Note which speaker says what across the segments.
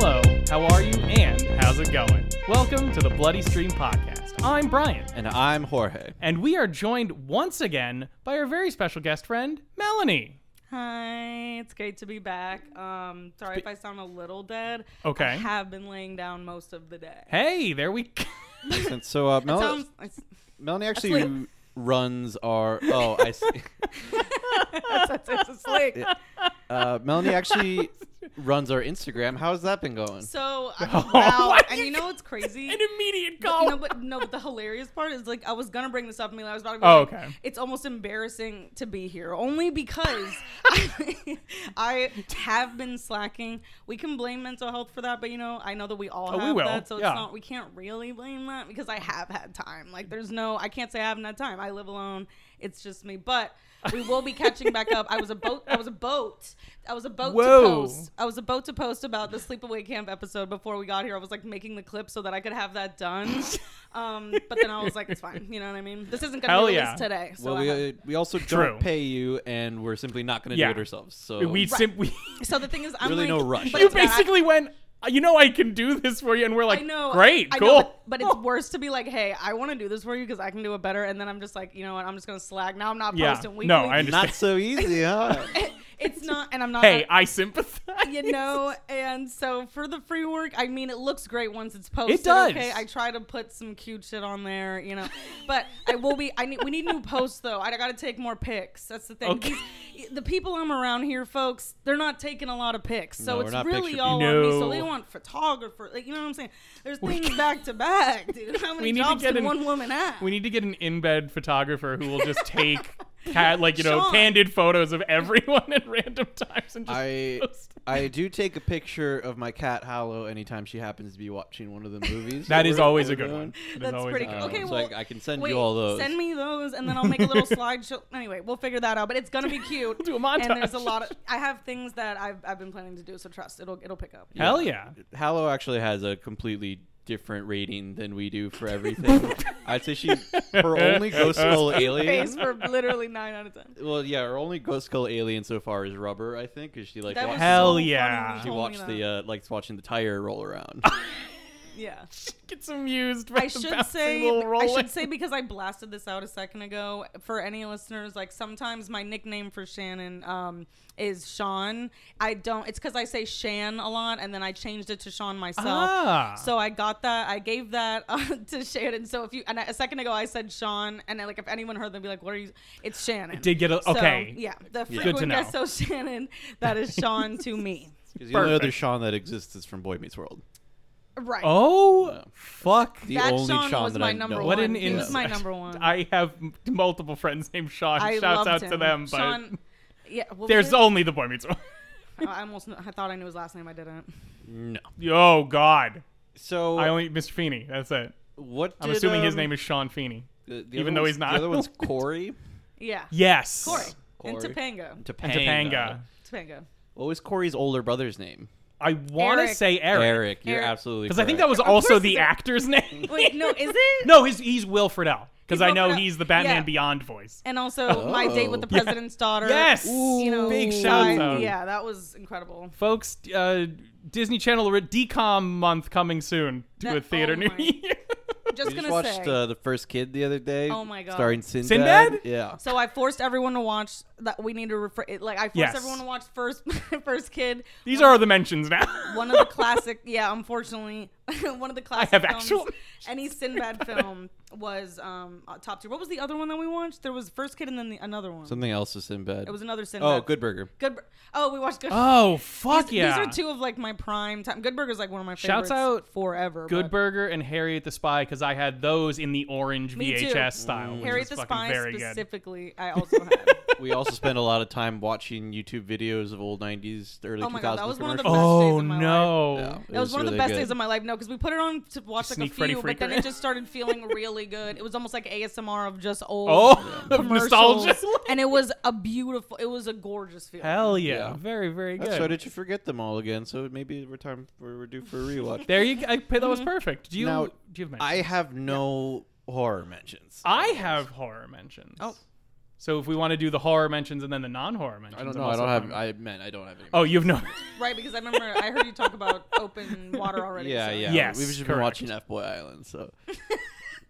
Speaker 1: how are you, and how's it going? Welcome to the Bloody Stream Podcast. I'm Brian,
Speaker 2: And I'm Jorge.
Speaker 1: and we are joined once again by our very special guest friend, Melanie.
Speaker 3: Hi, it's great to be back. Um, sorry if I sound a little dead.
Speaker 1: Okay.
Speaker 3: I have been laying down most of the day.
Speaker 1: Hey, there we
Speaker 2: Since- So uh, Mel-
Speaker 3: Sounds, it's,
Speaker 2: Melanie actually
Speaker 3: asleep.
Speaker 2: runs our. Oh, I see.
Speaker 3: it's, it's asleep.
Speaker 2: Uh, Melanie actually runs our Instagram. How's that been going?
Speaker 3: So,
Speaker 1: Oh,
Speaker 3: I, wow.
Speaker 1: why
Speaker 3: And
Speaker 1: you
Speaker 3: you know what's crazy?
Speaker 1: an immediate
Speaker 3: But, you
Speaker 1: call.
Speaker 3: know, but no, but the hilarious part is like I was gonna bring this up, Mila. I was about to. Be
Speaker 1: Oh,
Speaker 3: like,
Speaker 1: okay.
Speaker 3: It's almost embarrassing to be here, only because I, I have been slacking. We can blame mental health for that, but you know, I know that we all
Speaker 1: Oh, we
Speaker 3: have
Speaker 1: will.
Speaker 3: that, so it's
Speaker 1: Yeah.
Speaker 3: not. We can't really blame that because I have had time. Like, there's no. I can't say I haven't had time. I live alone. It's just me, but. We will be catching back up. I was a boat. I was a boat. I was a boat
Speaker 1: Whoa.
Speaker 3: to post. I was about to post about the sleepaway camp episode before we got here. I was like making the clip so that I could have that done. um, but then I was like, it's fine. You know what I mean? This isn't gonna
Speaker 1: Hell
Speaker 3: be released
Speaker 1: yeah.
Speaker 3: today. So
Speaker 2: well,
Speaker 3: I
Speaker 2: we,
Speaker 3: have-
Speaker 2: uh, we also
Speaker 1: True.
Speaker 2: don't pay you, and we're simply not going to
Speaker 1: Yeah.
Speaker 2: do it ourselves. So
Speaker 1: we simply
Speaker 3: so the thing is, I'm
Speaker 2: uh, Really
Speaker 3: like,
Speaker 2: no rush.
Speaker 3: but
Speaker 1: you
Speaker 3: it's bad.
Speaker 1: basically went. You know I can do this for you, and we're like,
Speaker 3: I know.
Speaker 1: great,
Speaker 3: I
Speaker 1: cool.
Speaker 3: Know, but, but it's worse to be like, hey, I want to do this for you because I can do it better. And then I'm just like, you know what? I'm just gonna slack. Now I'm not
Speaker 1: Yeah.
Speaker 3: posting weekly.
Speaker 1: No, I
Speaker 2: not so easy, huh?
Speaker 3: it's not, and I'm not.
Speaker 1: hey, I sympathize.
Speaker 3: you know and so for the free work i mean it looks great once it's posted
Speaker 1: does.
Speaker 3: okay i try to put some cute shit on there you know but i will be i need we need new posts though i gotta take more pics that's the thing
Speaker 1: Okay.
Speaker 3: These, the people i'm around here folks they're not taking a lot of pics so
Speaker 2: No, we're
Speaker 3: it's
Speaker 2: not
Speaker 3: really
Speaker 2: picture
Speaker 3: all
Speaker 1: people.
Speaker 3: on me
Speaker 1: No.
Speaker 3: so they want photographer like you know what i'm saying there's things back to back dude how many
Speaker 1: We need to
Speaker 3: jobs
Speaker 1: get
Speaker 3: can
Speaker 1: an-
Speaker 3: one woman have
Speaker 1: We need to get an in-bed photographer who will just take ca- like you know
Speaker 3: Sean.
Speaker 1: candid photos of everyone at random times and just
Speaker 2: I
Speaker 1: post.
Speaker 2: I do take a picture of my cat Hallow anytime she happens to be watching one of the movies.
Speaker 1: That
Speaker 2: that
Speaker 1: is
Speaker 2: we're-
Speaker 1: always a
Speaker 2: we're
Speaker 1: good
Speaker 2: doing.
Speaker 1: one. That is
Speaker 3: That's
Speaker 1: always
Speaker 3: pretty
Speaker 1: a
Speaker 3: cool.
Speaker 1: good
Speaker 2: Um,
Speaker 3: Okay,
Speaker 2: so
Speaker 3: well,
Speaker 2: I, I can send
Speaker 3: Wait,
Speaker 2: you all those.
Speaker 3: Send me those, and then I'll make a little slideshow. Anyway, we'll figure that out. But it's gonna be cute.
Speaker 1: do a
Speaker 3: And there's a
Speaker 1: montage.
Speaker 3: lot of. I have things that I've, I've been planning to do, so trust it'll it'll pick up.
Speaker 1: Hell yeah.
Speaker 2: Hallow actually has a completely different rating than we do for everything. I'd say she her only Ghost Skull alien.
Speaker 3: Face for literally nine out of ten.
Speaker 2: Well, yeah, her only Ghost Skull alien so far is Rubber. I think because she like
Speaker 3: That
Speaker 2: wa-
Speaker 3: was
Speaker 1: Hell
Speaker 3: so funny when
Speaker 1: yeah.
Speaker 3: you
Speaker 2: she
Speaker 3: told me
Speaker 2: watched the
Speaker 3: that.
Speaker 2: uh, likes watching the tire roll around.
Speaker 3: yeah.
Speaker 1: Gets amused by
Speaker 3: I
Speaker 1: the
Speaker 3: should
Speaker 1: bouncy
Speaker 3: say
Speaker 1: little
Speaker 3: I
Speaker 1: rolling.
Speaker 3: should say because I blasted this out a second ago for any listeners like sometimes my nickname for Shannon um, is Sean I don't it's because I say Shan a lot and then I changed it to Sean myself
Speaker 1: Ah.
Speaker 3: so I got that I gave that uh, to Shannon so if you and I, a second ago I said Sean and I, like if anyone heard they'd be like what are you it's Shannon
Speaker 1: did get a
Speaker 3: So,
Speaker 1: okay.
Speaker 3: yeah the
Speaker 1: Good to
Speaker 3: frequent
Speaker 1: know.
Speaker 3: guest so Shannon that is Sean to me
Speaker 2: Because the only other
Speaker 1: Perfect.
Speaker 2: Sean that exists is from Boy Meets World.
Speaker 3: right
Speaker 1: Oh
Speaker 2: Yeah.
Speaker 1: fuck.
Speaker 2: The
Speaker 3: That
Speaker 2: only
Speaker 3: Sean
Speaker 2: Sean
Speaker 3: was
Speaker 2: that
Speaker 3: my
Speaker 2: I
Speaker 3: number
Speaker 2: know.
Speaker 3: one.
Speaker 1: what an
Speaker 3: He was
Speaker 1: insult.
Speaker 3: my number one.
Speaker 1: I have m- multiple friends named Sean.
Speaker 3: I
Speaker 1: Shouts
Speaker 3: loved
Speaker 1: out to
Speaker 3: him.
Speaker 1: them, but
Speaker 3: Sean, yeah, what was
Speaker 1: there's
Speaker 3: it?
Speaker 1: only the boy meets World.
Speaker 3: I almost kn- I thought I knew his last name. I didn't.
Speaker 2: No.
Speaker 1: Oh god.
Speaker 2: So
Speaker 1: I only Mr. Feeney. That's it.
Speaker 2: what?
Speaker 1: I'm
Speaker 2: did,
Speaker 1: assuming his
Speaker 2: um,
Speaker 1: name is Sean Feeney.
Speaker 2: the- the
Speaker 1: even
Speaker 2: other
Speaker 1: though
Speaker 2: one's-
Speaker 1: he's not.
Speaker 2: The other one's Corey.
Speaker 3: Yeah.
Speaker 1: Yes.
Speaker 3: Corey. And
Speaker 2: Corey.
Speaker 3: Topanga.
Speaker 1: And Topanga.
Speaker 3: Topanga.
Speaker 2: What was Corey's older brother's name?
Speaker 1: I want to
Speaker 3: Eric.
Speaker 1: say Eric.
Speaker 2: You're
Speaker 3: Eric.
Speaker 2: absolutely.
Speaker 1: Because I think that
Speaker 2: correct.
Speaker 1: was
Speaker 3: Of
Speaker 1: also
Speaker 3: course
Speaker 1: the
Speaker 3: it's Eric.
Speaker 1: actor's name.
Speaker 3: Wait, no, is it?
Speaker 1: No, he's he's Will Friedle. Because
Speaker 3: He's
Speaker 1: I
Speaker 3: Will
Speaker 1: know
Speaker 3: Friedle.
Speaker 1: he's the Batman
Speaker 3: Yeah.
Speaker 1: Beyond voice.
Speaker 3: And also, my date with the
Speaker 1: Oh. Yeah.
Speaker 3: president's daughter.
Speaker 1: Yes.
Speaker 3: You know,
Speaker 1: Big shout
Speaker 3: signed-
Speaker 1: out.
Speaker 3: Yeah, that was incredible.
Speaker 1: Folks, uh, Disney Channel ori- DCOM month coming soon to
Speaker 3: That-
Speaker 1: a theater
Speaker 3: oh
Speaker 1: near
Speaker 3: my.
Speaker 1: you.
Speaker 3: Just
Speaker 2: We
Speaker 3: gonna
Speaker 2: just watched
Speaker 3: say.
Speaker 2: uh, the first kid the other day.
Speaker 3: Oh my God.
Speaker 2: Starring Sinbad.
Speaker 1: Sinbad?
Speaker 2: Yeah.
Speaker 3: so I forced everyone to watch that. We need to refer. It, like I forced
Speaker 1: Yes.
Speaker 3: everyone to watch first, first kid.
Speaker 1: These
Speaker 3: One-
Speaker 1: are the mentions now.
Speaker 3: one of the classic yeah unfortunately one of the classic
Speaker 1: have
Speaker 3: films,
Speaker 1: actual-
Speaker 3: any sinbad film was um uh, top tier what was the other one that we watched there was first kid and then the, another one
Speaker 2: Something else is Sinbad.
Speaker 3: it was another sinbad
Speaker 2: oh, Good Burger.
Speaker 3: good Bur- oh we watched good
Speaker 1: Oh fuck
Speaker 3: these,
Speaker 1: yeah!
Speaker 3: these are two of like my prime time good burger's like one of my
Speaker 1: Shouts
Speaker 3: favorites
Speaker 1: out
Speaker 3: forever
Speaker 1: Good
Speaker 3: but-
Speaker 1: Burger and Harriet the Spy because I had those in the orange
Speaker 3: Me too.
Speaker 1: VHS style. which
Speaker 3: harriet
Speaker 1: was fucking
Speaker 3: the spy
Speaker 1: very good.
Speaker 3: specifically i also had
Speaker 2: we also spent a lot of time watching YouTube videos of old '90s, early 2000s.
Speaker 3: Oh my God, that was one of the
Speaker 2: commercials.
Speaker 3: best days
Speaker 1: Oh
Speaker 3: of my
Speaker 1: no!
Speaker 2: Yeah, it
Speaker 3: That was, one of the
Speaker 2: really
Speaker 3: best
Speaker 2: good.
Speaker 3: days of my life. No, because we put it on to watch like
Speaker 1: Sneak
Speaker 3: a
Speaker 1: Freddy
Speaker 3: few, but then
Speaker 1: Freaker.
Speaker 3: it just started feeling really good. It was almost like ASMR of just old
Speaker 1: Oh,
Speaker 3: commercials,
Speaker 1: nostalgia.
Speaker 3: and it was a beautiful. It was a gorgeous feeling.
Speaker 1: Hell yeah.
Speaker 2: Yeah.
Speaker 1: Very very good.
Speaker 2: That's why did you forget them all again? So maybe we're time for we're due for a rewatch.
Speaker 1: There you. I, that
Speaker 3: Mm-hmm.
Speaker 1: was perfect. Do you?
Speaker 2: Now,
Speaker 1: do you have mentions?
Speaker 2: I have no horror mentions.
Speaker 1: I have horror mentions.
Speaker 3: Oh.
Speaker 1: So if we want to do the horror mentions and then the non-horror mentions,
Speaker 2: I don't
Speaker 1: I'm
Speaker 2: know. I
Speaker 1: also
Speaker 2: don't have.
Speaker 1: fine.
Speaker 2: I meant I don't have any.
Speaker 1: oh, you've no.
Speaker 3: Right, because I remember I heard you talk about open water already.
Speaker 2: yeah,
Speaker 3: so-
Speaker 2: yeah.
Speaker 1: Yes,
Speaker 2: We've just been
Speaker 1: correct.
Speaker 2: watching F Boy Island, so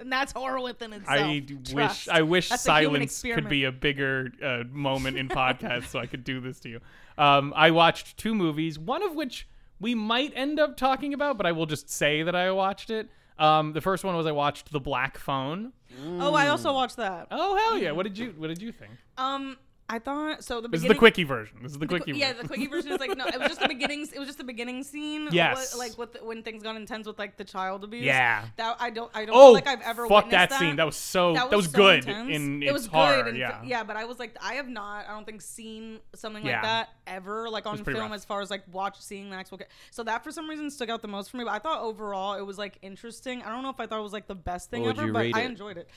Speaker 3: And that's horror within itself.
Speaker 1: I d- wish
Speaker 3: Trust.
Speaker 1: I wish
Speaker 3: That's a human
Speaker 1: silence could
Speaker 3: experiment.
Speaker 1: be a bigger uh, moment in podcasts, so I could do this to you. Um, I watched two movies, one of which we might end up talking about, but I will just say that I watched it. Um, the first one was I watched The Black Phone.
Speaker 3: Oh, I also watched that.
Speaker 1: Oh hell yeah! What did you What did you think?
Speaker 3: Um, I thought so. The
Speaker 1: This is
Speaker 3: beginning.
Speaker 1: the quickie version. This is the
Speaker 3: the
Speaker 1: quickie.
Speaker 3: qui- yeah,
Speaker 1: version.
Speaker 3: the quickie version is like no, it was just the beginnings. It was just the beginning scene.
Speaker 1: Yes.
Speaker 3: what, like with the, when things got intense with like the child abuse.
Speaker 1: Yeah.
Speaker 3: that I don't. I don't
Speaker 1: Oh,
Speaker 3: feel like I've ever
Speaker 1: fuck
Speaker 3: witnessed
Speaker 1: that, scene. That was so that was,
Speaker 3: so
Speaker 1: good
Speaker 3: intense.
Speaker 1: in
Speaker 3: it was
Speaker 1: its horror.
Speaker 3: good. And,
Speaker 1: yeah,
Speaker 3: yeah, but I was like, I have not. I don't think seen something
Speaker 1: Yeah.
Speaker 3: like that ever, like on
Speaker 1: was pretty
Speaker 3: film,
Speaker 1: rough.
Speaker 3: as far as like watch seeing the actual. Ca- so that for some reason stuck out the most for me. But I thought overall it was like interesting. I don't know if I thought it was like the best thing
Speaker 2: What would
Speaker 3: ever,
Speaker 2: you
Speaker 3: but
Speaker 2: rate
Speaker 3: I
Speaker 2: it?
Speaker 3: enjoyed it.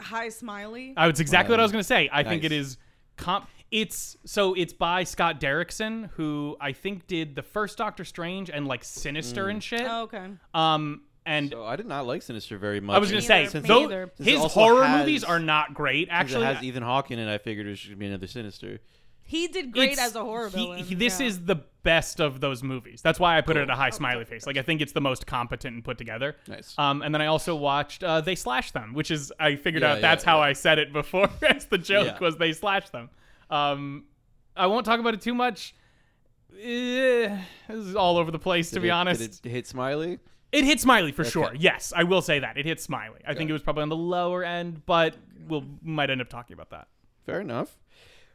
Speaker 3: Hi, Smiley.
Speaker 1: I was exactly what I was going to say. I think
Speaker 2: Nice.
Speaker 1: it is comp. It's so it's by Scott Derrickson, who I think did the first Doctor Strange and like Sinister and shit.
Speaker 3: Oh, okay.
Speaker 1: Um, and
Speaker 2: Mm. so I did not like Sinister very much.
Speaker 1: I was going
Speaker 3: Me
Speaker 1: to say,
Speaker 3: either,
Speaker 1: since
Speaker 3: me
Speaker 1: though
Speaker 3: either.
Speaker 2: Since it
Speaker 1: his
Speaker 2: also
Speaker 1: horror
Speaker 2: has-
Speaker 1: movies are not great.
Speaker 2: Since it
Speaker 1: Actually,
Speaker 2: has Ethan Hawke in it. I figured it should be another Sinister.
Speaker 3: He did great
Speaker 1: it's-
Speaker 3: as a horror
Speaker 1: he-
Speaker 3: villain.
Speaker 1: he- this
Speaker 3: yeah. Oh,
Speaker 1: is the best of those movies. That's why I put it at a high smiley face. Like I think it's the most competent and put together.
Speaker 2: Nice.
Speaker 1: Um, and then I also watched uh, They Slash Them, which is I figured
Speaker 2: Yeah,
Speaker 1: out
Speaker 2: yeah,
Speaker 1: that's how
Speaker 2: yeah.
Speaker 1: I said it before. as the joke
Speaker 2: Yeah.
Speaker 1: was They Slash Them. Um, I won't talk about it too much. Eh, this is all over the place, to
Speaker 2: Did
Speaker 1: be
Speaker 2: it-
Speaker 1: honest.
Speaker 2: did it hit Smiley?
Speaker 1: It hit Smiley for sure. Yes, I will say that it hit Smiley. I think
Speaker 2: it.
Speaker 1: it was probably on the lower end, but we'll might end up talking about that.
Speaker 2: Fair enough.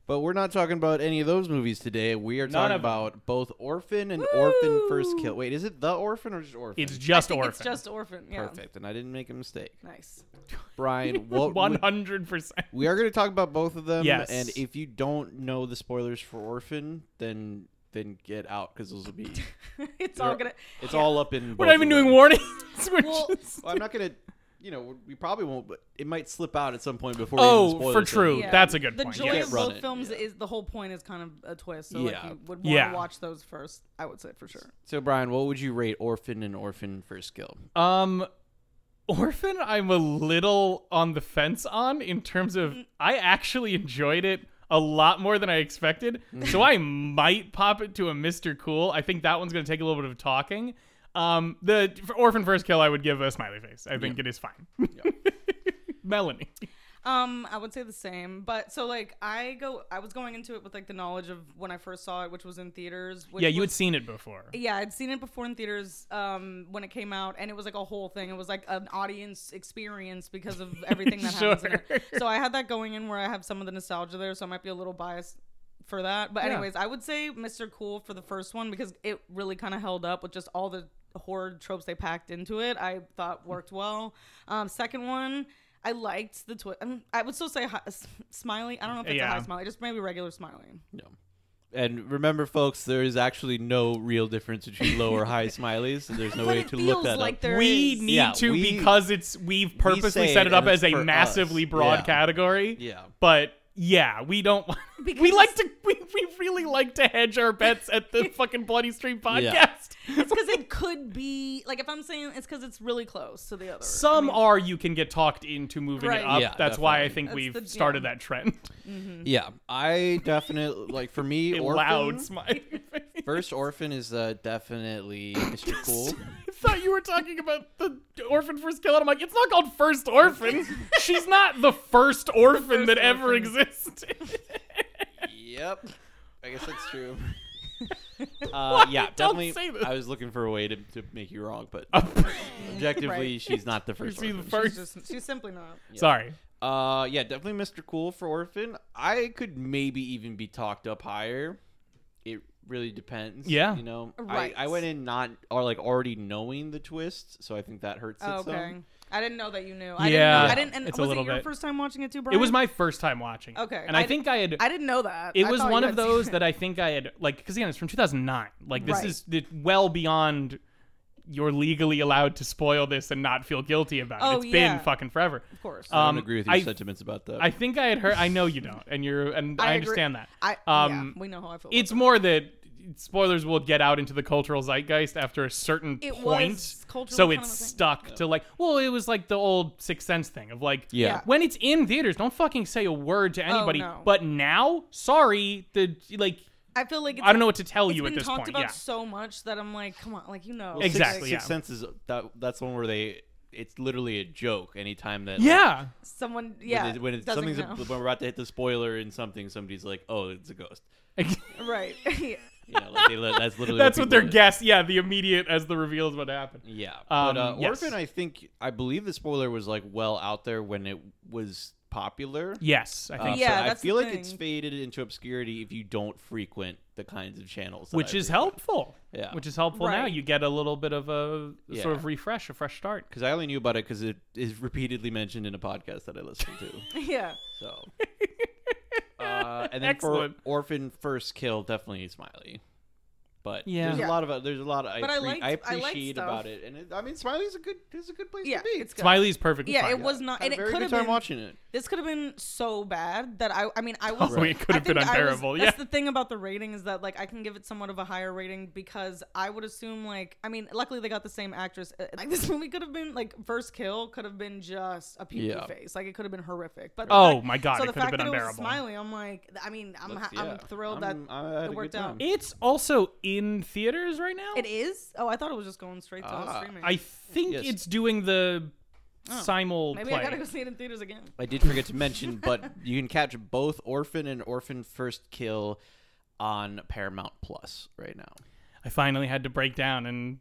Speaker 2: But we're not talking about any of those movies today. We are talking
Speaker 1: of them.
Speaker 2: about both Orphan and Orphan First Kill. Wait, is it The Orphan or just Orphan?
Speaker 1: It's
Speaker 3: I
Speaker 1: just
Speaker 3: think
Speaker 1: Orphan.
Speaker 3: It's just orphan. Yeah.
Speaker 2: perfect, and I didn't make a mistake.
Speaker 3: Nice.
Speaker 2: Brian, what
Speaker 1: one
Speaker 2: would-
Speaker 1: hundred percent.
Speaker 2: we are going to talk about both of them.
Speaker 1: Yes.
Speaker 2: And if you don't know the spoilers for Orphan, then then get out because those will be.
Speaker 3: it's all gonna.
Speaker 2: It's all up in.
Speaker 1: We're
Speaker 2: both
Speaker 1: not even
Speaker 2: of them.
Speaker 1: doing warnings. We're
Speaker 3: Well,
Speaker 1: just-
Speaker 2: Well, I'm not going to. You know, we probably won't, but it might slip out at some point before. we
Speaker 1: Oh,
Speaker 2: even spoil
Speaker 1: for
Speaker 2: this thing.
Speaker 1: true.
Speaker 3: Yeah.
Speaker 1: That's a good
Speaker 3: the
Speaker 1: point.
Speaker 3: joy
Speaker 1: yes.
Speaker 3: of
Speaker 2: Run
Speaker 3: both
Speaker 2: it,
Speaker 3: films
Speaker 2: yeah.
Speaker 3: is the whole point is kind of a twist. So like
Speaker 2: Yeah.
Speaker 3: you would want
Speaker 1: Yeah.
Speaker 3: to watch those first. I would say for sure.
Speaker 2: So, Brian, what would you rate Orphan and Orphan First Kill?
Speaker 1: Um, Orphan, I'm a little on the fence on in terms of
Speaker 3: Mm.
Speaker 1: I actually enjoyed it a lot more than I expected. So I might pop it to a Mr. Cool. I think that one's going to take a little bit of talking. Um, the for Orphan First Kill, I would give a smiley face. I think it is fine. Melanie.
Speaker 3: Um, I would say the same, but so like I go, I was going into it with like the knowledge of when I first saw it, which was in theaters. Which
Speaker 1: Yeah, you
Speaker 3: was,
Speaker 1: had seen it before.
Speaker 3: Yeah, I'd seen it before in theaters um, when it came out, and it was like a whole thing. It was like an audience experience because of everything that happens. In
Speaker 1: Sure.
Speaker 3: it. So I had that going in where I have some of the nostalgia there, so I might be a little biased for that. But
Speaker 1: Yeah.
Speaker 3: anyways, I would say Mr. Cool for the first one because it really kind of held up with just all the horror tropes they packed into it. I thought worked well. Um, second one. I liked the twist. I would still say hi- s- smiley. I don't know if it's
Speaker 1: Yeah.
Speaker 3: a high smiley, just maybe regular smiley.
Speaker 2: No. And remember, folks, there is actually no real difference between low or high smileys. So there's no
Speaker 3: but
Speaker 2: way
Speaker 3: it
Speaker 2: to
Speaker 3: feels
Speaker 2: look that
Speaker 3: like
Speaker 2: up.
Speaker 3: there
Speaker 1: we
Speaker 3: is-
Speaker 1: need
Speaker 2: Yeah,
Speaker 1: to
Speaker 2: we-
Speaker 1: because it's we've purposely
Speaker 2: say
Speaker 1: set it
Speaker 2: it
Speaker 1: up
Speaker 2: and
Speaker 1: as
Speaker 2: it's
Speaker 1: a
Speaker 2: for us.
Speaker 1: massively broad
Speaker 2: Yeah.
Speaker 1: category.
Speaker 2: Yeah.
Speaker 1: But yeah, we don't. we
Speaker 3: Because-
Speaker 1: like to. We, we really like to hedge our bets at the fucking Bloody Stream
Speaker 2: Yeah.
Speaker 1: podcast.
Speaker 3: It's because it could be like if I'm saying it's because it's really close to the other. I
Speaker 1: Some
Speaker 3: mean-
Speaker 1: are you can get talked into moving
Speaker 3: Right.
Speaker 1: it up.
Speaker 2: Yeah,
Speaker 1: That's why I
Speaker 2: definitely.
Speaker 1: think
Speaker 3: That's
Speaker 1: we've
Speaker 3: the-
Speaker 1: started
Speaker 3: yeah.
Speaker 1: that trend.
Speaker 2: Yeah, I definitely like for me.
Speaker 1: A
Speaker 2: Orphan,
Speaker 1: loud smile. I
Speaker 2: First orphan is uh, definitely Mr. Cool.
Speaker 1: thought you were talking about the orphan first kill, and I'm like, it's not called first orphan. She's not the first orphan
Speaker 3: first
Speaker 1: that ever
Speaker 3: orphan.
Speaker 1: existed.
Speaker 2: yep, I guess that's true. Uh, yeah,
Speaker 1: Don't
Speaker 2: definitely.
Speaker 1: say that.
Speaker 2: I was looking for a way to, to make you wrong, but objectively,
Speaker 3: Right.
Speaker 2: she's not the first.
Speaker 1: see the
Speaker 2: orphan.
Speaker 1: first-
Speaker 3: She's, just, she's simply not.
Speaker 1: Sorry.
Speaker 2: Uh, yeah, definitely Mr. Cool for Orphan. I could maybe even be talked up higher. It really depends.
Speaker 1: Yeah.
Speaker 2: you know,
Speaker 3: Right.
Speaker 2: I, I went in not or like already knowing the twist, so I think that hurts. it
Speaker 3: Oh,
Speaker 2: some.
Speaker 3: okay. I didn't know that you knew. I
Speaker 1: Yeah.
Speaker 3: Didn't know. I didn't. And
Speaker 1: It's a
Speaker 3: was
Speaker 1: little
Speaker 3: it your
Speaker 1: bit-
Speaker 3: first time watching it too, Brian?
Speaker 1: It was my first time watching.
Speaker 3: Okay.
Speaker 1: And I,
Speaker 3: I d-
Speaker 1: think I had.
Speaker 3: I didn't know that.
Speaker 1: it
Speaker 3: I
Speaker 1: was
Speaker 3: thought
Speaker 1: one
Speaker 3: you
Speaker 1: of
Speaker 3: had
Speaker 1: those
Speaker 3: seen
Speaker 1: that
Speaker 3: it.
Speaker 1: I think I had like because again it's from 2009. Like this
Speaker 3: Right.
Speaker 1: is it, well beyond you're legally allowed to spoil this and not feel guilty about it.
Speaker 3: Oh,
Speaker 1: It's
Speaker 3: yeah.
Speaker 1: been fucking forever.
Speaker 3: Of course.
Speaker 2: I
Speaker 1: Um,
Speaker 2: don't agree with your
Speaker 1: I-
Speaker 2: sentiments about that.
Speaker 1: I think I had heard. I know you don't, and you're and I,
Speaker 3: I agree.
Speaker 1: understand that.
Speaker 3: I,
Speaker 1: um,
Speaker 3: yeah, we know how I feel.
Speaker 1: It's more that spoilers will get out into the cultural zeitgeist after a certain
Speaker 3: It
Speaker 1: point.
Speaker 3: was culturally
Speaker 1: so
Speaker 3: kind
Speaker 1: it's
Speaker 3: of a thing.
Speaker 1: stuck to like, well, it was like the old Sixth Sense thing of like,
Speaker 2: Yeah.
Speaker 3: Yeah. Oh,
Speaker 1: when it's in theaters, don't fucking say a word to anybody.
Speaker 3: no.
Speaker 1: But now, sorry, the like,
Speaker 3: I feel like it's,
Speaker 1: I don't know what to tell
Speaker 3: it's
Speaker 1: you at
Speaker 3: been
Speaker 1: this
Speaker 3: talked
Speaker 1: point.
Speaker 3: about
Speaker 1: yeah,
Speaker 3: so much that I'm like, come on, like you know,
Speaker 2: Well, Sixth-
Speaker 1: Exactly,
Speaker 2: Sixth
Speaker 1: yeah.
Speaker 2: Sense is that that's the one where they it's literally a joke anytime that like,
Speaker 1: yeah,
Speaker 3: someone,
Speaker 2: when
Speaker 3: yeah,
Speaker 2: it- when it's,
Speaker 3: doesn't
Speaker 2: something's
Speaker 3: know.
Speaker 2: when we're about to hit the spoiler in something somebody's like oh it's a ghost
Speaker 3: right. Yeah.
Speaker 2: you know like they, li- that's literally
Speaker 1: that's what
Speaker 2: what
Speaker 1: their
Speaker 2: people do.
Speaker 1: guess. Yeah, the immediate as the reveal is what happened.
Speaker 2: Yeah,
Speaker 1: Um,
Speaker 2: but uh,
Speaker 1: yes.
Speaker 2: Orphan, I think I believe the spoiler was like well out there when it was popular.
Speaker 1: Yes, I
Speaker 2: Uh,
Speaker 1: think,
Speaker 2: so
Speaker 3: Yeah,
Speaker 2: I
Speaker 3: that's the
Speaker 2: feel like it's
Speaker 3: thing.
Speaker 2: faded into obscurity if you don't frequent the kinds of channels, that
Speaker 1: which
Speaker 2: I
Speaker 1: is
Speaker 2: frequent.
Speaker 1: helpful.
Speaker 2: Yeah.
Speaker 1: which is helpful now.
Speaker 3: Right.
Speaker 1: You get a little bit of a
Speaker 2: Yeah.
Speaker 1: sort of refresh, a fresh start.
Speaker 2: Because I only knew about it because it is repeatedly mentioned in a podcast that I listen to.
Speaker 3: yeah.
Speaker 2: So, uh, and then for
Speaker 1: Excellent.
Speaker 2: Orphan First Kill, definitely Smiley. But
Speaker 1: Yeah.
Speaker 2: there's a
Speaker 3: Yeah.
Speaker 2: lot of there's a lot of I,
Speaker 3: But I
Speaker 2: appre-
Speaker 3: liked-
Speaker 2: I
Speaker 3: I liked
Speaker 2: appreciate
Speaker 3: stuff.
Speaker 2: about it, and it, I mean Smiley's a good is a good place
Speaker 3: Yeah,
Speaker 2: to be.
Speaker 3: it's good.
Speaker 1: Smiley's perfect.
Speaker 3: Yeah, it was not,
Speaker 2: Had a
Speaker 3: and it
Speaker 2: very
Speaker 3: could
Speaker 2: good
Speaker 3: have
Speaker 2: time
Speaker 3: been.
Speaker 2: watching it.
Speaker 3: This could have been so bad that I. I mean, I was.
Speaker 1: it could
Speaker 3: I
Speaker 1: have been
Speaker 3: think I was-
Speaker 1: unbearable,
Speaker 3: That's
Speaker 1: yeah.
Speaker 3: the thing about the rating is that like I can give it somewhat of a higher rating because I would assume like I mean, luckily they got the same actress. Uh, Like this movie could have been like first kill could have been just a pee
Speaker 2: Yeah.
Speaker 3: face. Like it could have been horrific. But the
Speaker 1: Oh
Speaker 3: fact-
Speaker 1: my god,
Speaker 3: so
Speaker 1: it
Speaker 3: the
Speaker 1: could have
Speaker 3: fact
Speaker 1: been
Speaker 3: that it was
Speaker 1: unbearable.
Speaker 3: smiling, I'm like, I mean, I'm
Speaker 2: Let's-
Speaker 3: ha- I'm
Speaker 2: yeah.
Speaker 3: thrilled
Speaker 2: I'm-
Speaker 3: that
Speaker 2: I had a good
Speaker 3: worked out.
Speaker 2: time.
Speaker 1: It's also in theaters right now.
Speaker 3: it is. Oh, I thought it was just going straight to
Speaker 2: Ah,
Speaker 3: streaming.
Speaker 1: I think
Speaker 2: Yes.
Speaker 1: it's doing the simul
Speaker 3: Oh, Maybe
Speaker 1: play.
Speaker 3: I gotta go see it in theaters again.
Speaker 2: I did forget to mention, but you can catch both Orphan and Orphan First Kill on Paramount Plus right now.
Speaker 1: I finally had to break down and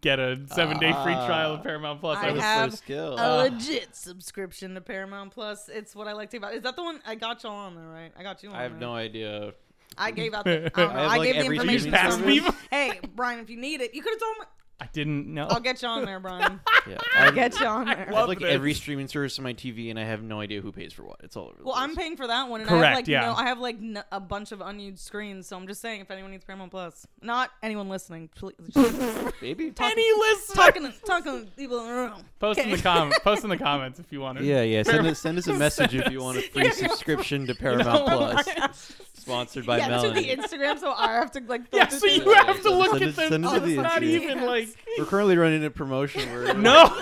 Speaker 1: get a seven day free
Speaker 2: Ah.
Speaker 1: trial of Paramount Plus.
Speaker 3: I
Speaker 1: I was-
Speaker 3: have-
Speaker 2: First Kill. Ah,
Speaker 3: a legit subscription to Paramount Plus. It's what I like to about. Is that the one I got y'all on there, right? I got you on.
Speaker 2: I have
Speaker 3: there.
Speaker 2: no idea.
Speaker 3: I gave out. The, I, don't know.
Speaker 2: I
Speaker 3: I,
Speaker 2: have, like,
Speaker 3: gave the
Speaker 2: every
Speaker 3: information.
Speaker 1: streaming
Speaker 3: to
Speaker 1: service.
Speaker 3: someone. hey, Brian, if you need it, you could have told me.
Speaker 1: I didn't know.
Speaker 3: I'll get you on there, Brian.
Speaker 2: Yeah,
Speaker 3: I'll
Speaker 2: I
Speaker 3: get you on there.
Speaker 2: I have
Speaker 1: Love
Speaker 2: like
Speaker 1: this.
Speaker 2: every streaming service on my TV, and I have no idea who pays for what. It's all over. The
Speaker 3: Well,
Speaker 2: place.
Speaker 3: I'm paying for that one, and I
Speaker 1: Correct,
Speaker 3: have like
Speaker 1: yeah.
Speaker 3: no, I have like n- a bunch of unused screens. So I'm just saying, if anyone needs Paramount Plus, not anyone listening, please
Speaker 2: baby.
Speaker 1: Any listener,
Speaker 3: talking to, talking to people in the room.
Speaker 1: post in the
Speaker 3: Okay.
Speaker 1: com- post in the comments if you want to.
Speaker 2: Yeah, yeah. Send
Speaker 1: Paramount-
Speaker 2: us, send us a message if you want a free subscription to Paramount Plus, sponsored by
Speaker 3: yeah, to the
Speaker 2: Melanie.
Speaker 3: Instagram, so I have to like.
Speaker 1: Yeah,
Speaker 3: filter
Speaker 1: so
Speaker 3: through
Speaker 1: you
Speaker 3: it.
Speaker 1: have to
Speaker 2: Send
Speaker 1: look
Speaker 2: it-
Speaker 1: at them.
Speaker 2: send it to
Speaker 1: It's
Speaker 2: the
Speaker 1: not
Speaker 2: Instagram.
Speaker 1: even like
Speaker 2: We're currently running a promotion where
Speaker 1: no.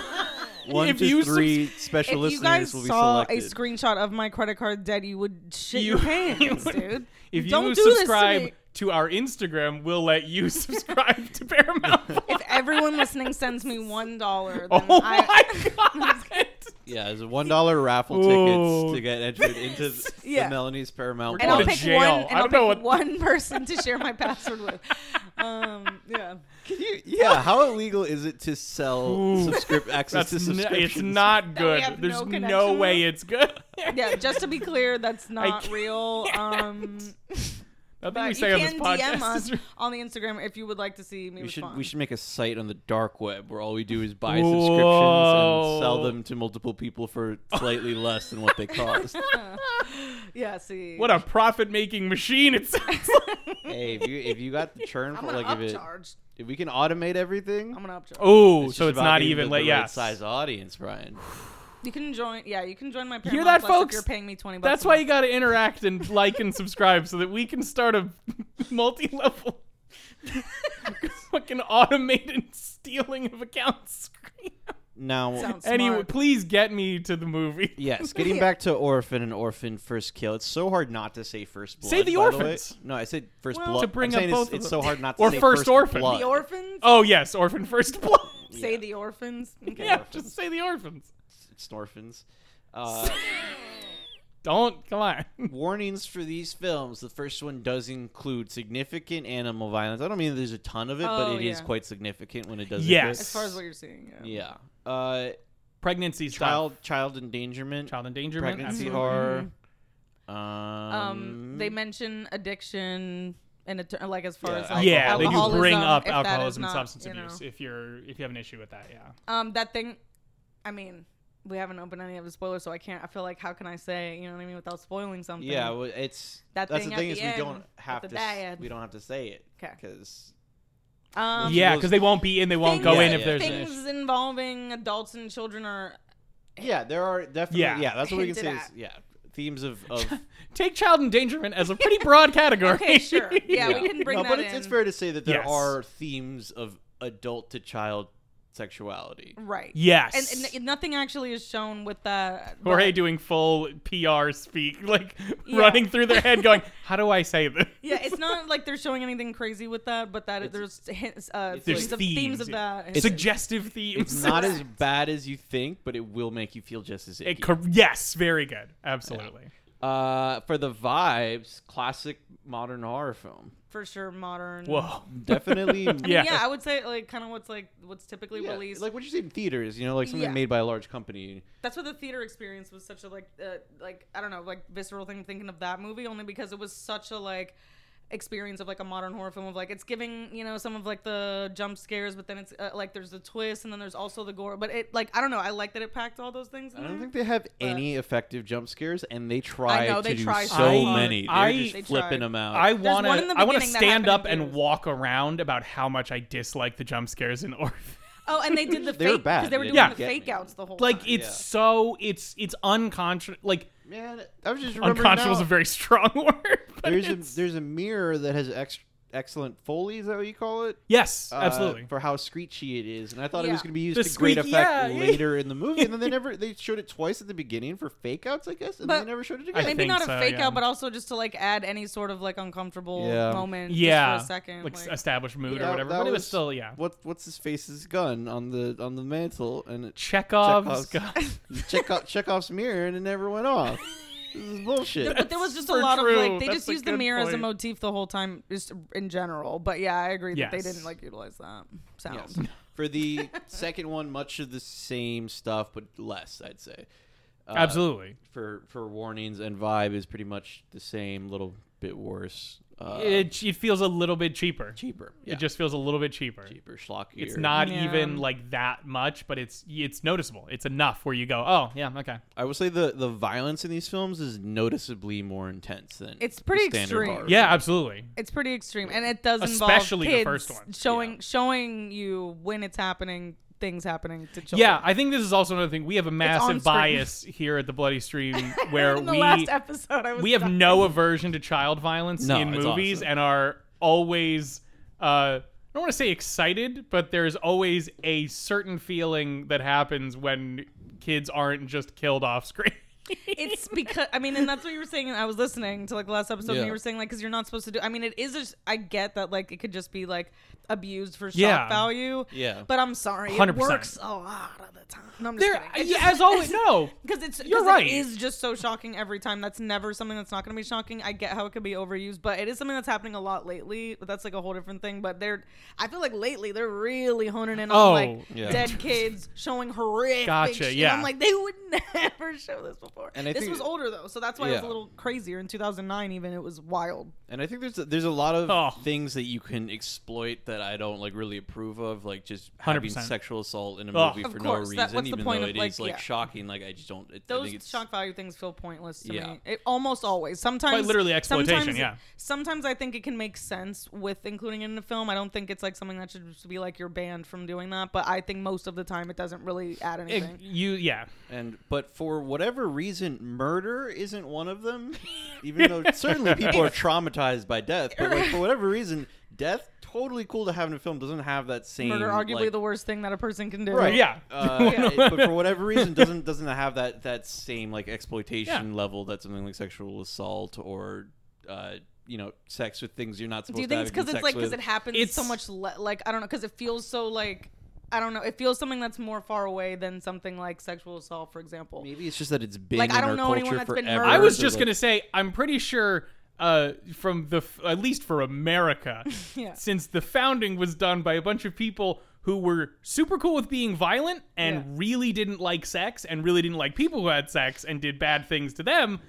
Speaker 2: one
Speaker 1: If
Speaker 2: to
Speaker 1: you subs-
Speaker 2: three special
Speaker 3: If you
Speaker 2: listeners
Speaker 3: guys
Speaker 2: will be
Speaker 3: saw
Speaker 2: selected.
Speaker 3: a screenshot of my credit card debt, you would shit
Speaker 1: You-
Speaker 3: your pants,
Speaker 1: you would-
Speaker 3: dude.
Speaker 1: If you
Speaker 3: Don't do this to
Speaker 1: subscribe
Speaker 3: me.
Speaker 1: to our Instagram, we'll let you subscribe to Paramount. Plus.
Speaker 3: If everyone listening sends me one dollar, then
Speaker 1: oh
Speaker 3: I
Speaker 1: my god.
Speaker 2: Yeah, it's a one dollar raffle
Speaker 1: Ooh.
Speaker 2: tickets to get entered into th-
Speaker 3: Yeah.
Speaker 2: the Melanie's Paramount.
Speaker 3: and I'll
Speaker 1: Going to
Speaker 3: pick
Speaker 2: Plus.
Speaker 1: jail.
Speaker 3: one
Speaker 1: I
Speaker 3: and I'll
Speaker 1: don't know
Speaker 3: pick
Speaker 1: what-
Speaker 3: one person to share my password with. Um, yeah,
Speaker 2: yeah, how illegal is it to sell subscrip- access
Speaker 1: That's
Speaker 2: to
Speaker 1: n-
Speaker 2: subscriptions?
Speaker 1: it's not
Speaker 3: That we
Speaker 1: good.
Speaker 3: have
Speaker 1: There's
Speaker 3: no
Speaker 1: no,
Speaker 3: connection with?
Speaker 1: way it's good.
Speaker 3: yeah. Just to be clear, that's not
Speaker 1: can't-
Speaker 3: real. Um,
Speaker 1: Nothing
Speaker 3: but
Speaker 1: we
Speaker 3: you
Speaker 1: say on this
Speaker 3: can
Speaker 1: podcast
Speaker 3: DM us
Speaker 1: is re-
Speaker 3: on the Instagram if you would like to see me
Speaker 2: We should
Speaker 3: respond.
Speaker 2: we should make a site on the dark web where all we do is buy subscriptions
Speaker 1: Whoa.
Speaker 2: and sell them to multiple people for slightly less than what they cost.
Speaker 3: yeah, see,
Speaker 1: What a profit-making machine it sounds like.
Speaker 2: hey, if you if you got the churn
Speaker 3: I'm
Speaker 2: for
Speaker 3: gonna
Speaker 2: like if it
Speaker 3: upcharge.
Speaker 2: if we can automate everything,
Speaker 3: I'm gonna upcharge.
Speaker 1: Oh,
Speaker 2: it's
Speaker 1: so
Speaker 2: just
Speaker 1: it's
Speaker 2: about
Speaker 1: not
Speaker 2: getting
Speaker 1: even
Speaker 2: the,
Speaker 1: like
Speaker 2: the
Speaker 1: yeah.
Speaker 2: right size audience, Brian.
Speaker 3: You can join. Yeah, you can join my Paramount
Speaker 1: hear that,
Speaker 3: Plus
Speaker 1: folks?
Speaker 3: if you're paying me twenty bucks.
Speaker 1: That's
Speaker 3: a
Speaker 1: why you
Speaker 3: month.
Speaker 1: got to interact and like and subscribe so that we can start a multi-level fucking automated stealing of accounts screen.
Speaker 2: Now,
Speaker 3: Sounds
Speaker 1: Anyway,
Speaker 3: smart.
Speaker 1: please get me to the movie.
Speaker 2: Yes, getting back to Orphan and Orphan First Kill. It's so hard not to say First Blood.
Speaker 1: Say the
Speaker 2: by way.
Speaker 1: Orphans.
Speaker 2: no, I said First
Speaker 1: Well,
Speaker 2: Blood.
Speaker 1: to bring
Speaker 2: I'm
Speaker 1: up
Speaker 2: saying
Speaker 1: both
Speaker 2: it's,
Speaker 1: of
Speaker 2: it's
Speaker 1: them.
Speaker 2: so hard not to
Speaker 1: Or
Speaker 2: say
Speaker 1: First Orphan.
Speaker 2: Blood.
Speaker 3: the orphans.
Speaker 1: Oh yes, Orphan First Blood.
Speaker 3: Say the orphans. Okay.
Speaker 1: Yeah, just say the orphans.
Speaker 2: It's Orphans. Uh,
Speaker 1: Don't come on.
Speaker 2: warnings for these films. The first one does include significant animal violence. I don't mean there's a ton of it,
Speaker 3: Oh,
Speaker 2: but it is
Speaker 3: yeah.
Speaker 2: quite significant when it does.
Speaker 1: Yes.
Speaker 3: As far as what you're seeing. Yeah.
Speaker 2: Exist. Yeah. Uh,
Speaker 1: Pregnancy stuff.
Speaker 2: child child endangerment.
Speaker 1: child endangerment.
Speaker 2: pregnancy
Speaker 1: absolutely.
Speaker 2: horror. Um,
Speaker 3: Um, they mention addiction and it, like as far
Speaker 2: Yeah,
Speaker 3: as like,
Speaker 1: yeah, they do
Speaker 3: alcoholism,
Speaker 1: bring up
Speaker 3: if that is
Speaker 1: alcoholism and
Speaker 3: not,
Speaker 1: substance
Speaker 3: you know.
Speaker 1: abuse if you're if you have an issue with that. Yeah.
Speaker 3: Um, that thing. I mean, we haven't opened any of the spoilers, so I can't. I feel like how can I say you know what I mean without spoiling something?
Speaker 2: Yeah, well, it's
Speaker 3: That
Speaker 2: that's
Speaker 3: thing
Speaker 2: the
Speaker 3: at
Speaker 2: thing
Speaker 3: the
Speaker 2: is
Speaker 3: end
Speaker 2: we don't
Speaker 3: with
Speaker 2: have
Speaker 3: the
Speaker 2: to s-
Speaker 3: dad.
Speaker 2: we don't have to say it
Speaker 3: 'Kay.
Speaker 2: because
Speaker 3: Um,
Speaker 1: yeah,
Speaker 2: those-
Speaker 1: because they won't be in. They won't
Speaker 3: things-
Speaker 1: go in
Speaker 2: Yeah,
Speaker 1: if
Speaker 2: yeah.
Speaker 1: there's an issue.
Speaker 3: things involving adults and children are
Speaker 2: yeah, there are definitely
Speaker 1: Yeah.
Speaker 2: yeah, that's what we can
Speaker 3: Hinted
Speaker 2: say is
Speaker 3: at.
Speaker 2: yeah themes of, of
Speaker 1: Take child endangerment as a pretty broad category.
Speaker 3: Okay, sure. Yeah, we can bring
Speaker 2: no,
Speaker 3: that
Speaker 2: but
Speaker 3: in.
Speaker 2: it's, it's fair to say that there
Speaker 1: Yes.
Speaker 2: are themes of adult to child sexuality.
Speaker 3: right. And,
Speaker 1: Yes.
Speaker 3: and nothing actually is shown with that.
Speaker 1: Jorge
Speaker 3: but-
Speaker 1: doing full PR speak, like
Speaker 3: Yeah.
Speaker 1: running through their head, going, "How do I say this?"
Speaker 3: Yeah, it's not like they're showing anything crazy with that, but that
Speaker 2: It's-
Speaker 3: there's hints, uh,
Speaker 2: it's
Speaker 3: themes,
Speaker 1: like-
Speaker 3: of,
Speaker 1: There's
Speaker 3: themes of
Speaker 1: themes,
Speaker 3: that.
Speaker 1: Suggestive themes.
Speaker 2: It's not as
Speaker 3: Correct.
Speaker 2: bad as you think, but it will make you feel just as
Speaker 1: It
Speaker 2: icky.
Speaker 1: cor- yes, very good. Absolutely.
Speaker 2: uh, for the vibes, classic modern horror film.
Speaker 3: for sure modern.
Speaker 1: Whoa.
Speaker 2: Definitely.
Speaker 3: I mean,
Speaker 1: Yeah.
Speaker 3: yeah. I would say like kind of what's like what's typically
Speaker 2: yeah,
Speaker 3: released.
Speaker 2: Like what you see in theaters, you know, like something
Speaker 3: Yeah.
Speaker 2: made by a large company.
Speaker 3: That's what the theater experience was such a like uh, like I don't know like visceral thing thinking of that movie only because it was such a like experience of like a modern horror film of like it's giving you know some of like the jump scares but then it's uh, like there's the twist and then there's also the gore but it like I don't know I like that it packed all those things. In
Speaker 2: I don't
Speaker 3: there.
Speaker 2: think they have any effective jump scares, and they try
Speaker 3: know, they
Speaker 2: to do
Speaker 3: try so
Speaker 2: so
Speaker 1: hard.
Speaker 2: many. They're
Speaker 1: I-
Speaker 2: just
Speaker 3: They
Speaker 2: flipping
Speaker 3: tried.
Speaker 2: them out.
Speaker 1: I
Speaker 3: There's
Speaker 1: want
Speaker 3: one in
Speaker 1: to.
Speaker 3: the
Speaker 1: I want to
Speaker 3: beginning that
Speaker 1: stand
Speaker 3: happened
Speaker 1: up
Speaker 3: in
Speaker 1: and
Speaker 3: theaters.
Speaker 1: walk around about how much I dislike the jump scares in Orphan.
Speaker 3: Oh, and they did the
Speaker 2: They were
Speaker 3: fake because
Speaker 2: bad.
Speaker 3: they were doing
Speaker 1: Yeah.
Speaker 3: the
Speaker 2: Get me.
Speaker 3: fake outs the whole
Speaker 1: Like
Speaker 3: time.
Speaker 1: it's
Speaker 2: Yeah.
Speaker 1: so it's it's unconscious. Like
Speaker 2: Man, I was just remembering
Speaker 1: unconscionable is a
Speaker 2: now,
Speaker 1: very strong word. but
Speaker 2: there's a
Speaker 1: it's-
Speaker 2: there's a mirror that has ex- excellent foley. Is that what you call it?
Speaker 1: yes,
Speaker 2: Uh,
Speaker 1: absolutely.
Speaker 2: For how screechy it is, and I thought it was
Speaker 3: Yeah.
Speaker 2: going to be used
Speaker 1: The
Speaker 2: to great
Speaker 1: squeak-
Speaker 2: effect
Speaker 1: yeah.
Speaker 2: later in the movie, and then they never they showed it twice at the beginning for fake outs, I guess, and then
Speaker 3: But-
Speaker 2: they never showed it
Speaker 1: I
Speaker 2: again.
Speaker 1: think-
Speaker 3: maybe not a
Speaker 1: so,
Speaker 3: fake
Speaker 1: yeah.
Speaker 3: out, but also just to like add any sort of like uncomfortable
Speaker 2: Yeah.
Speaker 3: moment. just
Speaker 1: yeah,
Speaker 3: for a second.
Speaker 1: like,
Speaker 3: Like,
Speaker 1: established mood
Speaker 2: That-
Speaker 1: or whatever.
Speaker 2: that
Speaker 1: But it was still yeah.
Speaker 2: What what's his face's gun on the on the mantle, and it,
Speaker 1: Chekhov's
Speaker 2: Chekhov's-
Speaker 1: gun.
Speaker 2: Chekhov, Chekhov's mirror, and it never went off. This is bullshit.
Speaker 3: but there was just a
Speaker 1: super
Speaker 3: lot
Speaker 1: true.
Speaker 3: of like they
Speaker 1: That's
Speaker 3: just
Speaker 1: a
Speaker 3: used the
Speaker 1: good
Speaker 3: mirror as a
Speaker 1: point.
Speaker 3: motif the whole time, just in general. But yeah, I agree that
Speaker 1: Yes.
Speaker 3: they didn't like utilize that sound.
Speaker 2: Yes. Um, For the second one, much of the same stuff, but less, I'd say. Uh,
Speaker 1: Absolutely.
Speaker 2: For for warnings and vibe is pretty much the same, little bit worse. Uh,
Speaker 1: it it feels a little bit cheaper.
Speaker 2: cheaper. Yeah,
Speaker 1: It just feels a little bit cheaper.
Speaker 2: cheaper, schlockier.
Speaker 1: It's not
Speaker 3: Yeah.
Speaker 1: even like that much, but it's it's noticeable. It's enough where you go, oh yeah, okay.
Speaker 2: I will say the the violence in these films is noticeably more intense than
Speaker 3: It's pretty
Speaker 2: the standard
Speaker 3: extreme.
Speaker 2: horror.
Speaker 1: Yeah, absolutely.
Speaker 3: It's pretty extreme, and it does
Speaker 1: Especially the
Speaker 3: involve
Speaker 1: first
Speaker 3: kids
Speaker 1: one.
Speaker 3: showing showing you when it's happening, things happening to children.
Speaker 1: Yeah, I think this is also another thing. We have a
Speaker 3: on
Speaker 1: massive
Speaker 3: screen.
Speaker 1: bias here at the Bloody Stream where
Speaker 3: in the
Speaker 1: we
Speaker 3: last episode, I was
Speaker 1: we have
Speaker 3: dying.
Speaker 1: no aversion to child violence
Speaker 2: No,
Speaker 1: in
Speaker 2: it's
Speaker 1: movies
Speaker 2: awesome.
Speaker 1: and are always uh I don't want to say excited, but there's always a certain feeling that happens when kids aren't just killed off screen.
Speaker 3: it's because I mean, and that's what you were saying. And I was listening to like the last episode,
Speaker 2: Yeah.
Speaker 3: and you were saying like because you're not supposed to do. I mean, it is. A, I get that like it could just be like abused for shock
Speaker 1: Yeah.
Speaker 3: value.
Speaker 2: Yeah.
Speaker 3: But I'm sorry, it
Speaker 1: 100%.
Speaker 3: works a lot of the time. No, I'm just
Speaker 1: There,
Speaker 3: kidding.
Speaker 1: yeah, as always, no.
Speaker 3: Because it's
Speaker 1: You're
Speaker 3: 'cause
Speaker 1: right.
Speaker 3: It is just so shocking every time. That's never something that's not going to be shocking. I get how it could be overused, but it is something that's happening a lot lately. But that's like a whole different thing. But they're, I feel like lately they're really honing in on
Speaker 1: Oh,
Speaker 3: like
Speaker 2: yeah.
Speaker 3: dead kids showing horrific.
Speaker 1: Gotcha,
Speaker 3: shit.
Speaker 1: yeah.
Speaker 3: I'm like they would never show this before.
Speaker 2: And I
Speaker 3: this
Speaker 2: think-
Speaker 3: was older though, so that's why it was a
Speaker 2: Yeah.
Speaker 3: little crazier in 2009. Even it was wild.
Speaker 2: And I think there's a, there's a lot of
Speaker 1: Oh.
Speaker 2: things that you can exploit that I don't like really approve of, like just having
Speaker 1: 100%.
Speaker 2: sexual assault in a
Speaker 1: Ugh.
Speaker 2: movie
Speaker 3: Of
Speaker 2: for
Speaker 3: course,
Speaker 2: no
Speaker 3: that-
Speaker 2: reason,
Speaker 3: what's the
Speaker 2: even
Speaker 3: point
Speaker 2: though
Speaker 3: of,
Speaker 2: it is
Speaker 3: like,
Speaker 2: like
Speaker 3: yeah.
Speaker 2: shocking. Like I just don't. It, I
Speaker 3: Those
Speaker 2: think it's,
Speaker 3: shock value things feel pointless to
Speaker 2: Yeah.
Speaker 3: me. It almost always. Sometimes
Speaker 1: Quite literally exploitation,
Speaker 3: Sometimes,
Speaker 1: yeah.
Speaker 3: Sometimes I think it can make sense with including it in a film. I don't think it's like something that should just be like you're banned from doing that. But I think most of the time it doesn't really add
Speaker 1: It-
Speaker 3: anything.
Speaker 1: you yeah.
Speaker 2: And but for whatever reason, murder isn't one of them. Even though certainly people are traumatized by death, but like for whatever reason, death totally cool to have in a film doesn't have that same
Speaker 3: Murder, arguably
Speaker 2: like-
Speaker 3: the worst thing that a person can do.
Speaker 2: Right.
Speaker 1: Yeah.
Speaker 2: Uh,
Speaker 3: Yeah.
Speaker 2: it- but for whatever reason, doesn't doesn't have that that same like exploitation
Speaker 1: Yeah.
Speaker 2: level that something like sexual assault or uh, you know sex with things you're not supposed
Speaker 3: Do you
Speaker 2: to
Speaker 3: think it's
Speaker 2: have
Speaker 3: because it's like because it
Speaker 2: happens.
Speaker 3: happens
Speaker 1: It's-
Speaker 3: so much? Le- like I don't know because it feels so like. I don't know. It feels something that's more far away than something like sexual assault, for example.
Speaker 2: Maybe it's just that it's been
Speaker 3: Like,
Speaker 2: in
Speaker 3: I don't
Speaker 2: our
Speaker 3: know
Speaker 2: culture
Speaker 3: anyone that's been
Speaker 2: forever.
Speaker 1: I was
Speaker 2: So,
Speaker 1: just
Speaker 2: like,
Speaker 1: gonna say, I'm pretty sure, uh, from the f- at least for America,
Speaker 3: Yeah.
Speaker 1: since the founding was done by a bunch of people who were super cool with being violent and
Speaker 3: Yeah.
Speaker 1: really didn't like sex and really didn't like people who had sex and did bad things to them.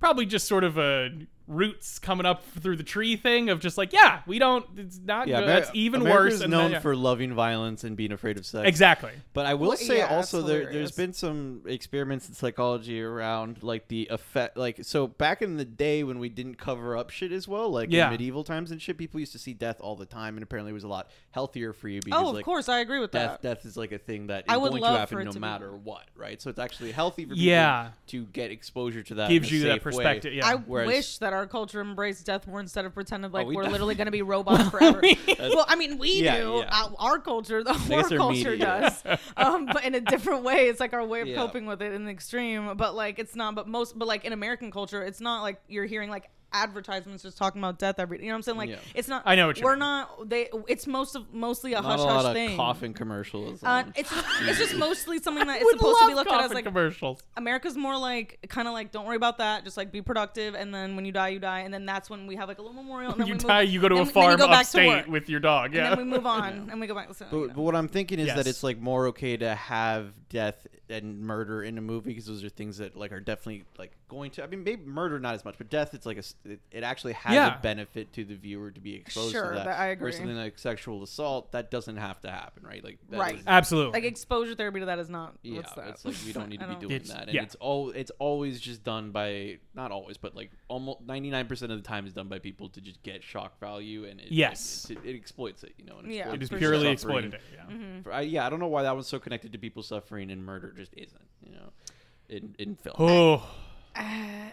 Speaker 1: Probably just sort of a roots coming up through the tree thing of just like, yeah, we don't. It's not.
Speaker 2: Yeah,
Speaker 1: good.
Speaker 2: Ameri-
Speaker 1: that's even
Speaker 2: America
Speaker 1: worse.
Speaker 2: Is
Speaker 1: and
Speaker 2: known
Speaker 1: then, yeah.
Speaker 2: for loving violence and being afraid of sex.
Speaker 1: exactly.
Speaker 2: But I will
Speaker 3: Well,
Speaker 2: say
Speaker 3: yeah,
Speaker 2: also
Speaker 3: that's
Speaker 2: there, there's
Speaker 3: hilarious.
Speaker 2: been some experiments in psychology around like the effect, like so back in the day when we didn't cover up shit as well, like
Speaker 1: Yeah.
Speaker 2: in medieval times and shit, people used to see death all the time, and apparently it was a lot healthier for you because
Speaker 3: Oh, of
Speaker 2: like
Speaker 3: course, I agree with
Speaker 2: death,
Speaker 3: that.
Speaker 2: death is like a thing that is
Speaker 3: I would
Speaker 2: going
Speaker 3: love
Speaker 2: to happen
Speaker 3: for it
Speaker 2: no
Speaker 3: to be-
Speaker 2: matter what, right? So it's actually healthy for people
Speaker 1: Yeah.
Speaker 2: to get exposure to that. in
Speaker 1: Gives
Speaker 2: a
Speaker 1: you that
Speaker 2: safe way.
Speaker 1: perspective. Yeah.
Speaker 3: I
Speaker 2: Whereas- Oh,
Speaker 3: wish that our culture embraced death more instead of pretending like
Speaker 2: we
Speaker 3: we are
Speaker 2: don't.
Speaker 3: literally going to be robots forever. well, I mean, we
Speaker 2: Yeah,
Speaker 3: do.
Speaker 2: yeah.
Speaker 3: Uh, Our culture, the horror
Speaker 2: they're
Speaker 3: culture
Speaker 2: media.
Speaker 3: does, um, but in a different way. It's like our way of
Speaker 2: Yeah.
Speaker 3: coping with it in the extreme. But like, it's not. But most, but like in American culture, it's not like you're hearing like advertisements just talking about death every. You know what I'm saying? Like,
Speaker 2: Yeah.
Speaker 3: it's not.
Speaker 1: I know what you
Speaker 3: we're
Speaker 1: mean.
Speaker 3: not. They. It's most of mostly a
Speaker 2: Not
Speaker 3: hush
Speaker 2: a lot
Speaker 3: hush
Speaker 2: of
Speaker 3: thing.
Speaker 2: coffin commercials.
Speaker 3: Uh,
Speaker 2: on-
Speaker 3: it's it's just mostly something that is
Speaker 1: Would
Speaker 3: supposed to be
Speaker 1: love
Speaker 3: looked at as
Speaker 1: coffin
Speaker 3: like
Speaker 1: commercials.
Speaker 3: America's more like kind of like don't worry about that, just like be productive, and then when you die, you die, and then that's when we have like a little memorial. And then
Speaker 1: You
Speaker 3: we
Speaker 1: die,
Speaker 3: move,
Speaker 1: you go to
Speaker 3: then
Speaker 1: a
Speaker 3: we- then you
Speaker 1: farm
Speaker 3: go back to
Speaker 1: upstate
Speaker 3: work.
Speaker 1: with your dog.
Speaker 3: and
Speaker 1: Yeah.
Speaker 3: then we move on and we go back. So, you
Speaker 2: But,
Speaker 3: know.
Speaker 2: but what I'm thinking is
Speaker 1: Yes.
Speaker 2: that it's like more okay to have death and murder in a movie because those are things that like are definitely like going to. I mean, maybe murder not as much, but death it's like a s- it, it actually has
Speaker 1: Yeah.
Speaker 2: a benefit to the viewer to be exposed
Speaker 3: Sure,
Speaker 2: to that.
Speaker 3: that- I
Speaker 2: Where
Speaker 3: agree.
Speaker 2: something like sexual assault that doesn't have to happen, right? Like that
Speaker 3: Right.
Speaker 2: is-
Speaker 1: Absolutely.
Speaker 3: like exposure therapy to that is not.
Speaker 2: yeah,
Speaker 3: what's that?
Speaker 2: it's like we don't need to be
Speaker 3: I
Speaker 2: doing
Speaker 1: It's-
Speaker 2: that, and
Speaker 1: yeah.
Speaker 2: it's all it's always just done by not always, but like almost ninety nine percent of the time is done by people to just get shock value, and it,
Speaker 1: Yes.
Speaker 2: it, it, exploits it, you know, and
Speaker 3: Yeah.
Speaker 2: exploits
Speaker 3: It
Speaker 1: it is
Speaker 2: people's
Speaker 1: purely
Speaker 2: suffering.
Speaker 1: exploitative. Yeah.
Speaker 3: Mm-hmm.
Speaker 2: For- I, yeah, I don't know why that one's so connected to people suffering and murder just isn't, you know, in, in film.
Speaker 1: Oh,
Speaker 3: Uh,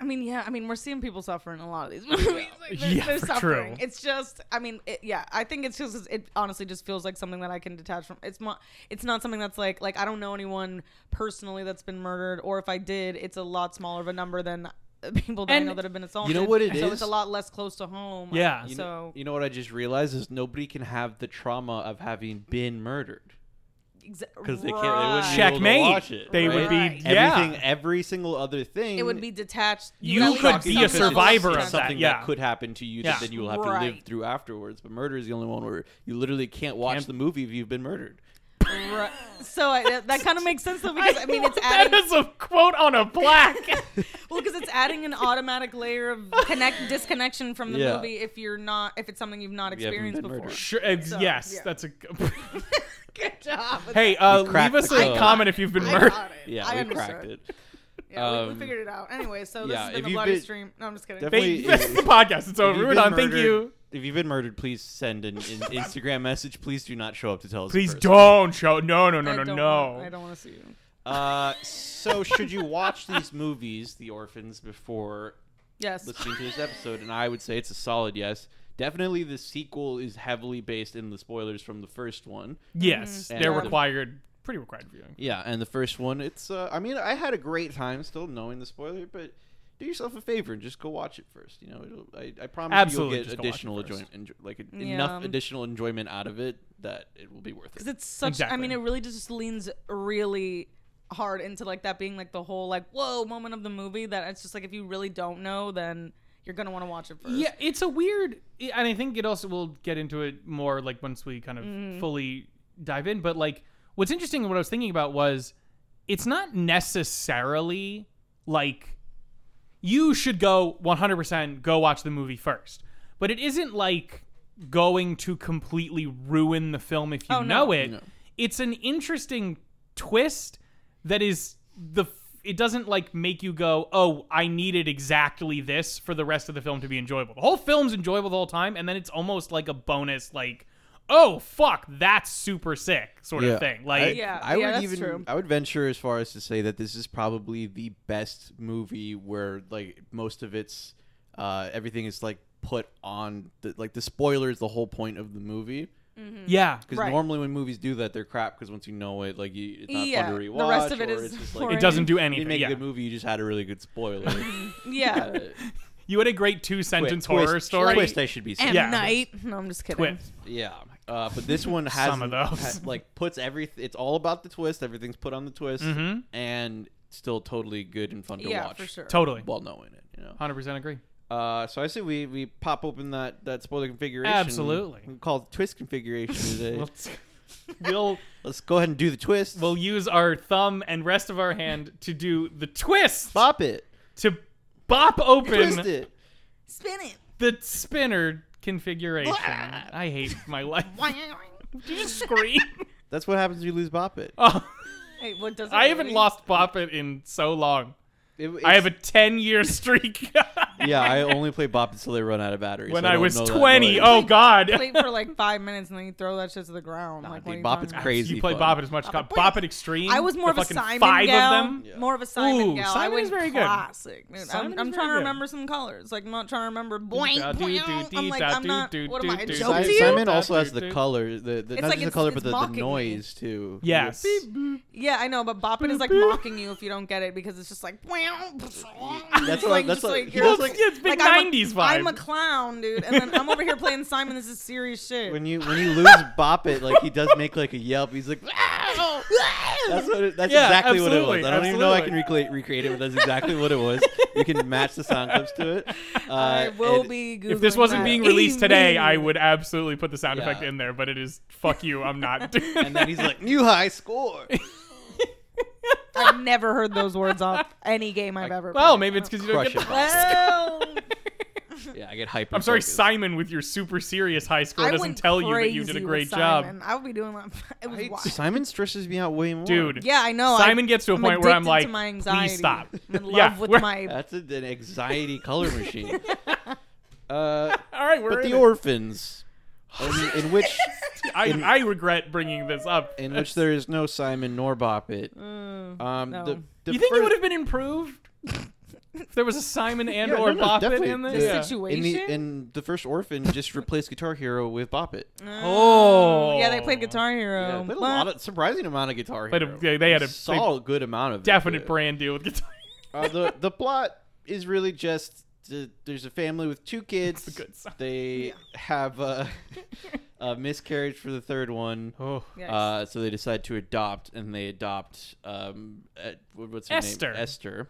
Speaker 3: I mean, yeah. I mean, we're seeing people suffering in a lot of these movies. Like, they're,
Speaker 1: Yeah,
Speaker 3: they're
Speaker 1: for
Speaker 3: suffering.
Speaker 1: true.
Speaker 3: It's just, I mean, it, yeah. I think it's just, it honestly just feels like something that I can detach from. It's not, it's not something that's like, like I don't know anyone personally that's been murdered, or if I did, it's a lot smaller of a number than people that I
Speaker 1: And-
Speaker 3: know that have been assaulted.
Speaker 2: what it
Speaker 3: so
Speaker 2: is?
Speaker 3: it's a lot less close to home.
Speaker 1: Yeah.
Speaker 2: You
Speaker 3: so
Speaker 2: know, you know what I just realized is nobody can have the trauma of having been murdered because they can't. They
Speaker 1: Check.
Speaker 2: wouldn't be able to
Speaker 1: Checkmate.
Speaker 2: watch it.
Speaker 1: they
Speaker 2: right?
Speaker 1: would
Speaker 3: Right.
Speaker 1: be yeah.
Speaker 2: Everything, every single other thing.
Speaker 3: It would be detached.
Speaker 1: You
Speaker 3: at
Speaker 1: could
Speaker 3: least
Speaker 1: be a
Speaker 3: have some level of
Speaker 1: survivor of
Speaker 3: detachment.
Speaker 1: that,
Speaker 2: something
Speaker 1: yeah.
Speaker 2: could happen to you
Speaker 1: Yeah.
Speaker 2: that then you'll have to live
Speaker 3: Right.
Speaker 2: through afterwards. But murder is the only one where you literally can't watch
Speaker 1: Can't-
Speaker 2: the movie if you've been murdered.
Speaker 3: Right. So I, that, that kind of makes sense though, because I, mean, it's adding
Speaker 1: that is a quote on a plaque.
Speaker 3: well, because it's adding an automatic layer of connect disconnection from the
Speaker 2: Yeah.
Speaker 3: movie if you're not if it's something you've not
Speaker 2: You haven't
Speaker 3: experienced
Speaker 2: been
Speaker 3: before.
Speaker 2: murdered.
Speaker 1: sure, ex-
Speaker 3: So,
Speaker 1: yes,
Speaker 3: yeah.
Speaker 1: that's a. g-
Speaker 3: Good job.
Speaker 1: hey, uh,
Speaker 2: You cracked
Speaker 1: leave us
Speaker 2: the
Speaker 1: a
Speaker 2: code.
Speaker 1: comment if you've been
Speaker 3: I
Speaker 1: murdered.
Speaker 3: got it.
Speaker 2: Yeah,
Speaker 3: I
Speaker 2: we
Speaker 3: understood.
Speaker 2: cracked it.
Speaker 3: Yeah, we- we,
Speaker 2: Um,
Speaker 3: figured it out. Anyway, so this
Speaker 2: yeah,
Speaker 3: has been
Speaker 2: if
Speaker 3: the
Speaker 2: you've
Speaker 3: bloody
Speaker 2: been-
Speaker 3: stream. No, I'm just kidding.
Speaker 2: Definitely
Speaker 1: They,
Speaker 2: Wait,
Speaker 1: that's
Speaker 2: if-
Speaker 1: the podcast. It's
Speaker 2: If
Speaker 1: over.
Speaker 2: you've
Speaker 1: We're
Speaker 2: been
Speaker 1: done. Thank
Speaker 2: murdered-
Speaker 1: you.
Speaker 2: If you've been murdered, please send an, an Instagram message. Please do not show up to tell us. in
Speaker 1: Please
Speaker 2: person.
Speaker 1: don't show. No, no, no,
Speaker 3: I
Speaker 1: no,
Speaker 3: don't
Speaker 1: no.
Speaker 3: Want, I don't want to see you.
Speaker 2: Uh, so should you watch these movies, The Orphans, before
Speaker 3: Yes.
Speaker 2: listening to this episode? And I would say it's a solid yes. Definitely, the sequel is heavily based in the spoilers from the first one.
Speaker 1: Yes,
Speaker 2: Mhm.
Speaker 1: they're
Speaker 2: Yeah.
Speaker 1: required. Pretty required viewing.
Speaker 2: Yeah, and the first one, it's. Uh, I mean, I had a great time still knowing the spoiler, but do yourself a favor and just go watch it first. You know, it'll, I, I promise
Speaker 1: Absolutely,
Speaker 2: you'll
Speaker 1: just go
Speaker 2: get
Speaker 1: watch it
Speaker 2: additional
Speaker 1: first.
Speaker 2: enjoyment, enjoy, like enough
Speaker 3: Yeah.
Speaker 2: additional enjoyment out of it that it will be worth it.
Speaker 3: because it's such i mean
Speaker 1: Exactly.
Speaker 3: it really just leans really hard into like that being like the whole like whoa moment of the movie that it's just like if you really don't know then you're gonna want to watch it first
Speaker 1: Yeah, it's a weird, i- and I think it also we'll get into it more like once we kind of
Speaker 3: Mm-hmm.
Speaker 1: fully dive in. But like, what's interesting, and what I was thinking about was, it's not necessarily like you should go 100% go watch the movie first, but it isn't like going to completely ruin the film if you
Speaker 3: Oh, no.
Speaker 1: know it.
Speaker 2: No.
Speaker 1: It's an interesting twist that is the f- it doesn't like make you go oh i needed exactly this for the rest of the film to be enjoyable the whole film's enjoyable the whole time and then it's almost like a bonus like oh fuck that's super sick sort of thing like
Speaker 2: I,
Speaker 3: Yeah,
Speaker 2: I
Speaker 3: yeah,
Speaker 2: would
Speaker 3: that's
Speaker 2: even
Speaker 3: true.
Speaker 2: I would venture as far as to say that this is probably the best movie where like most of its uh, everything is like put on the, like the spoiler is the whole point of the movie
Speaker 1: yeah
Speaker 2: because
Speaker 3: Right.
Speaker 2: normally when movies do that they're crap because once you know it like you, it's not
Speaker 3: Yeah,
Speaker 2: fun to
Speaker 3: the
Speaker 2: rewatch
Speaker 3: rest of it
Speaker 2: or
Speaker 3: is
Speaker 2: it's just
Speaker 3: boring.
Speaker 2: like
Speaker 1: it doesn't do
Speaker 2: you didn't
Speaker 1: anything
Speaker 2: make
Speaker 1: yeah.
Speaker 2: a good movie you just had a really good spoiler
Speaker 3: yeah
Speaker 1: you had a great two sentence
Speaker 2: Twist-
Speaker 1: horror story
Speaker 2: twist I should be saying.
Speaker 3: M.
Speaker 1: Yeah.
Speaker 3: Night. No, I'm just kidding.
Speaker 1: Twist.
Speaker 2: Yeah, uh, but this one has
Speaker 1: Some of those.
Speaker 2: like puts everything. It's all about the twist. Everything's put on the twist,
Speaker 1: Mhm.
Speaker 2: and still totally good and fun to
Speaker 3: Yeah,
Speaker 2: watch.
Speaker 3: for sure.
Speaker 1: totally
Speaker 2: While knowing it, you know.
Speaker 1: 100% agree
Speaker 2: Uh, so I say we we pop open that that spoiler configuration.
Speaker 1: Absolutely.
Speaker 2: We call it twist configuration today.
Speaker 1: we'll, we'll
Speaker 2: Let's go ahead and do the twist.
Speaker 1: we'll use our thumb and rest of our hand to do the twist
Speaker 2: pop it,
Speaker 1: to bop open
Speaker 2: twist it.
Speaker 3: Spin it.
Speaker 1: The spinner configuration. I hate my life. Did you just scream?
Speaker 2: That's what happens when you lose Bop It.
Speaker 1: Oh,
Speaker 3: Hey, what does it
Speaker 1: I haven't
Speaker 3: really-
Speaker 1: lost Bop It in so long.
Speaker 2: It-
Speaker 1: I have
Speaker 2: it's-
Speaker 1: a 10 year streak.
Speaker 2: yeah, I only play Bop It till they run out of batteries.
Speaker 1: when
Speaker 2: so
Speaker 1: I
Speaker 2: don't
Speaker 1: was
Speaker 2: know that
Speaker 1: 20.
Speaker 2: noise.
Speaker 1: Oh, God.
Speaker 3: Play for like five minutes and then you throw that shit to the ground. like,
Speaker 2: dude,
Speaker 3: what are you
Speaker 2: Bop
Speaker 3: talking
Speaker 2: It's
Speaker 3: about?
Speaker 2: crazy.
Speaker 1: You play
Speaker 2: fun.
Speaker 1: Bop It as much. God,
Speaker 3: Bop It.
Speaker 1: Bop It Extreme.
Speaker 3: Uh, I was more
Speaker 1: the
Speaker 3: of a
Speaker 1: fucking
Speaker 3: Simon
Speaker 1: five
Speaker 3: gal.
Speaker 1: of them.
Speaker 2: Yeah.
Speaker 3: More of a Simon
Speaker 1: Ooh,
Speaker 3: gal. I
Speaker 1: Simon
Speaker 3: went
Speaker 1: is very good.
Speaker 3: classic. Dude,
Speaker 1: Simon
Speaker 3: I'm,
Speaker 1: is
Speaker 3: I'm
Speaker 1: very
Speaker 3: trying to
Speaker 1: good.
Speaker 3: remember some colors. Like I'm not trying to remember blank.
Speaker 1: da, do, do,
Speaker 3: I'm like
Speaker 1: da,
Speaker 3: I'm
Speaker 1: do,
Speaker 3: not.
Speaker 1: do,
Speaker 3: What
Speaker 1: do,
Speaker 3: am I? a
Speaker 1: do.
Speaker 3: joke
Speaker 1: Simon-
Speaker 3: to
Speaker 2: Si-
Speaker 3: you?
Speaker 2: Simon
Speaker 1: Dude,
Speaker 2: also has the
Speaker 1: dude.
Speaker 2: color, the, the not just
Speaker 3: like
Speaker 2: the
Speaker 3: it's-
Speaker 2: color,
Speaker 3: it's
Speaker 2: but the, the
Speaker 3: mocking me.
Speaker 2: noise too.
Speaker 1: Yes.
Speaker 3: Yeah, I know, but bopping is like
Speaker 1: Boop, boop.
Speaker 3: mocking you if you don't get it because it's just like.
Speaker 2: That's
Speaker 3: That's
Speaker 2: like-
Speaker 3: like
Speaker 2: that's
Speaker 3: just
Speaker 2: like-
Speaker 3: like
Speaker 2: he
Speaker 3: you're-
Speaker 2: does
Speaker 1: Well,
Speaker 2: like-
Speaker 1: yeah, it's big
Speaker 3: like, I'm a-
Speaker 1: 90s vibe.
Speaker 3: I'm a clown, dude, and then I'm over here playing Simon. This is serious shit.
Speaker 2: When you when you lose Bop It, like he does make like a yelp. He's like, "Ah!" "Ow!" that's what it, that's
Speaker 1: Yeah,
Speaker 2: exactly what it was. I
Speaker 1: absolutely,
Speaker 2: don't even know I can
Speaker 1: absolutely.
Speaker 2: recreate recreate it, but that's exactly what it was. You can match the sound clips to it. Uh,
Speaker 3: I will
Speaker 2: and-
Speaker 3: be. Googling
Speaker 1: if this wasn't
Speaker 3: that.
Speaker 1: being released today, I
Speaker 3: Immediately.
Speaker 1: would absolutely put the sound
Speaker 2: Yeah.
Speaker 1: effect in there, but it is fuck you, I'm not doing
Speaker 2: And then he's like, new high score.
Speaker 3: I've never heard those words off any game I've ever.
Speaker 1: Well,
Speaker 3: played.
Speaker 1: Oh, maybe it's because you don't
Speaker 2: Crush
Speaker 1: get
Speaker 2: it,
Speaker 1: the
Speaker 2: Bob.
Speaker 3: Well,
Speaker 2: Yeah, I get hyper.
Speaker 1: I'm sorry,
Speaker 2: focused.
Speaker 1: Simon, with your super serious high score
Speaker 3: I
Speaker 1: doesn't
Speaker 3: went
Speaker 1: tell you that you
Speaker 3: crazy
Speaker 1: did a
Speaker 3: with
Speaker 1: great job.
Speaker 3: Simon. I would be doing that. It was
Speaker 2: I-
Speaker 3: wild.
Speaker 2: Simon stresses me out way more.
Speaker 1: Dude.
Speaker 3: Yeah, I know.
Speaker 1: Simon
Speaker 3: I,
Speaker 1: gets to a
Speaker 3: I'm
Speaker 1: point where I'm
Speaker 3: addicted
Speaker 1: like,
Speaker 3: to my
Speaker 1: "Please
Speaker 3: anxiety.
Speaker 1: stop."
Speaker 3: I'm in love
Speaker 1: Yeah,
Speaker 3: with
Speaker 1: we're-
Speaker 3: my.
Speaker 2: that's a, an anxiety color machine. uh,
Speaker 1: All right, we're
Speaker 2: but
Speaker 1: in
Speaker 2: the
Speaker 1: it.
Speaker 2: orphans, in, in which
Speaker 1: I,
Speaker 2: in-
Speaker 1: I regret bringing this up.
Speaker 2: in which there is no Simon nor Bop It.
Speaker 3: Mm.
Speaker 1: Oh.
Speaker 2: Um,
Speaker 3: No.
Speaker 2: the, the
Speaker 1: you think it
Speaker 2: first-
Speaker 1: would have been improved? if there was a Simon and
Speaker 2: Yeah,
Speaker 1: or
Speaker 2: no, no,
Speaker 1: Bop It
Speaker 2: definitely.
Speaker 1: in
Speaker 2: The
Speaker 1: this?
Speaker 2: Yeah.
Speaker 3: situation.
Speaker 2: in the in the first Orphan just replaced Guitar Hero with Bop It.
Speaker 1: Oh.
Speaker 3: yeah, they played Guitar
Speaker 2: Yeah,
Speaker 3: Hero.
Speaker 2: played a
Speaker 3: But-
Speaker 2: lot of surprising amount of Guitar
Speaker 1: Played a-
Speaker 2: Hero.
Speaker 1: uh, they- they had a-
Speaker 2: solid good amount of it,
Speaker 1: Definite
Speaker 2: yeah.
Speaker 1: brand deal with guitar.
Speaker 2: Uh, the the plot is really just uh, there's a family with two kids.
Speaker 1: the good side.
Speaker 2: They have a, a miscarriage for the third one.
Speaker 1: Oh.
Speaker 3: Yikes.
Speaker 2: Uh, so they decide to adopt, and they adopt um, uh, what- what's her
Speaker 1: Esther.
Speaker 2: name? Esther.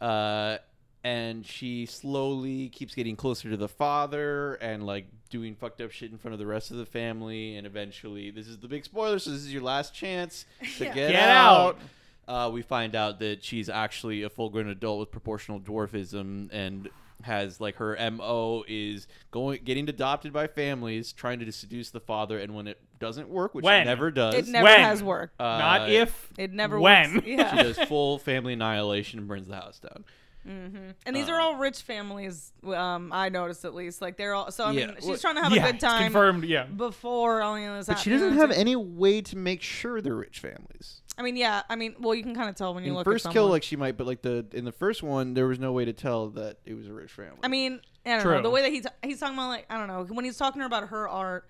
Speaker 2: Uh, and she slowly keeps getting closer to the father, and like doing fucked up shit in front of the rest of the family. And eventually, this is the big spoiler. So this is your last chance to
Speaker 3: Yeah.
Speaker 2: get,
Speaker 1: Get
Speaker 2: out. Uh, we find out that she's actually a full-grown adult with proportional dwarfism, and has like her mo is going getting adopted by families trying to seduce the father and when it doesn't work which
Speaker 1: When?
Speaker 2: it never does
Speaker 3: it never
Speaker 1: When?
Speaker 3: has worked.
Speaker 2: uh,
Speaker 1: Not if.
Speaker 3: It never
Speaker 1: when.
Speaker 3: works.
Speaker 2: She
Speaker 3: Yeah.
Speaker 2: does full family annihilation and burns the house down.
Speaker 3: And
Speaker 1: uh.
Speaker 3: these are all rich families. Um, I noticed at least. Like they're all. So I
Speaker 2: Yeah,
Speaker 3: mean,
Speaker 2: well-
Speaker 3: she's trying to have
Speaker 1: yeah,
Speaker 3: a good
Speaker 1: it's
Speaker 3: time
Speaker 1: confirmed, yeah.
Speaker 3: before all of this.
Speaker 2: But she
Speaker 3: happened.
Speaker 2: doesn't have any way to make sure they're rich families.
Speaker 3: I mean, yeah. I mean, well, you can kind of tell when you
Speaker 2: In
Speaker 3: look
Speaker 2: first
Speaker 3: at
Speaker 2: kill,
Speaker 3: someone.
Speaker 2: like she might, but like the in the first one, there was no way to tell that it was a rich family.
Speaker 3: I mean, I don't
Speaker 1: True.
Speaker 3: know. The way that he t- he's talking about, like, I don't know. When he's talking to her about her art,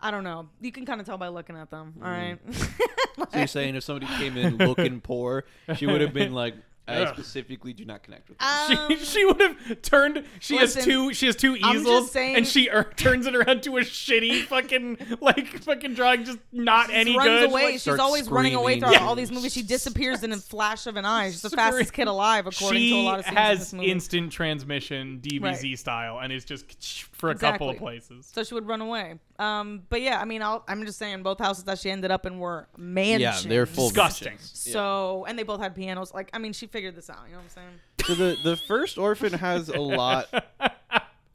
Speaker 3: I don't know. You can kind of tell by looking at them. All right.
Speaker 2: Mm-hmm. so you're saying if somebody came in looking poor, she would have been like, I
Speaker 1: Ugh.
Speaker 2: specifically do not connect with. Them.
Speaker 3: Um,
Speaker 1: She, she would have turned. She has
Speaker 3: Listen,
Speaker 1: two. She has two
Speaker 3: I'm
Speaker 1: easels,
Speaker 3: just saying-
Speaker 1: and she er, turns it around to a shitty fucking like fucking drawing. Just not any
Speaker 3: runs
Speaker 1: good.
Speaker 3: away.
Speaker 1: Like,
Speaker 3: She's
Speaker 2: starts
Speaker 3: always running away
Speaker 2: screaming.
Speaker 3: throughout all these movies. She disappears in a flash of an eye. She's the fastest kid alive, according
Speaker 1: she
Speaker 3: to a lot of scenes in
Speaker 1: has
Speaker 3: this movie.
Speaker 1: instant transmission DBZ
Speaker 3: Right.
Speaker 1: style, and it's just for a couple of
Speaker 3: Exactly.
Speaker 1: places.
Speaker 3: so she would run away. Um, but yeah, I mean, I'll, I'm just saying, both houses that she ended up in were mansions.
Speaker 2: they're full
Speaker 1: Disgusting.
Speaker 2: mansions.
Speaker 3: So, and they both had pianos. Like, I mean, she figured this out. You know what I'm saying?
Speaker 2: So the the first orphan has a lot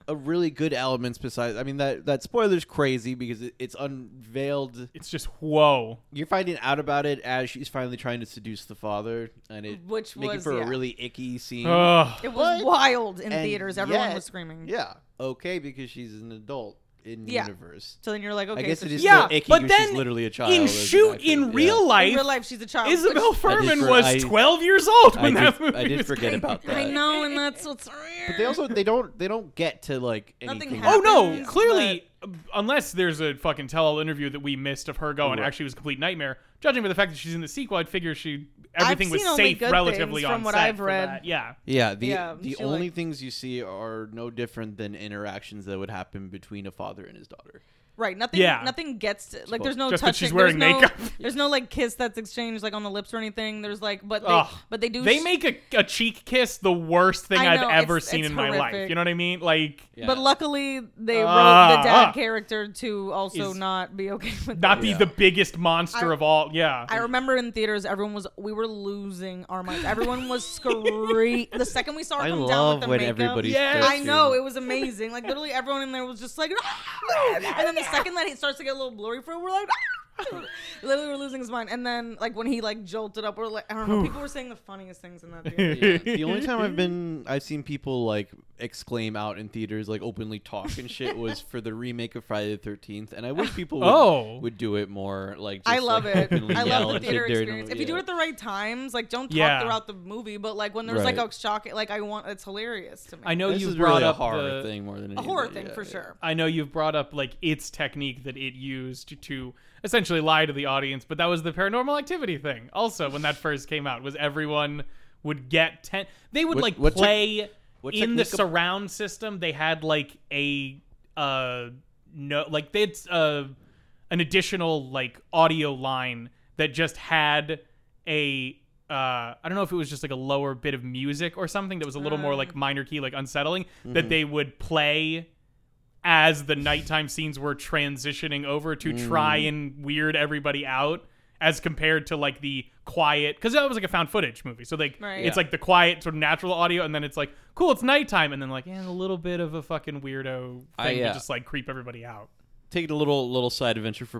Speaker 2: of really good elements. Besides, I mean that that spoiler's crazy because it, it's unveiled.
Speaker 1: It's just whoa.
Speaker 2: You're finding out about it as she's finally trying to seduce the father, and it
Speaker 3: Which
Speaker 2: making
Speaker 3: was-
Speaker 2: for a
Speaker 3: yeah.
Speaker 2: really icky
Speaker 1: Mm.
Speaker 2: scene.
Speaker 1: Ugh.
Speaker 3: It was
Speaker 2: But-
Speaker 3: wild in
Speaker 2: And
Speaker 3: theaters. Everyone
Speaker 2: yet-
Speaker 3: was screaming.
Speaker 2: Yeah, okay, because she's an adult in the
Speaker 3: Yeah.
Speaker 2: universe.
Speaker 3: So then you're like, okay,
Speaker 2: guess
Speaker 3: so
Speaker 2: it is
Speaker 3: she-
Speaker 2: Yeah, still icky because she's literally a child,
Speaker 1: in
Speaker 2: isn't
Speaker 1: shoot
Speaker 2: that true?
Speaker 1: in
Speaker 2: Yeah.
Speaker 1: real life,
Speaker 3: in real life she's a child.
Speaker 1: Isabel
Speaker 3: which-
Speaker 1: Furman
Speaker 2: for-
Speaker 1: was
Speaker 2: I-
Speaker 1: 12 years old
Speaker 2: I
Speaker 1: when that
Speaker 2: did,
Speaker 1: movie
Speaker 2: I did
Speaker 1: was
Speaker 2: forget about that.
Speaker 3: I know, and that's what's weird.
Speaker 2: But they also they don't they don't get to like anything.
Speaker 3: Nothing
Speaker 1: Oh no!
Speaker 3: happens,
Speaker 1: Clearly, unless there's a fucking tell-all interview that we missed of her going,
Speaker 2: Right.
Speaker 1: actually, it was a complete nightmare. Judging by the fact that she's in the sequel, I'd figure she everything
Speaker 3: I've
Speaker 1: was
Speaker 3: seen only
Speaker 1: safe
Speaker 3: good
Speaker 1: relatively
Speaker 3: things
Speaker 1: on
Speaker 3: from what
Speaker 1: set
Speaker 3: I've
Speaker 1: for
Speaker 3: read.
Speaker 1: that. Yeah,
Speaker 2: Yeah, the
Speaker 3: Yeah,
Speaker 2: the
Speaker 3: she,
Speaker 2: only
Speaker 3: like-
Speaker 2: things you see are no different than interactions that would happen between a father and his daughter.
Speaker 3: Right. Nothing.
Speaker 1: Yeah.
Speaker 3: Nothing gets to, like.
Speaker 2: Well,
Speaker 3: There's no
Speaker 1: just that
Speaker 3: touching.
Speaker 1: she's wearing
Speaker 3: there's
Speaker 1: makeup.
Speaker 3: No, there's no like kiss that's exchanged like on the lips or anything. There's like, but they,
Speaker 1: Ugh.
Speaker 3: but they do.
Speaker 1: They
Speaker 3: sh-
Speaker 1: make a, a cheek kiss the worst thing
Speaker 3: I
Speaker 1: I've
Speaker 3: know,
Speaker 1: ever
Speaker 3: it's-
Speaker 1: seen
Speaker 3: it's
Speaker 1: in my life.
Speaker 3: horrific.
Speaker 1: You know what I mean? Like
Speaker 2: Yeah.
Speaker 3: But luckily, they wrote
Speaker 1: Ah,
Speaker 3: the dad
Speaker 1: ah.
Speaker 3: character to also
Speaker 1: Is-
Speaker 3: not be okay
Speaker 1: not
Speaker 3: with that.
Speaker 1: be
Speaker 2: Yeah.
Speaker 1: the biggest monster
Speaker 3: I-
Speaker 1: of all. Yeah.
Speaker 3: I remember in theaters, everyone was we were losing our minds. Everyone was screaming. the second we saw her
Speaker 2: I
Speaker 3: come down with
Speaker 2: love
Speaker 3: the
Speaker 2: when
Speaker 3: makeup,
Speaker 2: everybody
Speaker 1: Yeah.
Speaker 2: starts
Speaker 3: I know
Speaker 2: to-
Speaker 3: it was amazing. Like literally, everyone in there was just like, "Ah!" and then the second that it starts to get a little blurry for, it, we're like, "Ah!" literally, we're losing his mind. And then like when he like jolted up, we're like, I don't know. People were saying the funniest things in that theater.
Speaker 2: Yeah. The only time I've been, I've seen people like exclaim out in theaters, like openly talk and shit, was for the remake of Friday the Thirteenth, and I wish people would,
Speaker 1: Oh.
Speaker 2: would do it more. Like just,
Speaker 3: I love
Speaker 2: like,
Speaker 3: it.
Speaker 2: openly
Speaker 3: I
Speaker 2: yell
Speaker 3: love the
Speaker 2: and
Speaker 3: theater
Speaker 2: shit during a
Speaker 3: experience.
Speaker 2: movie.
Speaker 3: If you do it
Speaker 2: Yeah.
Speaker 3: at the right times, like don't talk
Speaker 1: Yeah.
Speaker 3: throughout the movie, but like when there's like
Speaker 2: Right.
Speaker 3: a shocking, like I want, it's hilarious to me.
Speaker 1: I know
Speaker 2: this
Speaker 1: you
Speaker 2: is
Speaker 1: brought
Speaker 2: really a
Speaker 1: up
Speaker 2: horror
Speaker 1: the-
Speaker 2: thing more than
Speaker 3: a horror
Speaker 2: anything,
Speaker 3: thing
Speaker 2: yeah,
Speaker 3: for
Speaker 2: yeah.
Speaker 3: sure.
Speaker 1: I know you've brought up like its technique that it used to essentially lie to the audience, but that was the paranormal activity thing. Also, when that first came out, was everyone would get ten they would
Speaker 2: What-
Speaker 1: like
Speaker 2: what tech-
Speaker 1: play
Speaker 2: what
Speaker 1: in the
Speaker 2: technique of-
Speaker 1: surround system. They had like a uh no like they had uh an additional like audio line that just had a uh, I don't know if it was just like a lower bit of music or something that was a little more like minor key, like unsettling,
Speaker 2: Mm-hmm.
Speaker 1: that they would play as the nighttime scenes were transitioning over to
Speaker 2: Mm.
Speaker 1: try and weird everybody out as compared to like the quiet because that was like a found footage movie so like
Speaker 3: Right.
Speaker 1: it's
Speaker 2: Yeah.
Speaker 1: like the quiet sort of natural audio and then it's like cool it's nighttime and then like yeah, a little bit of a fucking weirdo thing
Speaker 2: I,
Speaker 1: to
Speaker 2: uh,
Speaker 1: just like creep everybody out
Speaker 2: Take a little little side adventure for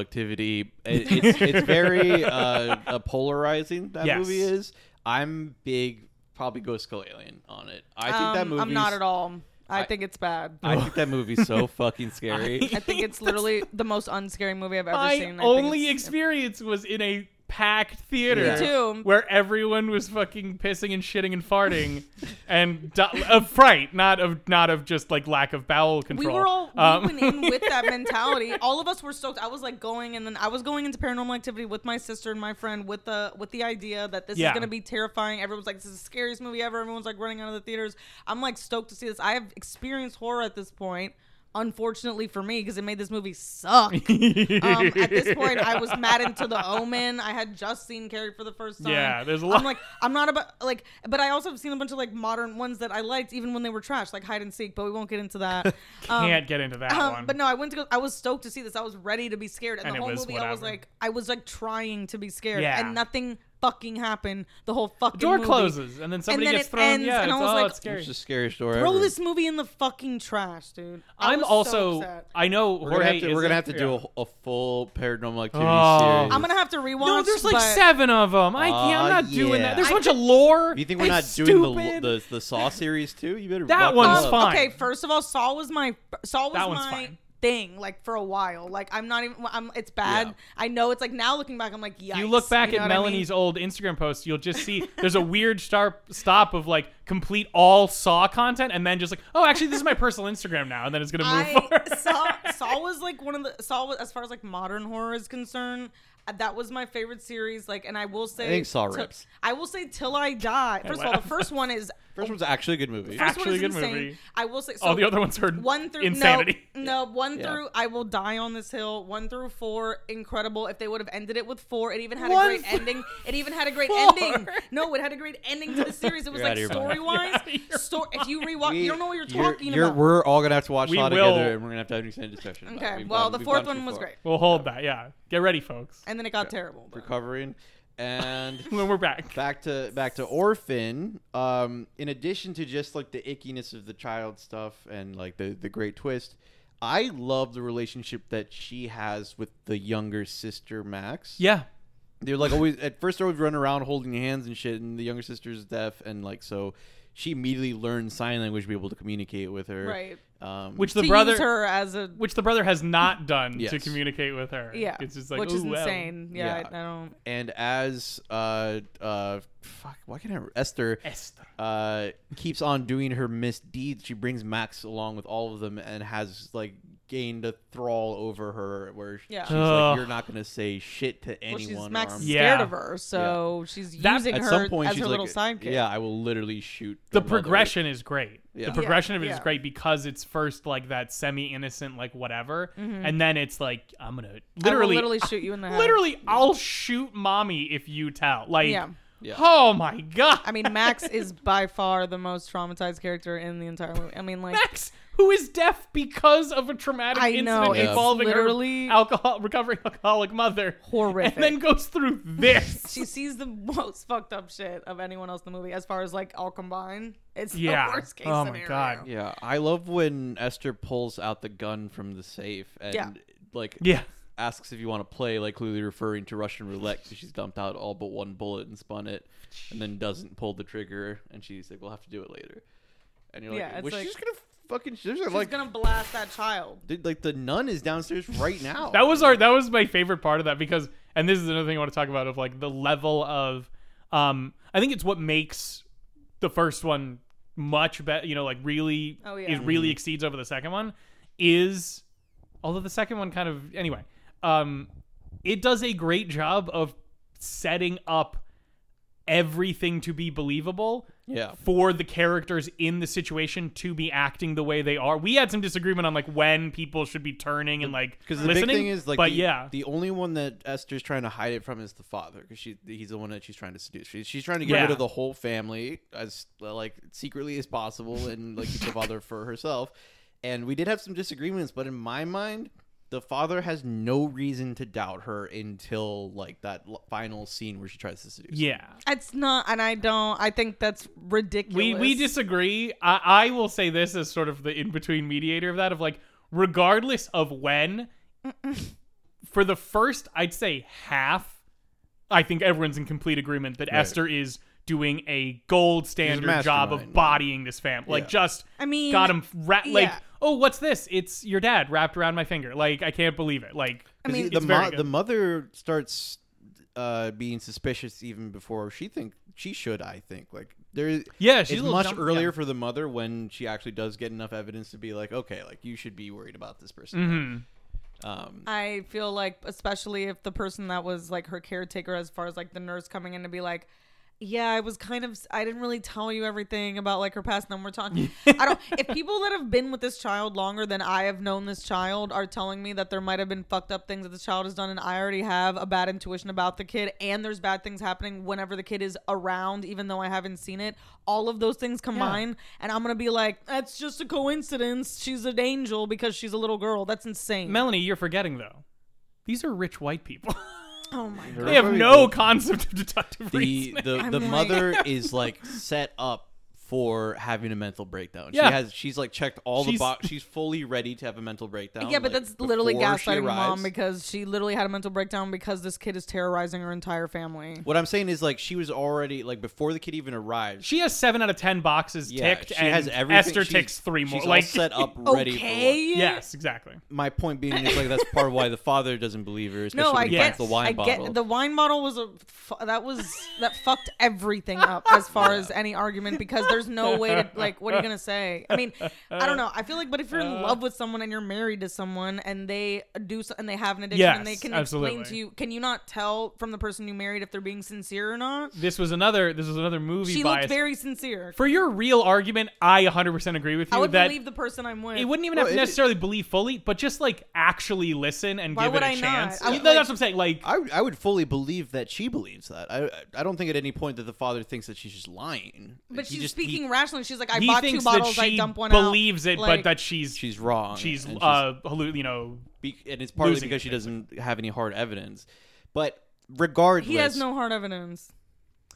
Speaker 2: activity. It, it's it's very uh, uh, polarizing. That
Speaker 1: Yes.
Speaker 2: movie is. I'm big, probably Ghost Skull Alien on it. I think that
Speaker 3: Um,
Speaker 2: movie.
Speaker 3: I'm not at all. I,
Speaker 2: I-
Speaker 3: think it's bad. I,
Speaker 2: I think that movie's so fucking scary.
Speaker 3: think it's literally the most unscary movie I've ever
Speaker 1: my
Speaker 3: seen. I think
Speaker 1: only
Speaker 3: it's-
Speaker 1: experience was in a packed theater
Speaker 2: Me
Speaker 3: too.
Speaker 1: where everyone was fucking pissing and shitting and farting and di- of fright not of not of just like lack of bowel
Speaker 3: we
Speaker 1: control
Speaker 3: were all we
Speaker 1: Um,
Speaker 3: went in with that mentality. All of us were stoked. I was like going, and then I was going into paranormal activity with my sister and my friend with the with the idea that this
Speaker 1: Yeah.
Speaker 3: is going to be terrifying. Everyone's like, "This is the scariest movie ever." Everyone's like running out of the theaters. I'm like stoked to see this. I have experienced horror at this point. Unfortunately for me, because it made this movie suck. um, at this point, I was mad into the Omen. I had just seen Carrie for the first time.
Speaker 1: Yeah, there's a lot-
Speaker 3: I'm like, I'm not about like, but I also have seen a bunch of like modern ones that I liked, even when they were trash, like Hide and Seek. But we won't get into that. Um,
Speaker 1: can't get into that
Speaker 3: um,
Speaker 1: one
Speaker 3: But no, I went to go. I was stoked to see this. I was ready to be scared, and,
Speaker 1: And it
Speaker 3: the whole
Speaker 1: was
Speaker 3: movie, I was
Speaker 1: whatever.
Speaker 3: like, I was like trying to be scared,
Speaker 1: Yeah.
Speaker 3: and nothing fucking happened. The whole fucking
Speaker 1: door
Speaker 3: movie.
Speaker 1: closes and then somebody
Speaker 3: then
Speaker 1: gets
Speaker 3: it
Speaker 1: thrown
Speaker 3: ends,
Speaker 1: yeah
Speaker 3: and I
Speaker 1: it's,
Speaker 3: was
Speaker 1: oh,
Speaker 3: like,
Speaker 1: it's scary
Speaker 2: It's the scariest story
Speaker 3: Throw
Speaker 2: ever.
Speaker 3: this movie in the fucking trash, dude. I
Speaker 1: i'm
Speaker 3: was so
Speaker 1: also
Speaker 3: upset.
Speaker 1: i know
Speaker 2: We're
Speaker 1: Jorge
Speaker 2: gonna have to, we're
Speaker 1: is-
Speaker 2: gonna have to do
Speaker 1: yeah.
Speaker 2: a, a full paranormal activity
Speaker 1: Oh.
Speaker 2: series.
Speaker 3: I'm gonna have to rewatch.
Speaker 1: no, there's like
Speaker 3: but-
Speaker 1: seven of them. I can't. I'm
Speaker 2: Aw,
Speaker 1: not doing
Speaker 2: yeah.
Speaker 1: that. There's a
Speaker 3: I
Speaker 1: bunch of lore.
Speaker 2: you think we're not
Speaker 1: It's
Speaker 2: doing
Speaker 1: stupid.
Speaker 2: the, the the Saw series too? You better.
Speaker 1: That
Speaker 2: buckle
Speaker 1: one's
Speaker 2: up.
Speaker 1: fine.
Speaker 3: Okay, first of all, Saul was my Saul was
Speaker 1: That one's
Speaker 3: my
Speaker 1: fine.
Speaker 3: thing like for a while. Like I'm not even. I'm. It's bad.
Speaker 2: Yeah.
Speaker 3: I know. It's like now looking back, I'm like, yeah.
Speaker 1: you look back at Melanie's old Instagram post, you'll just see there's a weird star- stop of like complete all Saw content, and then just like, oh, actually, this is my personal Instagram now, and then it's gonna move
Speaker 3: I
Speaker 1: forward.
Speaker 3: Saul, Saul was like one of the Saul was, as far as like modern horror is concerned. uh, That was my favorite series. Like, and I will say,
Speaker 2: think Saw
Speaker 3: till-
Speaker 2: rips.
Speaker 3: I will say till I die. First of all, the first one is
Speaker 2: First one's actually a good movie.
Speaker 3: first one
Speaker 1: Actually
Speaker 3: is
Speaker 1: a good
Speaker 3: insane.
Speaker 1: movie.
Speaker 3: I will say so
Speaker 1: all the other ones are
Speaker 3: one through
Speaker 1: insanity.
Speaker 3: No, no one
Speaker 2: Yeah.
Speaker 3: through I will die on this hill. One through four, incredible. If they would have ended it with four, it even had
Speaker 1: One
Speaker 3: a great
Speaker 1: through
Speaker 3: ending. It even had a great
Speaker 1: four.
Speaker 3: ending. No, it had a great ending to the series. It was
Speaker 2: You're
Speaker 3: like
Speaker 2: outta your mind.
Speaker 3: story wise.
Speaker 1: Yeah, you're
Speaker 3: Sto- if you rewatch, you don't know what you're talking
Speaker 2: you're-
Speaker 3: about.
Speaker 2: We're all gonna have to watch
Speaker 1: We
Speaker 2: Saw
Speaker 1: will.
Speaker 2: together, and we're gonna have to have an extended discussion. about it.
Speaker 3: okay.
Speaker 2: We've
Speaker 3: Well,
Speaker 2: gone-
Speaker 3: the
Speaker 2: we've
Speaker 3: fourth
Speaker 2: gone
Speaker 3: one
Speaker 2: too
Speaker 3: was
Speaker 2: far.
Speaker 3: great,
Speaker 1: We'll hold that. Yeah, get ready, folks.
Speaker 3: and then it got terrible. but-
Speaker 2: Recovering and.
Speaker 1: When we're back,
Speaker 2: Back to back to Orphan. Um, in addition to just like the ickiness of the child stuff and like the the great twist, I love the relationship that she has with the younger sister Max.
Speaker 1: yeah,
Speaker 2: they're like always at first they're always running around holding hands and shit and the younger sister's deaf and like so she immediately learned sign language to be able to communicate with her
Speaker 3: Right.
Speaker 2: um
Speaker 1: which
Speaker 3: To
Speaker 1: the brother,
Speaker 3: use her as a
Speaker 1: which the brother has not done to
Speaker 2: Yes.
Speaker 1: communicate with her.
Speaker 3: yeah,
Speaker 1: it's just like
Speaker 3: which is
Speaker 1: "Ooh, wow."
Speaker 3: insane. Yeah,
Speaker 2: Yeah.
Speaker 3: I, I don't.
Speaker 2: and as uh uh fuck why can't i re- esther
Speaker 1: Esther.
Speaker 2: uh keeps on doing her misdeeds she brings max along with all of them and has like gained a thrall over her where
Speaker 3: Yeah.
Speaker 2: she's
Speaker 1: Ugh.
Speaker 2: like, you're not gonna say shit to
Speaker 3: Well, she's
Speaker 2: anyone. or
Speaker 3: Max
Speaker 2: I'm
Speaker 3: is
Speaker 1: Yeah.
Speaker 3: scared of her, so she's
Speaker 1: That-
Speaker 3: using
Speaker 2: At
Speaker 3: her
Speaker 2: some point,
Speaker 3: as
Speaker 2: she's
Speaker 3: her
Speaker 2: like,
Speaker 3: little sidekick.
Speaker 2: "Yeah, I will literally shoot."
Speaker 1: the
Speaker 2: her mother."
Speaker 1: progression is great.
Speaker 2: Yeah.
Speaker 1: The progression of it is
Speaker 3: yeah.
Speaker 1: great because it's first like that semi innocent like whatever, and then it's like I'm gonna literally,
Speaker 3: Mm-hmm. literally shoot you in the head.
Speaker 1: Literally, I'll shoot mommy if you tell. Like,
Speaker 3: Yeah.
Speaker 2: Yeah.
Speaker 1: oh my god,
Speaker 3: I mean, Max is by far the most traumatized character in the entire movie. I mean, like,
Speaker 1: Max, who is deaf because of a traumatic
Speaker 3: I know,
Speaker 1: incident
Speaker 3: it's
Speaker 1: involving
Speaker 3: literally-
Speaker 1: her alcohol recovering alcoholic mother,
Speaker 3: horrific.
Speaker 1: and then goes through this.
Speaker 3: she sees the most fucked up shit of anyone else in the movie as far as like all combined. It's
Speaker 1: Yeah.
Speaker 3: the worst case
Speaker 1: Oh my
Speaker 3: scenario.
Speaker 1: God.
Speaker 2: Yeah, I love when Esther pulls out the gun from the safe and
Speaker 3: Yeah.
Speaker 2: like
Speaker 1: yeah,
Speaker 2: asks if you want to play, like clearly referring to Russian roulette because she's dumped out all but one bullet and spun it, and then doesn't pull the trigger, and she's like, "We'll have to do it later." And you're like,
Speaker 3: Yeah, it's
Speaker 2: "Well,
Speaker 3: like-
Speaker 2: she's gonna fucking she's
Speaker 3: She's
Speaker 2: like."
Speaker 3: gonna blast that child.
Speaker 2: Dude, like the nun is downstairs right now.
Speaker 1: that was our that was my favorite part of that because and this is another thing I want to talk about of like the level of um I think it's what makes the first one much better you know like really
Speaker 3: Oh, yeah.
Speaker 1: it really exceeds over the second one is although the second one kind of anyway um it does a great job of setting up everything to be believable
Speaker 2: yeah.
Speaker 1: for the characters in the situation to be acting the way they are. We had some disagreement on like when people should be turning and like
Speaker 2: Because the
Speaker 1: listening.
Speaker 2: big thing is like,
Speaker 1: but
Speaker 2: the,
Speaker 1: yeah,
Speaker 2: the only one that Esther's trying to hide it from is the father, because she he's the one that she's trying to seduce. She, she's trying to get rid
Speaker 1: Yeah.
Speaker 2: of the whole family as uh, like secretly as possible, and like keep the father for herself. And we did have some disagreements, but in my mind, the father has no reason to doubt her until like that l- final scene where she tries to seduce.
Speaker 1: yeah.
Speaker 3: It's not, and I don't. I think that's ridiculous.
Speaker 1: We we disagree. I, I will say this as sort of the in between mediator of that of like regardless of when, for the first I'd say half, I think everyone's in complete agreement that Esther is doing a gold standard job
Speaker 2: mastermind, yeah.
Speaker 1: of bodying this family. Like
Speaker 2: Yeah.
Speaker 1: just
Speaker 3: I mean,
Speaker 1: got him ra- like
Speaker 3: yeah.
Speaker 1: oh what's this it's your dad wrapped around my finger like i can't believe it like
Speaker 3: I mean,
Speaker 2: Because the
Speaker 1: it's very
Speaker 2: mo-
Speaker 1: good.
Speaker 2: the mother starts uh, being suspicious even before she think she should. I think like there.
Speaker 1: Yeah, she's a
Speaker 2: it's
Speaker 1: little
Speaker 2: much
Speaker 1: dumb-
Speaker 2: earlier for the mother when she actually does get enough evidence to be like, okay, like you should be worried about this
Speaker 3: Mm-hmm.
Speaker 2: person. Um,
Speaker 3: I feel like, especially if the person that was like her caretaker, as far as like the nurse coming in to be like, yeah, I was kind of, I didn't really tell you everything about like her past. And then we're talking. I don't, if people that have been with this child longer than I have known this child are telling me that there might have been fucked up things that this child has done, and I already have a bad intuition about the kid, and there's bad things happening whenever the kid is around, even though I haven't seen it, all of those things combined, and I'm going to be like, that's just a coincidence. She's an angel because she's a little girl. That's insane.
Speaker 1: melanie you're forgetting though these are rich white people
Speaker 3: oh my
Speaker 1: they have
Speaker 2: very
Speaker 1: no
Speaker 2: old.
Speaker 1: concept of deductive
Speaker 2: the
Speaker 1: reasoning
Speaker 2: the,
Speaker 3: I'm
Speaker 2: the
Speaker 3: like-
Speaker 2: mother is like set up for having a mental breakdown.
Speaker 1: Yeah.
Speaker 2: She has she's like checked all the
Speaker 1: She's-
Speaker 2: box. She's fully ready to have a mental breakdown.
Speaker 3: Yeah, but
Speaker 2: like,
Speaker 3: that's literally
Speaker 2: before she
Speaker 3: gaslighting mom
Speaker 2: arrives.
Speaker 3: because she literally had a mental breakdown because this kid is terrorizing her entire family.
Speaker 2: what I'm saying is like she was already like before the kid even arrived.
Speaker 1: she has seven out of ten boxes
Speaker 2: yeah,
Speaker 1: ticked
Speaker 2: she
Speaker 1: and
Speaker 2: has everything.
Speaker 1: esther
Speaker 2: she's-
Speaker 1: ticks three more
Speaker 2: She's all
Speaker 1: like
Speaker 2: set up ready. for
Speaker 3: okay.
Speaker 2: what-
Speaker 1: yes exactly
Speaker 2: my point being is like that's part of why the father doesn't believe her. Especially
Speaker 3: No, I
Speaker 2: when he
Speaker 1: Yeah.
Speaker 3: get
Speaker 2: finds the wine
Speaker 3: I
Speaker 2: bottle.
Speaker 3: get the wine bottle was a fu- that was that fucked everything up as far as any argument because there's no way to like what are you gonna say? I mean, I don't know. I feel like, but if you're in
Speaker 2: Uh.
Speaker 3: love with someone and you're married to someone and they do so, and they have an addiction and they
Speaker 1: Yes,
Speaker 3: can
Speaker 1: absolutely.
Speaker 3: explain to you, can you not tell from the person you married if they're being sincere or not?
Speaker 1: this was another this was another movie
Speaker 3: She
Speaker 1: bias
Speaker 3: looked very sincere.
Speaker 1: for your real argument i 100% agree with you
Speaker 3: I would
Speaker 1: that
Speaker 3: believe the person I'm with.
Speaker 1: it wouldn't even
Speaker 2: Well,
Speaker 1: have to
Speaker 2: it-
Speaker 1: necessarily believe fully, but just like actually listen and
Speaker 3: Why
Speaker 1: give
Speaker 3: would
Speaker 1: it a
Speaker 3: I not?
Speaker 1: chance.
Speaker 3: I would,
Speaker 1: No,
Speaker 3: like-
Speaker 1: that's what I'm saying. Like,
Speaker 2: I, I would fully believe that she believes that. I I don't think at any point that the father thinks that she's just lying.
Speaker 3: But
Speaker 2: He
Speaker 3: she's
Speaker 2: just- he-
Speaker 3: speaking rationally. She's like, I
Speaker 1: he
Speaker 3: bought two
Speaker 1: thinks
Speaker 3: bottles,
Speaker 1: that she
Speaker 3: I dump one out.
Speaker 1: believes it,
Speaker 3: Like,
Speaker 1: but that she's
Speaker 2: she's wrong.
Speaker 1: she's
Speaker 2: and
Speaker 1: uh hallu- you know
Speaker 2: be- and it's partly
Speaker 1: losing
Speaker 2: because
Speaker 1: it,
Speaker 2: she doesn't have any hard evidence. But regardless,
Speaker 3: he has no hard evidence.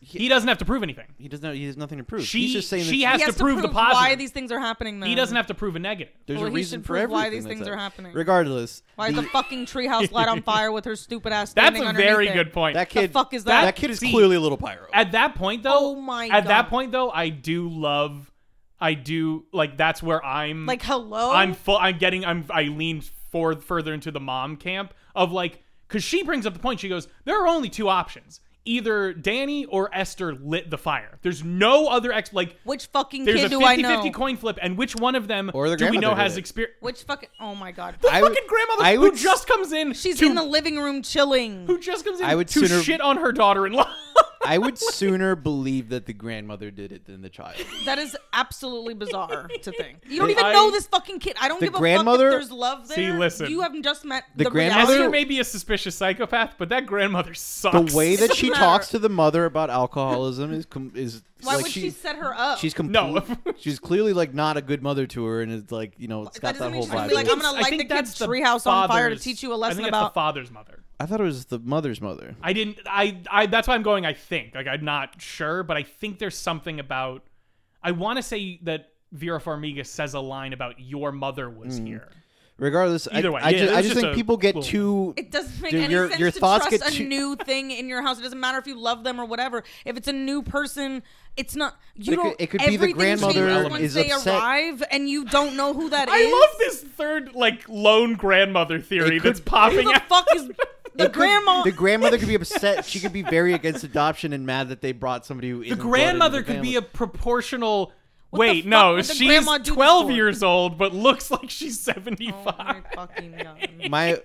Speaker 1: he doesn't have to prove anything
Speaker 2: He doesn't. He has nothing to prove.
Speaker 1: She-
Speaker 2: He's just saying
Speaker 1: she
Speaker 2: that
Speaker 1: has-
Speaker 3: he
Speaker 1: to prove the
Speaker 3: why
Speaker 1: positive.
Speaker 3: these things are happening. Then
Speaker 1: he doesn't have to prove a negative
Speaker 2: there's
Speaker 3: Well,
Speaker 2: a
Speaker 3: he
Speaker 2: reason
Speaker 3: should
Speaker 2: for
Speaker 3: prove
Speaker 2: everything.
Speaker 3: why these
Speaker 2: that's
Speaker 3: things
Speaker 2: happening.
Speaker 3: are happening.
Speaker 2: Regardless,
Speaker 3: Why is the
Speaker 2: the-
Speaker 3: fucking treehouse light on fire with her stupid ass?
Speaker 1: that's
Speaker 3: standing
Speaker 1: a
Speaker 3: underneath
Speaker 1: very
Speaker 3: it?
Speaker 1: good point
Speaker 2: that kid?
Speaker 3: fuck is that?
Speaker 2: That kid is
Speaker 1: See,
Speaker 2: clearly a little pyro.
Speaker 1: at that point though
Speaker 3: Oh my
Speaker 1: at that
Speaker 3: God.
Speaker 1: point though i do love i do like that's where i'm
Speaker 3: Like, hello.
Speaker 1: i'm full i'm getting i'm i lean for further into the mom camp of like because she brings up the point she goes there are only two options either Danny or Esther lit the fire. There's no other ex like
Speaker 3: Which fucking
Speaker 1: there's
Speaker 3: kid
Speaker 1: a
Speaker 3: do I
Speaker 1: 50
Speaker 3: know?
Speaker 1: 50 coin flip, and which one of them
Speaker 2: Or their
Speaker 1: do we know
Speaker 2: grandmother did
Speaker 1: has
Speaker 2: it.
Speaker 1: experience?
Speaker 3: Which fucking? Oh my god.
Speaker 1: The
Speaker 2: I would-
Speaker 1: fucking grandmother
Speaker 2: I
Speaker 1: who
Speaker 2: would s-
Speaker 1: just comes in.
Speaker 3: She's
Speaker 1: to,
Speaker 3: in the living room chilling.
Speaker 1: who just comes in
Speaker 2: I would
Speaker 1: to
Speaker 2: sooner-
Speaker 1: shit on her daughter-in-law.
Speaker 2: I would sooner believe that the grandmother did it than the child.
Speaker 3: That is absolutely bizarre to think. You don't
Speaker 2: The-
Speaker 3: even
Speaker 1: I-
Speaker 3: know this fucking kid. I don't
Speaker 2: The
Speaker 3: give a
Speaker 2: grandmother-
Speaker 3: fuck if there's love there.
Speaker 1: See, listen.
Speaker 3: You haven't just met
Speaker 2: The
Speaker 3: the,
Speaker 2: grandmother-
Speaker 1: Esther
Speaker 3: reality.
Speaker 1: may be a suspicious psychopath, but that grandmother
Speaker 2: The
Speaker 1: sucks.
Speaker 2: way that
Speaker 3: doesn't
Speaker 2: she
Speaker 3: matter.
Speaker 2: talks to the mother about alcoholism is com- is
Speaker 3: Why
Speaker 2: like
Speaker 3: would she,
Speaker 2: she,
Speaker 3: set her up?
Speaker 2: she's complete.
Speaker 1: No.
Speaker 2: she's clearly like not a good mother to her, and it's like you know it's got that,
Speaker 3: doesn't mean
Speaker 2: whole
Speaker 3: she's gonna
Speaker 2: vibe.
Speaker 3: be like,
Speaker 2: to it.
Speaker 3: I'm gonna
Speaker 1: I
Speaker 3: light
Speaker 1: think
Speaker 3: the kid's
Speaker 1: that's the
Speaker 3: treehouse on fire to
Speaker 1: father's-
Speaker 3: teach you a
Speaker 1: I
Speaker 3: lesson
Speaker 1: think
Speaker 3: about.
Speaker 1: that's the father's mother.
Speaker 2: I thought it was the mother's mother.
Speaker 1: I didn't. I. I. That's why I'm going. I think. Like I'm not sure, but I think there's something about. I want to say that Vera Farmiga says a line about your mother was
Speaker 2: Hmm.
Speaker 1: here.
Speaker 2: Regardless, I,
Speaker 1: Either way,
Speaker 2: I
Speaker 1: yeah,
Speaker 2: ju-
Speaker 1: it was
Speaker 2: I just
Speaker 1: just
Speaker 2: think
Speaker 1: a
Speaker 2: people get
Speaker 1: little-
Speaker 2: too.
Speaker 3: it doesn't make
Speaker 2: Dude,
Speaker 3: any
Speaker 2: your-
Speaker 3: sense
Speaker 2: your
Speaker 3: to
Speaker 2: thoughts
Speaker 3: trust
Speaker 2: get
Speaker 3: a
Speaker 2: too-
Speaker 3: new thing in your house. It doesn't matter if you love them or whatever. If it's a new person, it's not. You
Speaker 2: It could-
Speaker 3: don't.
Speaker 2: it could be the
Speaker 3: everything
Speaker 2: grandmother
Speaker 3: changes once
Speaker 2: is
Speaker 3: they
Speaker 2: upset.
Speaker 3: arrive, and you don't know who that is.
Speaker 1: I love this third like lone grandmother theory
Speaker 2: It could-
Speaker 1: that's popping
Speaker 3: Who the
Speaker 1: out.
Speaker 3: fuck is the
Speaker 2: It could-
Speaker 3: grandma?
Speaker 2: the grandmother could be upset. She could be very against adoption and mad that they brought somebody who
Speaker 1: The grandmother could be a proportional.
Speaker 3: What
Speaker 1: Wait,
Speaker 3: the fuck
Speaker 1: no,
Speaker 3: would the
Speaker 1: she's
Speaker 3: grandma do this
Speaker 1: 12
Speaker 3: for?
Speaker 1: years old, but looks like she's 75.
Speaker 3: Oh my fucking god.
Speaker 2: my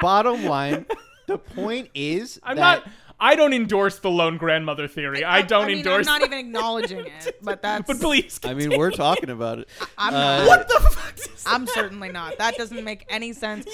Speaker 2: bottom line. The point is
Speaker 1: I'm
Speaker 2: that
Speaker 1: not. I don't endorse the lone grandmother theory. I, don't
Speaker 3: mean,
Speaker 1: endorse.
Speaker 3: I'm not even acknowledging it, but that's.
Speaker 1: but please,
Speaker 2: I mean, we're talking about it.
Speaker 3: I'm
Speaker 2: Uh,
Speaker 3: not.
Speaker 1: what the fuck? Is
Speaker 3: I'm certainly not. That doesn't make any sense.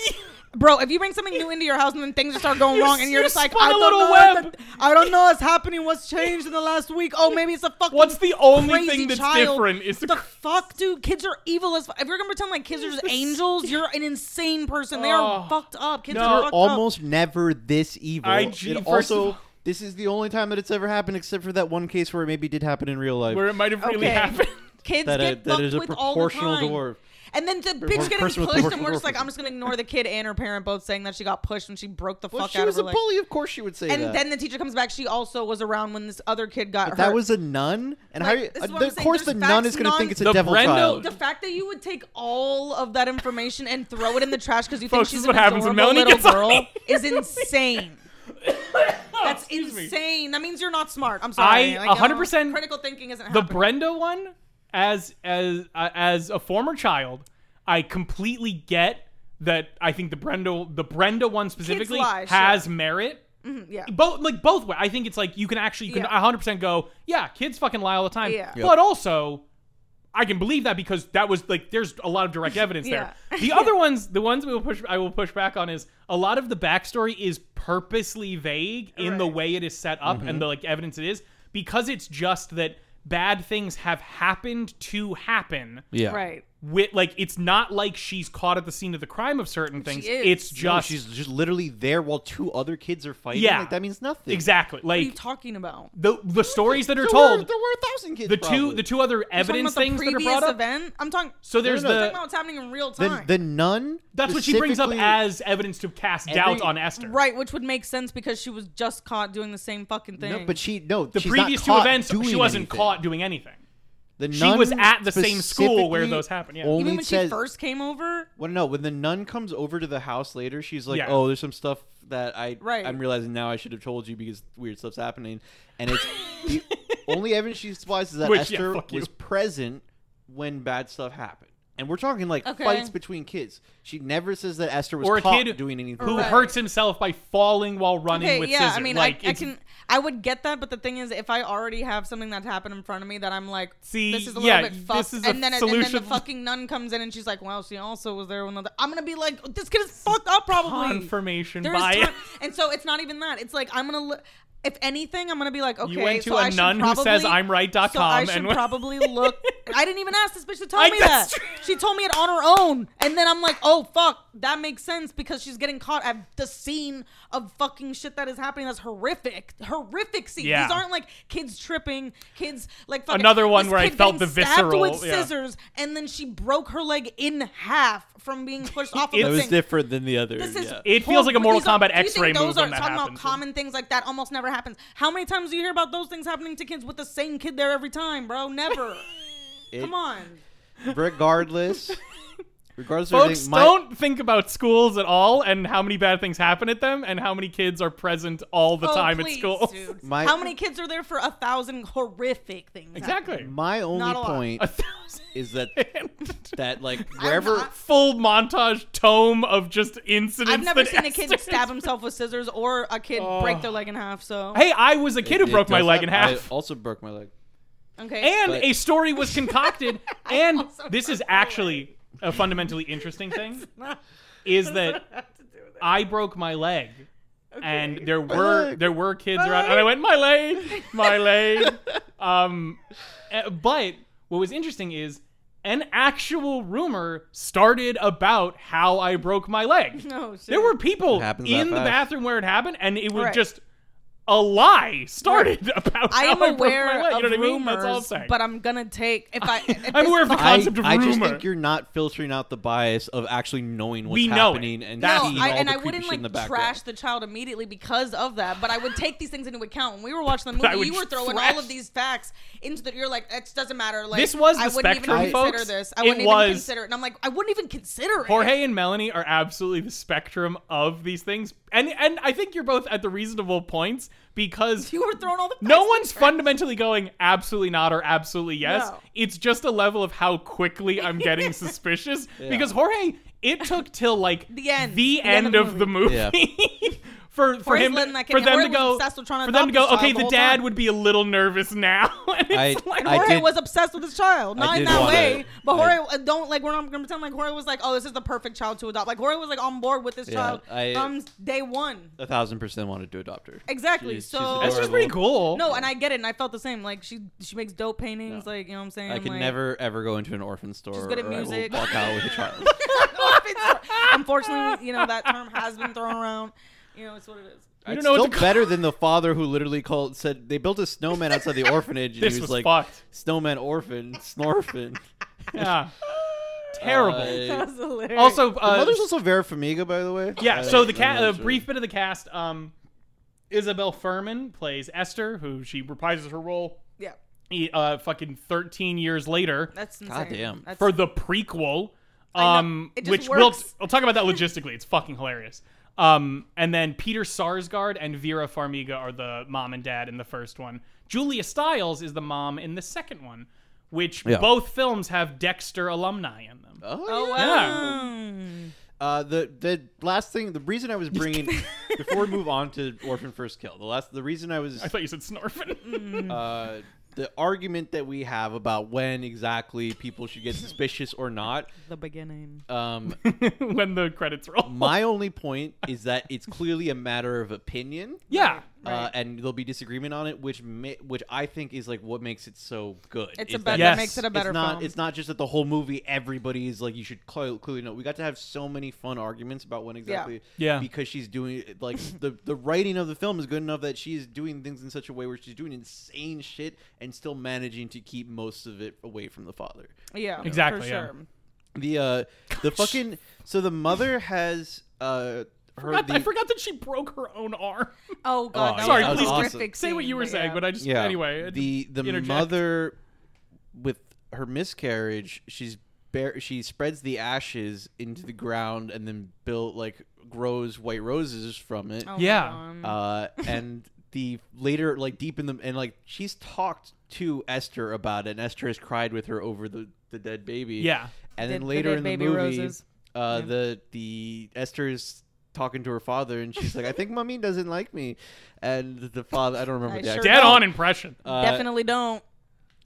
Speaker 3: Bro, if you bring something new into your house and then things just start going
Speaker 1: You-
Speaker 3: wrong and you're
Speaker 1: you
Speaker 3: just like,
Speaker 1: spun
Speaker 3: I
Speaker 1: a
Speaker 3: don't,
Speaker 1: little
Speaker 3: know
Speaker 1: web."
Speaker 3: what the- I don't know what's happening, what's changed in the last week. Oh, maybe it's a fucking
Speaker 1: What's the only
Speaker 3: crazy
Speaker 1: thing that's
Speaker 3: child.
Speaker 1: different is the,
Speaker 3: the fuck, dude? Kids are evil as fuck. If you're gonna pretend like kids are just angels, you're an insane person. They are
Speaker 1: Oh.
Speaker 3: fucked up. Kids
Speaker 1: No.
Speaker 3: are
Speaker 1: You're
Speaker 3: fucked up.
Speaker 2: almost never this evil.
Speaker 1: IG,
Speaker 2: It
Speaker 1: first
Speaker 2: also,
Speaker 1: of all-
Speaker 2: this is the only time that it's ever happened, except for that one case where it maybe did happen in real life.
Speaker 1: where it might have really
Speaker 3: Okay.
Speaker 1: happened.
Speaker 3: Kids
Speaker 2: that
Speaker 3: get
Speaker 2: a,
Speaker 3: fucked
Speaker 2: that is a
Speaker 3: with all
Speaker 2: proportional
Speaker 3: the time.
Speaker 2: dwarf.
Speaker 3: And then the bitch
Speaker 2: one
Speaker 3: getting
Speaker 2: person with
Speaker 3: pushed, and
Speaker 2: proportional
Speaker 3: we're just like,
Speaker 2: dwarfism.
Speaker 3: I'm just gonna ignore the kid and her parent both saying that she got pushed and she broke the
Speaker 2: Well,
Speaker 3: fuck
Speaker 2: she
Speaker 3: out
Speaker 2: was a
Speaker 3: of her. like-
Speaker 2: bully. Of course, she would say
Speaker 3: and
Speaker 2: that.
Speaker 3: then the teacher comes back. She also was around when this other kid got hurt.
Speaker 2: that was a nun, and
Speaker 3: Like,
Speaker 2: how? you-
Speaker 3: this
Speaker 2: uh,
Speaker 3: is what
Speaker 2: the-
Speaker 3: I'm
Speaker 2: of
Speaker 3: saying,
Speaker 2: course, the
Speaker 3: there's
Speaker 2: nun
Speaker 3: facts,
Speaker 2: is going to
Speaker 3: non-
Speaker 2: think it's a
Speaker 1: The
Speaker 2: devil
Speaker 1: Brenda-
Speaker 2: child.
Speaker 3: the fact that you would take all of that information and throw it in the trash because you
Speaker 1: Folks, this
Speaker 3: think she's
Speaker 1: is what
Speaker 3: an
Speaker 1: happens when
Speaker 3: adorable
Speaker 1: Melanie
Speaker 3: little
Speaker 1: gets on
Speaker 3: girl
Speaker 1: me.
Speaker 3: is insane. That's
Speaker 1: Oh, Excuse me.
Speaker 3: insane. That means you're not smart. I'm sorry.
Speaker 1: I-
Speaker 3: Like, you know,
Speaker 1: 100%
Speaker 3: critical thinking isn't
Speaker 1: the
Speaker 3: happening.
Speaker 1: Brenda one, as as uh, as a former child, I completely get that. I think the Brenda the Brenda one specifically
Speaker 3: lie,
Speaker 1: has
Speaker 3: sure.
Speaker 1: merit.
Speaker 3: yeah.
Speaker 1: Both like both way. I think it's like you can actually you can
Speaker 3: Yeah.
Speaker 1: 100 percent go. Yeah, kids fucking lie all the time.
Speaker 3: Yeah.
Speaker 2: Yep.
Speaker 1: But also, I can believe that because that was like there's a lot of direct evidence
Speaker 3: Yeah.
Speaker 1: there. The other ones, the ones we will push, I will push back on is a lot of the backstory is purposely vague in the
Speaker 3: Right.
Speaker 1: way it is set up and
Speaker 2: Mm-hmm.
Speaker 1: the like evidence it is because it's just that bad things have happened to happen.
Speaker 2: yeah,
Speaker 3: Right.
Speaker 1: With like, it's not like she's caught at the scene of the crime of certain things.
Speaker 3: is.
Speaker 1: It's
Speaker 2: No,
Speaker 1: just
Speaker 2: she's just literally there while two other kids are fighting.
Speaker 1: Yeah.
Speaker 2: like, that means nothing.
Speaker 1: exactly
Speaker 3: What are you
Speaker 1: like
Speaker 3: talking about?
Speaker 1: the the stories that are
Speaker 2: There
Speaker 1: told.
Speaker 2: were, there were a thousand kids.
Speaker 1: the
Speaker 2: probably.
Speaker 1: two the two other
Speaker 3: Talking
Speaker 1: evidence
Speaker 3: about the
Speaker 1: things that are
Speaker 3: previous
Speaker 1: brought up.
Speaker 3: event. I'm talking.
Speaker 1: So there's
Speaker 2: no, no,
Speaker 1: the
Speaker 3: talking about what's happening in real
Speaker 2: the,
Speaker 3: time.
Speaker 2: the nun.
Speaker 1: that's what she brings up
Speaker 2: specifically-
Speaker 1: as evidence to cast doubt on Esther.
Speaker 3: Right, which would make sense because she was just caught doing the same fucking thing.
Speaker 2: No, but she no.
Speaker 1: The previous two events, she wasn't caught doing anything.
Speaker 2: The
Speaker 1: She was
Speaker 2: nun
Speaker 1: at the same school where
Speaker 2: specifically
Speaker 1: those happened, yeah. You mean
Speaker 2: Only
Speaker 3: even when
Speaker 2: says,
Speaker 3: she first came over,
Speaker 2: Well, no. When the nun comes over to the house later, she's like,
Speaker 1: Yeah.
Speaker 2: "Oh, there's some stuff that I
Speaker 3: Right.
Speaker 2: I'm realizing now I should have told you because weird stuff's happening." And it's the only evidence she supplies is that
Speaker 1: Which, yeah,
Speaker 2: Esther
Speaker 1: fuck you.
Speaker 2: was present when bad stuff happened. And we're talking like
Speaker 3: Okay.
Speaker 2: fights between kids. She never says that Esther was
Speaker 1: Or a
Speaker 2: caught
Speaker 1: kid
Speaker 2: doing anything.
Speaker 1: Who
Speaker 3: Right.
Speaker 1: hurts himself by falling while running
Speaker 3: okay,
Speaker 1: with
Speaker 3: yeah,
Speaker 1: scissors?
Speaker 3: I mean,
Speaker 1: like,
Speaker 3: I, I
Speaker 1: it's-
Speaker 3: can, I would get that, but the thing is, if I already have something that's happened in front of me that I'm like,
Speaker 1: See,
Speaker 3: this is a
Speaker 1: yeah,
Speaker 3: little
Speaker 1: this
Speaker 3: bit fucked,
Speaker 1: is a
Speaker 3: and then and then
Speaker 1: solution.
Speaker 3: the fucking nun comes in and she's like, well, she also was there when the, I'm gonna be like, this kid is fucked up probably.
Speaker 1: confirmation
Speaker 3: There is
Speaker 1: bias.
Speaker 3: time, and so it's not even that. It's like I'm gonna. Look, if anything, I'm gonna be like, okay.
Speaker 1: You went to
Speaker 3: so
Speaker 1: a
Speaker 3: I should
Speaker 1: nun who
Speaker 3: probably,
Speaker 1: says I'm right.com
Speaker 3: So I
Speaker 1: and
Speaker 3: should
Speaker 1: went-
Speaker 3: probably look. I didn't even ask this bitch to tell
Speaker 1: I-
Speaker 3: me that.
Speaker 1: that's true.
Speaker 3: She told me it on her own, and then I'm like, oh fuck, that makes sense because she's getting caught at the scene of fucking shit that is happening. That's horrific, horrific scene.
Speaker 1: Yeah.
Speaker 3: These aren't like kids tripping, kids like fucking,
Speaker 1: Another one
Speaker 3: this
Speaker 1: where I
Speaker 3: kid
Speaker 1: felt
Speaker 3: getting
Speaker 1: the
Speaker 3: stabbed
Speaker 1: visceral,
Speaker 3: with
Speaker 1: yeah.
Speaker 3: scissors, and then she broke her leg in half from being pushed off of
Speaker 1: It
Speaker 3: the
Speaker 2: That was
Speaker 3: thing.
Speaker 2: different than the other.
Speaker 3: This is
Speaker 2: yeah.
Speaker 1: It feels like a Mortal
Speaker 3: these are-
Speaker 1: Kombat
Speaker 3: do you think
Speaker 1: X-ray
Speaker 3: those
Speaker 1: move
Speaker 3: are
Speaker 1: when that
Speaker 3: talking
Speaker 1: happens.
Speaker 3: about common things like that almost never happens. How many times do you hear about those things happening to kids with the same kid there every time, bro? Never.
Speaker 2: It-
Speaker 3: Come on.
Speaker 2: Regardless, Regardless of
Speaker 1: Folks,
Speaker 2: everything, my-
Speaker 1: don't think about schools at all and how many bad things happen at them and how many kids are present all the
Speaker 3: Oh,
Speaker 1: time
Speaker 3: please,
Speaker 1: at school.
Speaker 3: dude.
Speaker 2: My-
Speaker 3: How many kids are there for a thousand horrific things?
Speaker 1: Exactly.
Speaker 2: my only
Speaker 3: Not a lot.
Speaker 2: point
Speaker 1: A thousand
Speaker 2: is that
Speaker 1: and
Speaker 2: that like wherever
Speaker 3: not-
Speaker 1: full montage tome of just incidents.
Speaker 3: I've never
Speaker 1: that
Speaker 3: seen a kid
Speaker 1: Esther-
Speaker 3: stab himself with scissors or a kid break their leg in half. So
Speaker 1: Oh. Hey, I was a kid who
Speaker 2: It
Speaker 1: broke my
Speaker 2: does
Speaker 1: leg in
Speaker 2: happen.
Speaker 1: half.
Speaker 2: I also broke my leg.
Speaker 3: okay,
Speaker 1: and
Speaker 2: But-
Speaker 1: a story was concocted and
Speaker 3: also
Speaker 1: this is
Speaker 3: broke my
Speaker 1: actually a fundamentally interesting thing is that i broke my leg and there were
Speaker 2: leg.
Speaker 1: there were kids around and i went my leg my leg um eh, but what was interesting is an actual rumor started about how i broke my leg
Speaker 3: no, shit.
Speaker 1: there were people
Speaker 2: It happens that
Speaker 1: in the
Speaker 2: fast.
Speaker 1: bathroom where it happened and it was
Speaker 3: Right.
Speaker 1: just a lie started about
Speaker 3: I
Speaker 1: how
Speaker 3: am
Speaker 1: I broke my
Speaker 3: aware
Speaker 1: leg.
Speaker 3: of
Speaker 1: You know what I mean?
Speaker 3: rumors,
Speaker 1: That's all I'm saying.
Speaker 3: but I'm gonna take if I. if
Speaker 1: I'm
Speaker 3: this-
Speaker 1: aware of the
Speaker 2: I,
Speaker 1: concept of
Speaker 2: I
Speaker 1: rumor.
Speaker 2: just think you're not filtering out the bias of actually knowing what's
Speaker 1: We know it.
Speaker 2: happening and
Speaker 1: That's-
Speaker 2: seeing
Speaker 3: no, I,
Speaker 2: all
Speaker 3: and
Speaker 2: the
Speaker 3: I
Speaker 2: creepy
Speaker 3: wouldn't
Speaker 2: shit in the
Speaker 3: like
Speaker 2: background.
Speaker 3: trash the child immediately because of that, but I would take these things into account. When we were watching the
Speaker 1: But I
Speaker 3: movie, you
Speaker 1: would
Speaker 3: were throwing
Speaker 1: thrash-
Speaker 3: all of these facts into the. You're like, it doesn't matter. Like
Speaker 1: This was
Speaker 3: I
Speaker 1: the
Speaker 3: wouldn't
Speaker 1: spectrum,
Speaker 3: even consider
Speaker 1: folks.
Speaker 3: this. I
Speaker 1: It
Speaker 3: wouldn't
Speaker 1: was-
Speaker 3: even consider it. And I'm like, I wouldn't even consider it.
Speaker 1: Jorge and Melanie are absolutely the spectrum of these things, and and I think you're both at the reasonable points because
Speaker 3: you were throwing all the.
Speaker 1: no
Speaker 3: facts
Speaker 1: one's
Speaker 3: into the trash.
Speaker 1: fundamentally going absolutely not or absolutely yes.
Speaker 3: No.
Speaker 1: It's just a level of how quickly I'm getting suspicious because Jorge, it took till like
Speaker 3: The end. The
Speaker 1: end,
Speaker 3: end
Speaker 1: of, the movie. For, for
Speaker 3: Jorge's
Speaker 1: him,
Speaker 3: letting that kid
Speaker 1: for
Speaker 3: know.
Speaker 1: them
Speaker 3: Jorge
Speaker 1: to
Speaker 3: was
Speaker 1: go,
Speaker 3: obsessed with trying to
Speaker 1: for them to go.
Speaker 3: adopt this
Speaker 1: Okay,
Speaker 3: child the
Speaker 1: the
Speaker 3: whole
Speaker 1: dad
Speaker 3: time.
Speaker 1: would be a little nervous now. And it's
Speaker 2: I-
Speaker 1: like,
Speaker 2: I
Speaker 3: Jorge
Speaker 2: did-
Speaker 3: was obsessed with his child, not in
Speaker 2: did
Speaker 3: that
Speaker 2: wanna-
Speaker 3: way.
Speaker 2: I-
Speaker 3: But Jorge, uh, don't like. We're not gonna pretend like Jorge was like, "Oh, this is the perfect child to adopt." Like Jorge was like on board with this
Speaker 2: Yeah,
Speaker 3: child
Speaker 2: I-
Speaker 3: from day one.
Speaker 2: a thousand percent wanted to adopt her.
Speaker 3: Exactly.
Speaker 2: She's- she's
Speaker 3: so
Speaker 1: that's just pretty cool.
Speaker 3: No, and I get it, and I felt the same. Like she she makes dope paintings,
Speaker 2: No.
Speaker 3: like you know what I'm saying.
Speaker 2: I can
Speaker 3: like,
Speaker 2: never ever go into an orphan store
Speaker 3: good at
Speaker 2: or I will
Speaker 3: music.
Speaker 2: walk out with a child.
Speaker 3: Unfortunately, you know that term has been thrown around. You know, it's what it is.
Speaker 1: I don't
Speaker 2: It's
Speaker 1: know
Speaker 2: still
Speaker 1: what to call-
Speaker 2: better than the father who literally called said they built a snowman outside the orphanage and
Speaker 1: This
Speaker 2: he was,
Speaker 1: was
Speaker 2: like
Speaker 1: fucked. Uh,
Speaker 2: snowman orphan snorphin.
Speaker 1: Yeah. Terrible.
Speaker 2: Uh,
Speaker 3: That was hilarious.
Speaker 1: also,
Speaker 2: The
Speaker 1: uh,
Speaker 2: mother's also Vera Farmiga, by the way. Uh,
Speaker 1: yeah.
Speaker 2: I-
Speaker 1: So the
Speaker 2: I'm
Speaker 1: ca-
Speaker 2: not
Speaker 1: a
Speaker 2: sure.
Speaker 1: brief bit of the cast. Um, Isabel Furman plays Esther, who she reprises her role.
Speaker 3: yeah,
Speaker 1: e- Uh, fucking thirteen years later
Speaker 3: that's insane.
Speaker 2: Goddamn.
Speaker 3: That's,
Speaker 1: for the prequel.
Speaker 3: know.
Speaker 1: Um,
Speaker 3: It just
Speaker 1: which
Speaker 3: works.
Speaker 1: we'll we'll talk about that logistically. It's fucking hilarious. Um, and then Peter Sarsgaard and Vera Farmiga are the mom and dad in the first one. Julia Stiles is the mom in the second one, which
Speaker 2: Yeah.
Speaker 1: both films have Dexter alumni in them.
Speaker 2: Oh,
Speaker 3: oh
Speaker 2: yeah.
Speaker 3: wow.
Speaker 2: Uh, the the last thing, the reason I was bringing before we move on to Orphan First Kill, the last, the reason I was
Speaker 1: I thought you said Snorfin.
Speaker 2: uh, the argument that we have about when exactly people should get suspicious or not.
Speaker 3: The beginning.
Speaker 2: Um,
Speaker 1: when the credits roll.
Speaker 2: my only point is that it's clearly a matter of opinion.
Speaker 1: yeah.
Speaker 2: Uh, and there'll be disagreement on it, which may, which I think is like what makes it so good.
Speaker 3: It's
Speaker 2: is
Speaker 3: a better.
Speaker 2: that
Speaker 1: Yes.
Speaker 3: That makes it a better
Speaker 2: it's not
Speaker 3: film.
Speaker 2: it's not just that the whole movie everybody's like you should cl- clearly know we got to have so many fun arguments about when exactly
Speaker 1: Yeah.
Speaker 2: because she's doing like the the writing of the film is good enough that she's doing things in such a way where she's doing insane shit and still managing to keep most of it away from the father
Speaker 3: yeah,
Speaker 1: Exactly,
Speaker 3: For
Speaker 1: yeah.
Speaker 3: sure.
Speaker 2: the uh the fucking so the mother has uh her
Speaker 1: God,
Speaker 2: the,
Speaker 1: I forgot that she broke her own arm.
Speaker 3: Oh
Speaker 2: Oh,
Speaker 3: god. that
Speaker 2: yeah,
Speaker 1: Sorry,
Speaker 3: was
Speaker 1: please
Speaker 3: a
Speaker 2: awesome.
Speaker 3: horrific
Speaker 1: say what
Speaker 3: scene,
Speaker 1: you were saying,
Speaker 3: yeah.
Speaker 1: but I just
Speaker 2: yeah
Speaker 1: anyway. I had
Speaker 2: the the
Speaker 1: to interject.
Speaker 2: mother with her miscarriage she's bare she spreads the ashes into the ground and then built like grows white roses from it
Speaker 3: Oh my
Speaker 1: Yeah.
Speaker 3: God.
Speaker 2: uh and the later like deep in the and like she's talked to esther about it and esther has cried with her over the the dead baby
Speaker 1: Yeah.
Speaker 2: and then
Speaker 3: The- the
Speaker 2: later
Speaker 3: dead
Speaker 2: in the
Speaker 3: baby
Speaker 2: movie
Speaker 3: roses.
Speaker 2: uh
Speaker 3: Yeah.
Speaker 2: the the esther's talking to her father and she's like i think mommy doesn't like me and the father i don't remember
Speaker 3: I
Speaker 2: the
Speaker 3: sure
Speaker 2: actor-
Speaker 1: Dead
Speaker 3: No.
Speaker 1: on impression.
Speaker 2: uh,
Speaker 3: Definitely don't.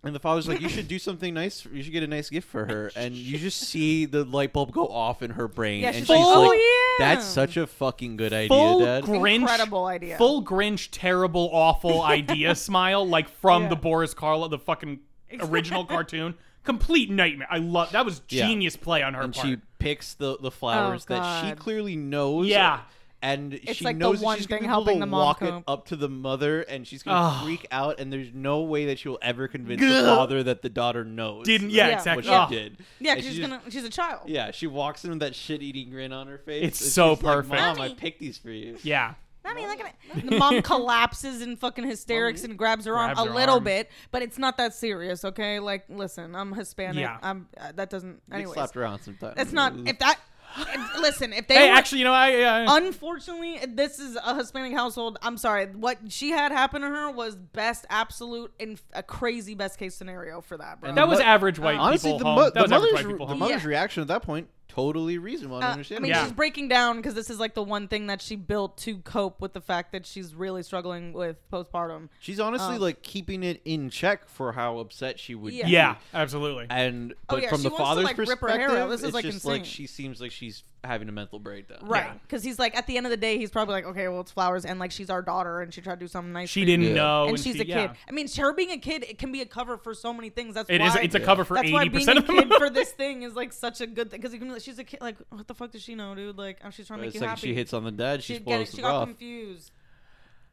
Speaker 2: and the father's like, "You should do something nice. You should get a nice gift for her." And you just see the light bulb go off in her brain,
Speaker 3: Yeah,
Speaker 2: and
Speaker 3: she's
Speaker 2: she's
Speaker 3: like,
Speaker 2: like,
Speaker 3: "Oh, yeah."
Speaker 2: "That's such a fucking good idea,
Speaker 1: full
Speaker 2: Dad."
Speaker 1: Grinch.
Speaker 3: Incredible idea.
Speaker 1: Full Grinch, terrible, awful idea smile, like from
Speaker 3: Yeah.
Speaker 1: the Boris Karloff, the fucking original cartoon. Complete nightmare. I love that was
Speaker 2: Yeah.
Speaker 1: genius play on her
Speaker 2: and
Speaker 1: part.
Speaker 2: she picks the the flowers that she
Speaker 3: God.
Speaker 2: clearly knows.
Speaker 1: Yeah.
Speaker 2: And she
Speaker 3: like the
Speaker 2: knows that
Speaker 3: one
Speaker 2: she's
Speaker 3: thing
Speaker 2: going to
Speaker 3: helping
Speaker 2: to
Speaker 3: the mom
Speaker 2: walk it
Speaker 3: cope.
Speaker 2: up to the mother, and she's going to
Speaker 1: Ugh.
Speaker 2: freak out, and there's no way that she will ever convince the father that the daughter knows.
Speaker 1: Didn't- yeah,
Speaker 2: what
Speaker 1: exactly.
Speaker 2: she
Speaker 1: Ugh.
Speaker 2: did.
Speaker 3: Yeah,
Speaker 2: And
Speaker 3: 'cause
Speaker 2: she
Speaker 3: she's
Speaker 2: just-
Speaker 3: gonna. She's a child.
Speaker 2: Yeah, she walks in with that shit-eating grin on her face.
Speaker 1: It's
Speaker 2: and
Speaker 1: so
Speaker 2: she's like,
Speaker 1: perfect.
Speaker 2: Mom, I
Speaker 3: Mommy.
Speaker 2: picked these for you.
Speaker 1: yeah.
Speaker 3: Mommy, look at it. The mom collapses in fucking hysterics and grabs her
Speaker 1: Grabs
Speaker 3: arm a
Speaker 1: her
Speaker 3: little
Speaker 1: arm.
Speaker 3: bit, but it's not that serious, okay? Like, listen, I'm Hispanic.
Speaker 1: Yeah.
Speaker 3: I'm uh, that doesn't.
Speaker 2: Anyways.
Speaker 3: Anyways,
Speaker 2: slapped around uh, sometimes.
Speaker 3: it's not if that. if- listen, if they
Speaker 1: Hey,
Speaker 3: were-
Speaker 1: actually, you know, I uh,
Speaker 3: unfortunately, this is a Hispanic household. I'm sorry. What she had happen to her was best absolute and a crazy best case scenario for that, bro.
Speaker 2: And
Speaker 1: that was
Speaker 2: Mo-
Speaker 1: average white
Speaker 2: honestly
Speaker 1: people
Speaker 2: the,
Speaker 1: home.
Speaker 2: mo-
Speaker 1: that
Speaker 2: the
Speaker 1: was average
Speaker 2: mother's,
Speaker 1: white people
Speaker 2: the
Speaker 1: home.
Speaker 3: mo-
Speaker 2: mother's
Speaker 3: Yeah.
Speaker 2: reaction at that point totally reasonable. I
Speaker 3: Uh,
Speaker 2: don't
Speaker 3: I
Speaker 2: understand.
Speaker 3: mean,
Speaker 2: it.
Speaker 1: Yeah.
Speaker 3: she's breaking down because this is like the one thing that she built to cope with the fact that she's really struggling with postpartum.
Speaker 2: She's honestly
Speaker 3: Um,
Speaker 2: like keeping it in check for how upset she would
Speaker 3: Yeah.
Speaker 2: be.
Speaker 1: yeah, absolutely.
Speaker 2: And
Speaker 3: Oh,
Speaker 2: but
Speaker 3: yeah,
Speaker 2: from
Speaker 3: she
Speaker 2: the
Speaker 3: wants to,
Speaker 2: father's
Speaker 3: like, rip her
Speaker 2: perspective,
Speaker 3: hair out. This is,
Speaker 2: it's
Speaker 3: like,
Speaker 2: just like
Speaker 3: insane.
Speaker 2: she seems like she's having a mental breakdown.
Speaker 3: Right.
Speaker 1: Yeah.
Speaker 3: Because he's like, at the end of the day, he's probably like, okay, well, it's flowers. And like, she's our daughter and she tried to do something nice.
Speaker 1: She
Speaker 3: for you.
Speaker 1: didn't
Speaker 2: Yeah.
Speaker 1: know,
Speaker 3: And she's
Speaker 1: she-
Speaker 3: a kid.
Speaker 1: yeah.
Speaker 3: I mean, her being a kid, it can be a cover for so many things. That's
Speaker 1: It
Speaker 3: why
Speaker 1: is. It's a cover for
Speaker 3: that's why
Speaker 1: eighty
Speaker 3: being
Speaker 1: percent
Speaker 3: a
Speaker 1: of the
Speaker 3: kid
Speaker 1: movie.
Speaker 3: for this thing is like such a good thing because you can be like, she's a kid. Like, what the fuck does she know, dude? Like, oh, she's trying
Speaker 2: But
Speaker 3: to
Speaker 2: it's
Speaker 3: make you
Speaker 2: like
Speaker 3: happy.
Speaker 2: she hits on the dad, she
Speaker 3: she get it.
Speaker 2: spoils
Speaker 3: She
Speaker 2: the
Speaker 3: got
Speaker 2: broth.
Speaker 3: confused.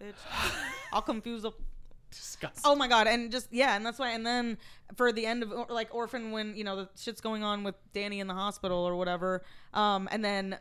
Speaker 3: Bitch, I'll confuse the
Speaker 1: Disgusting.
Speaker 3: Oh my god, and just yeah, and that's why. And then for the end of or- like Orphan, when you know the shit's going on with Danny in the hospital or whatever, um, and then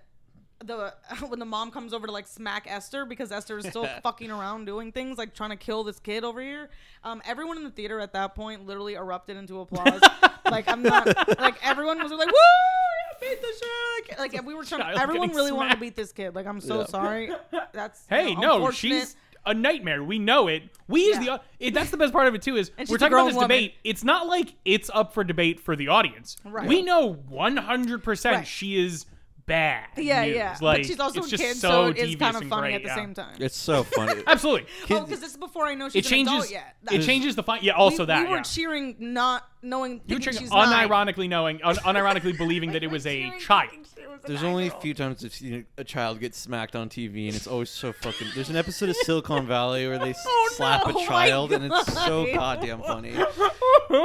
Speaker 3: the when the mom comes over to like smack Esther because Esther is still fucking around doing things like trying to kill this kid over here. Um, everyone in the theater at that point literally erupted into applause. like I'm not like everyone was like woo. I beat the shit out of the kid." Like if we were trying,
Speaker 1: Child
Speaker 3: everyone
Speaker 1: getting
Speaker 3: really wanted to
Speaker 1: smacked.
Speaker 3: beat this kid. Like I'm so
Speaker 2: Yeah.
Speaker 3: sorry. That's you
Speaker 1: Hey,
Speaker 3: know,
Speaker 1: no,
Speaker 3: unfortunate.
Speaker 1: she's a nightmare. We know it. We as
Speaker 3: Yeah.
Speaker 1: the it, that's the best part of it too is
Speaker 3: And she's
Speaker 1: we're
Speaker 3: a
Speaker 1: talking about
Speaker 3: grown
Speaker 1: this
Speaker 3: woman.
Speaker 1: debate. It's not like it's up for debate for the audience.
Speaker 3: Right.
Speaker 1: We know one hundred percent
Speaker 3: Right.
Speaker 1: she is bad.
Speaker 3: Yeah,
Speaker 1: news.
Speaker 3: yeah.
Speaker 1: Like,
Speaker 3: but she's also
Speaker 1: it's
Speaker 3: a
Speaker 1: just
Speaker 3: kid,
Speaker 1: so,
Speaker 3: it is
Speaker 1: devious
Speaker 3: kind of
Speaker 1: and
Speaker 3: funny
Speaker 1: great,
Speaker 3: at the
Speaker 1: yeah.
Speaker 3: same time.
Speaker 2: It's so funny.
Speaker 1: Absolutely.
Speaker 3: Oh, because this is before I know she's
Speaker 1: it
Speaker 3: an
Speaker 1: changes.
Speaker 3: adult yet.
Speaker 1: It changes the fine. Yeah, also
Speaker 3: we,
Speaker 1: that.
Speaker 3: we were
Speaker 1: yeah.
Speaker 3: cheering, not knowing.
Speaker 1: you were
Speaker 3: thinking
Speaker 1: cheering
Speaker 3: she's nine.
Speaker 1: unironically knowing, un- unironically believing that it
Speaker 3: We're
Speaker 1: was a
Speaker 3: cheering,
Speaker 1: child.
Speaker 3: thinking she was a
Speaker 2: There's
Speaker 3: nine
Speaker 2: only a
Speaker 3: year old.
Speaker 2: few times I've seen a child get smacked on TV, and it's always so fucking. There's an episode of Silicon Valley where they
Speaker 3: Oh,
Speaker 2: slap
Speaker 3: no. Oh,
Speaker 2: a
Speaker 3: my
Speaker 2: child, and it's so
Speaker 3: God.
Speaker 2: goddamn funny.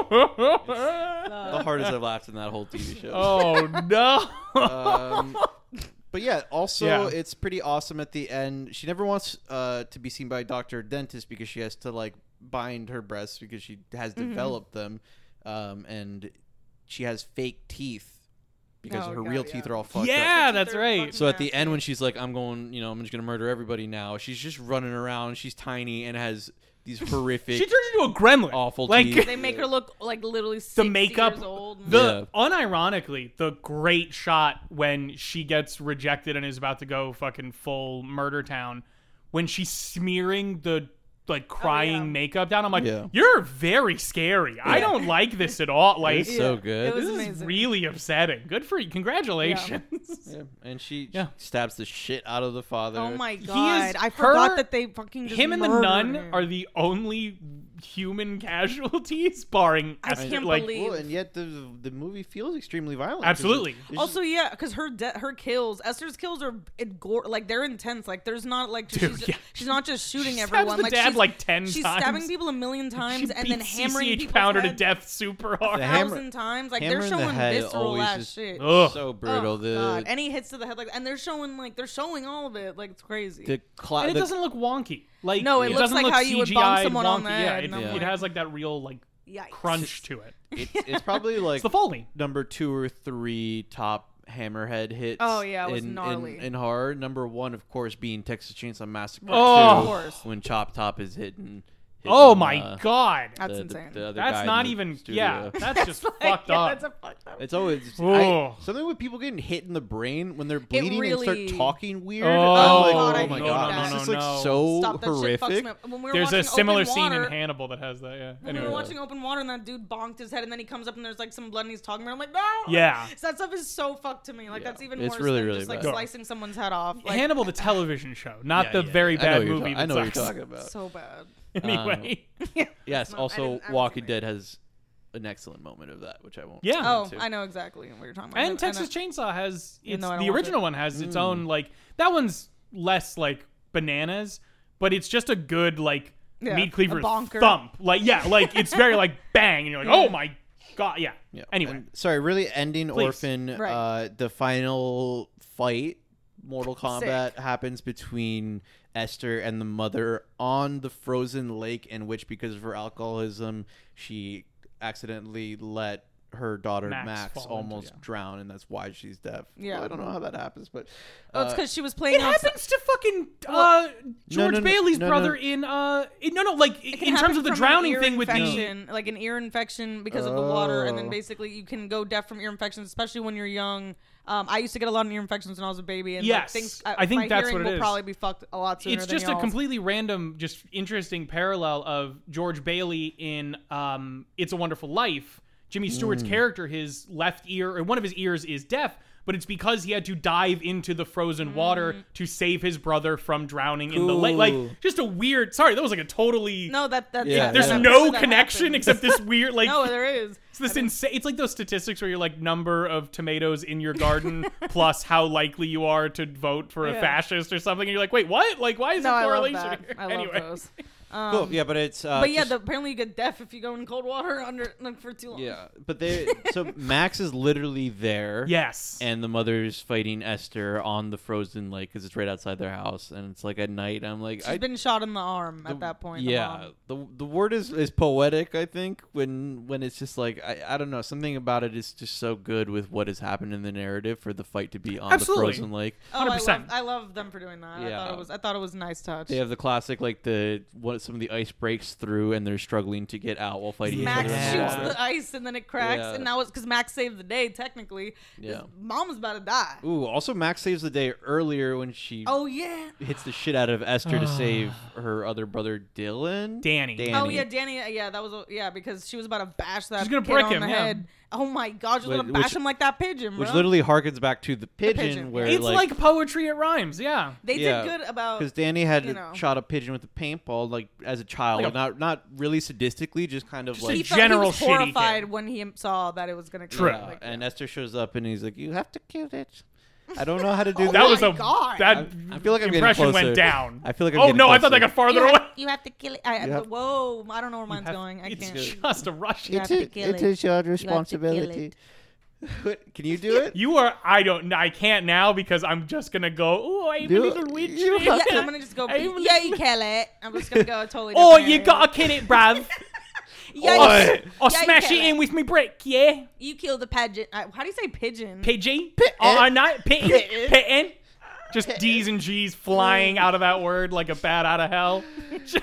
Speaker 2: The hardest I've laughed in that whole TV show.
Speaker 1: oh no.
Speaker 2: Um, but yeah, also
Speaker 1: Yeah.
Speaker 2: it's pretty awesome at the end. She never wants uh, to be seen by a doctor or dentist because she has to like bind her breasts because she has
Speaker 1: Mm-hmm.
Speaker 2: developed them, um, and she has fake teeth because
Speaker 3: Oh,
Speaker 2: her
Speaker 3: God,
Speaker 2: real
Speaker 3: yeah.
Speaker 2: teeth are all fucked up.
Speaker 1: yeah, that's
Speaker 3: They're
Speaker 1: right.
Speaker 3: fucking
Speaker 2: So at the
Speaker 3: nasty.
Speaker 2: end, when she's like, "I'm going," you know, I'm just gonna murder everybody now. She's just running around. She's tiny and has these horrific.
Speaker 1: She turns into a gremlin.
Speaker 2: Awful
Speaker 1: Like
Speaker 2: teeth.
Speaker 3: they make her look like literally 60
Speaker 1: the makeup.
Speaker 3: years old.
Speaker 1: The unironically, the great shot when she gets rejected and is about to go fucking full murder town, when she's smearing the
Speaker 3: Oh,
Speaker 1: like crying makeup down. I'm like,
Speaker 2: Yeah.
Speaker 1: you're very scary. I don't like this at all. Like.
Speaker 2: It's so good.
Speaker 3: It was
Speaker 1: this is
Speaker 3: amazing.
Speaker 1: really upsetting. Good for you. Congratulations.
Speaker 2: yeah, and she
Speaker 1: Yeah.
Speaker 2: stabs the shit out of the father.
Speaker 3: oh my god! I
Speaker 1: her-
Speaker 3: forgot that they fucking just
Speaker 1: Him and the
Speaker 3: murdered
Speaker 1: nun
Speaker 3: him.
Speaker 1: are the only human casualties, barring
Speaker 3: I
Speaker 1: Esther.
Speaker 3: can't
Speaker 1: like,
Speaker 3: believe-
Speaker 2: Well, and yet the the movie feels extremely violent.
Speaker 1: Absolutely.
Speaker 2: It's just-
Speaker 3: Also, yeah, because her de- her kills, Esther's kills are it gore, like they're intense. Like there's not like
Speaker 1: Dude,
Speaker 3: she's,
Speaker 1: yeah.
Speaker 3: she's not just shooting
Speaker 1: She stabs
Speaker 3: everyone.
Speaker 1: the
Speaker 3: like
Speaker 1: dad,
Speaker 3: she's,
Speaker 1: like, 10
Speaker 3: She's
Speaker 1: times.
Speaker 3: stabbing people a million times
Speaker 1: she
Speaker 3: and then
Speaker 1: beats
Speaker 3: hammering
Speaker 1: CCH
Speaker 3: people's
Speaker 1: Pounder to
Speaker 3: heads
Speaker 1: death super hard.
Speaker 2: The
Speaker 3: a
Speaker 2: hammer-
Speaker 3: thousand times. Like
Speaker 2: hammer
Speaker 3: they're
Speaker 2: in the
Speaker 3: showing
Speaker 2: head
Speaker 3: visceral
Speaker 2: always
Speaker 3: ass
Speaker 2: is-
Speaker 3: shit.
Speaker 1: Ugh.
Speaker 2: so brutal.
Speaker 3: Oh,
Speaker 2: the
Speaker 3: God. And he hits to the head like, and they're showing like they're showing all of it. Like it's crazy.
Speaker 2: the cla-
Speaker 1: and it
Speaker 2: the-
Speaker 1: doesn't look wonky. Like
Speaker 3: No, it looks
Speaker 1: doesn't
Speaker 3: like
Speaker 1: look
Speaker 3: how you would bomb
Speaker 1: CGI
Speaker 3: someone
Speaker 1: wonky.
Speaker 3: on the
Speaker 1: yeah,
Speaker 3: head,
Speaker 1: it,
Speaker 3: and
Speaker 2: I'm
Speaker 1: it
Speaker 2: like-
Speaker 1: has like that real like
Speaker 3: Yikes.
Speaker 1: crunch to it.
Speaker 2: it's, it's probably like
Speaker 1: It's the Foley.
Speaker 2: number two or three top hammerhead hits.
Speaker 3: Oh, yeah, it was
Speaker 2: in,
Speaker 3: gnarly.
Speaker 2: in, in horror. Number one, of course, being Texas Chainsaw Massacre.
Speaker 1: Oh.
Speaker 3: Of
Speaker 2: 2,
Speaker 3: course.
Speaker 2: when Chop Top is hitting.
Speaker 1: Oh
Speaker 2: hitting,
Speaker 1: my
Speaker 2: uh,
Speaker 1: god,
Speaker 3: That's
Speaker 2: the- the-
Speaker 3: insane.
Speaker 2: the other guy
Speaker 1: that's
Speaker 2: in
Speaker 1: not
Speaker 2: the
Speaker 1: even.
Speaker 2: studio.
Speaker 1: Yeah, that's just
Speaker 3: Like,
Speaker 1: fucked
Speaker 3: yeah,
Speaker 1: up.
Speaker 3: that's a fucked up.
Speaker 2: It's always I-
Speaker 1: Oh.
Speaker 2: something with people getting hit in the brain when they're bleeding and
Speaker 3: really-
Speaker 2: start talking weird.
Speaker 1: Oh,
Speaker 2: I'm like,
Speaker 3: God, I
Speaker 2: oh my
Speaker 3: hate
Speaker 2: god,
Speaker 3: that.
Speaker 2: this is
Speaker 1: No,
Speaker 2: like
Speaker 1: no, no.
Speaker 2: so
Speaker 3: Stop that shit.
Speaker 2: horrific.
Speaker 3: Fucks me up. When we were
Speaker 1: There's
Speaker 3: watching
Speaker 1: a similar
Speaker 3: Open
Speaker 1: scene
Speaker 3: Water,
Speaker 1: in Hannibal that has that. Yeah.
Speaker 3: When we
Speaker 1: Anyway.
Speaker 3: were watching Open Water and that dude bonked his head and then he comes up and there's like some blood and he's talking about it. I'm like, no!
Speaker 1: Yeah.
Speaker 3: So that stuff is so fucked to me. Like
Speaker 2: Yeah.
Speaker 3: that's even
Speaker 2: It's
Speaker 3: worse
Speaker 2: really,
Speaker 3: than
Speaker 2: really
Speaker 3: just like
Speaker 2: bad.
Speaker 3: slicing someone's head off. Like,
Speaker 1: Hannibal, the television show, not
Speaker 2: Yeah,
Speaker 1: the
Speaker 2: yeah,
Speaker 1: very
Speaker 2: yeah. I know
Speaker 1: bad
Speaker 2: what you're
Speaker 1: movie.
Speaker 2: talk- I
Speaker 1: that
Speaker 2: know what you're um,
Speaker 1: sucks.
Speaker 2: talking about.
Speaker 3: so bad.
Speaker 1: Anyway,
Speaker 2: Yes.
Speaker 3: No, I
Speaker 2: also,
Speaker 3: didn't- I haven't
Speaker 2: Walking
Speaker 3: seen it.
Speaker 2: Dead has an excellent moment of that, which I won't.
Speaker 1: Yeah.
Speaker 3: Oh,
Speaker 2: into.
Speaker 3: I know exactly what you're talking about.
Speaker 1: and Texas Chainsaw has
Speaker 3: Even
Speaker 1: it's,
Speaker 3: though I don't
Speaker 1: the
Speaker 3: watch
Speaker 1: original
Speaker 3: it.
Speaker 1: one has
Speaker 2: Hmm.
Speaker 1: its own like that one's less like bananas, but it's just a good like
Speaker 3: Yeah,
Speaker 1: meat
Speaker 3: a
Speaker 1: cleaver
Speaker 3: bonker.
Speaker 1: thump. Like yeah, like it's very like bang, and you're like oh my god, yeah.
Speaker 2: Yeah.
Speaker 1: Anyway,
Speaker 2: And- sorry, really ending
Speaker 1: Please.
Speaker 2: Orphan.
Speaker 3: Right.
Speaker 2: Uh, the final fight, Mortal Kombat,
Speaker 3: Sick.
Speaker 2: happens between Esther and the mother on the frozen lake, in which, because of her alcoholism, she accidentally let her daughter
Speaker 1: Max
Speaker 2: Max,
Speaker 1: fall into,
Speaker 2: almost
Speaker 1: yeah.
Speaker 2: drowned, and that's why she's deaf.
Speaker 3: Yeah.
Speaker 2: Well, I don't know how that happens, but
Speaker 3: Oh, it's
Speaker 2: uh,
Speaker 3: because she was
Speaker 1: It
Speaker 3: playing. outs-
Speaker 1: happens to fucking uh, George
Speaker 2: no, no,
Speaker 1: Bailey's
Speaker 2: no, no.
Speaker 1: brother in uh in, no no like
Speaker 3: It
Speaker 1: in
Speaker 3: can
Speaker 1: terms
Speaker 3: happen
Speaker 1: of the
Speaker 3: from an
Speaker 1: drowning
Speaker 3: ear
Speaker 1: thing with the
Speaker 3: infection, like an ear infection because of the water, and then
Speaker 2: Oh.
Speaker 3: basically you can go deaf from ear infections, especially when you're young. Um, I used to get a lot of ear infections when I was a baby, and like,
Speaker 1: Yes.
Speaker 3: things, uh,
Speaker 1: I think
Speaker 3: my
Speaker 1: that's
Speaker 3: hearing
Speaker 1: what it
Speaker 3: will
Speaker 1: is.
Speaker 3: probably be fucked a lot sooner.
Speaker 1: it's
Speaker 3: than
Speaker 1: just a
Speaker 3: y'all's.
Speaker 1: completely random, just interesting parallel of George Bailey in um, "It's a Wonderful Life." Jimmy Stewart's character, his left ear or one of his ears is deaf, but it's because he had to dive into the frozen
Speaker 3: Hmm.
Speaker 1: water to save his brother from drowning in the lake.
Speaker 2: Cool.
Speaker 1: Like, just a weird. Sorry, that was like a totally.
Speaker 3: No, that that's
Speaker 2: Yeah,
Speaker 1: there's
Speaker 2: yeah.
Speaker 1: no
Speaker 3: that
Speaker 1: connection
Speaker 3: happened.
Speaker 1: except this weird like.
Speaker 3: no, there is.
Speaker 1: It's this insane. It's like those statistics where you're like number of tomatoes in your garden plus how likely you are to vote for a
Speaker 3: Yeah.
Speaker 1: fascist or something. And you're like, wait, what? Like, why is
Speaker 3: No,
Speaker 1: there
Speaker 3: I love
Speaker 1: correlation?
Speaker 3: that.
Speaker 1: here?
Speaker 3: I love
Speaker 1: anyway.
Speaker 3: those.
Speaker 2: cool. Yeah, but it's uh,
Speaker 3: But yeah,
Speaker 2: just-
Speaker 3: the, apparently you get deaf if you go in cold water under like, for too long.
Speaker 2: yeah, but they so Max is literally there.
Speaker 1: Yes.
Speaker 2: and the mother's fighting Esther on the frozen lake because it's right outside their house, and it's like at night. I'm like,
Speaker 3: She's
Speaker 2: I,
Speaker 3: been shot in the arm
Speaker 2: the-
Speaker 3: at that point. the
Speaker 2: Yeah,
Speaker 3: mom.
Speaker 2: the the, word is, is poetic. I think when when it's just like I, I don't know something about it is just so good with what has happened in the narrative for the fight to be on
Speaker 1: Absolutely.
Speaker 2: the frozen lake.
Speaker 3: Oh, I love,
Speaker 1: 100%.
Speaker 3: I love them for doing that. I thought
Speaker 2: Yeah.
Speaker 3: it was. I thought it was a nice touch.
Speaker 2: They have the classic like the what some of the ice breaks through and they're struggling to get out while fighting. each
Speaker 3: Max
Speaker 2: other in
Speaker 1: Yeah.
Speaker 3: shoots
Speaker 2: the water.
Speaker 3: the ice and then it cracks,
Speaker 2: Yeah.
Speaker 3: and now it's because Max saved the day. Technically,
Speaker 2: Yeah.
Speaker 3: his mom was about to die.
Speaker 2: Ooh, also Max saves the day earlier when she
Speaker 3: Oh yeah.
Speaker 2: hits the shit out of Esther to save her other brother Dylan.
Speaker 1: Danny.
Speaker 3: Oh
Speaker 2: Danny.
Speaker 3: yeah, Danny. Yeah, that was a- yeah because she was about to bash that.
Speaker 1: She's gonna
Speaker 3: kid
Speaker 1: brick
Speaker 3: on
Speaker 1: him,
Speaker 3: The
Speaker 1: yeah.
Speaker 3: head. Oh my god, she's gonna
Speaker 2: Which-
Speaker 3: bash
Speaker 2: which-
Speaker 3: him like that pigeon, bro.
Speaker 2: Which literally harkens back to the pigeon,
Speaker 3: pigeon.
Speaker 2: where
Speaker 1: It's like, poetry. It rhymes. Yeah.
Speaker 3: they
Speaker 2: yeah,
Speaker 3: did good about.
Speaker 2: because Danny had
Speaker 3: you
Speaker 2: to
Speaker 3: know.
Speaker 2: shot a pigeon with a paintball like as a child,
Speaker 1: Like a-
Speaker 2: not not really sadistically, just kind of
Speaker 1: Just
Speaker 2: like.
Speaker 3: he
Speaker 1: a
Speaker 3: felt he
Speaker 1: general
Speaker 3: was
Speaker 1: shitty
Speaker 3: horrified
Speaker 1: kid.
Speaker 3: when he saw that it was gonna.
Speaker 1: True.
Speaker 3: come.
Speaker 2: Yeah,
Speaker 3: Like,
Speaker 2: and Esther shows up and he's like, "You have to kill it." I don't know how to do
Speaker 3: Oh
Speaker 2: that.
Speaker 1: that was
Speaker 3: my
Speaker 1: a
Speaker 3: God.
Speaker 1: that
Speaker 2: I- I feel like I'm getting
Speaker 1: impression
Speaker 2: closer.
Speaker 1: went down.
Speaker 2: I feel like I'm
Speaker 1: oh
Speaker 2: getting
Speaker 1: no, I thought that
Speaker 2: closer.
Speaker 1: got farther
Speaker 3: you,
Speaker 1: away.
Speaker 3: have, you have to kill it. I,
Speaker 2: You have-
Speaker 3: whoa, I don't know where mine's
Speaker 1: Have-
Speaker 3: going. I
Speaker 1: it's
Speaker 3: can't.
Speaker 1: just a Russian.
Speaker 3: have to kill it.
Speaker 2: your
Speaker 4: responsibility.
Speaker 2: What- Can you do it?
Speaker 1: You are. I don't. I can't now because I'm just gonna go. Oh, I'm
Speaker 2: You-
Speaker 1: a little witch.
Speaker 2: you-
Speaker 3: Yeah, I'm gonna just go.
Speaker 1: I
Speaker 3: "Yeah,
Speaker 1: will-
Speaker 3: yeah, you kill it. I'm just gonna go a totally.
Speaker 1: oh,
Speaker 3: different
Speaker 1: you
Speaker 3: area.
Speaker 1: gotta kill it, bruv.
Speaker 3: Yeah,
Speaker 1: Or-
Speaker 3: you-
Speaker 1: or
Speaker 2: Oi.
Speaker 3: Yeah, you
Speaker 1: smash
Speaker 3: kill
Speaker 1: it in with me brick, yeah.
Speaker 3: You kill the pageant. I, how do you say pigeon?
Speaker 1: PG? Or a night? Pitten? Pitten? Just D's and G's flying out of that word like a bat out of hell.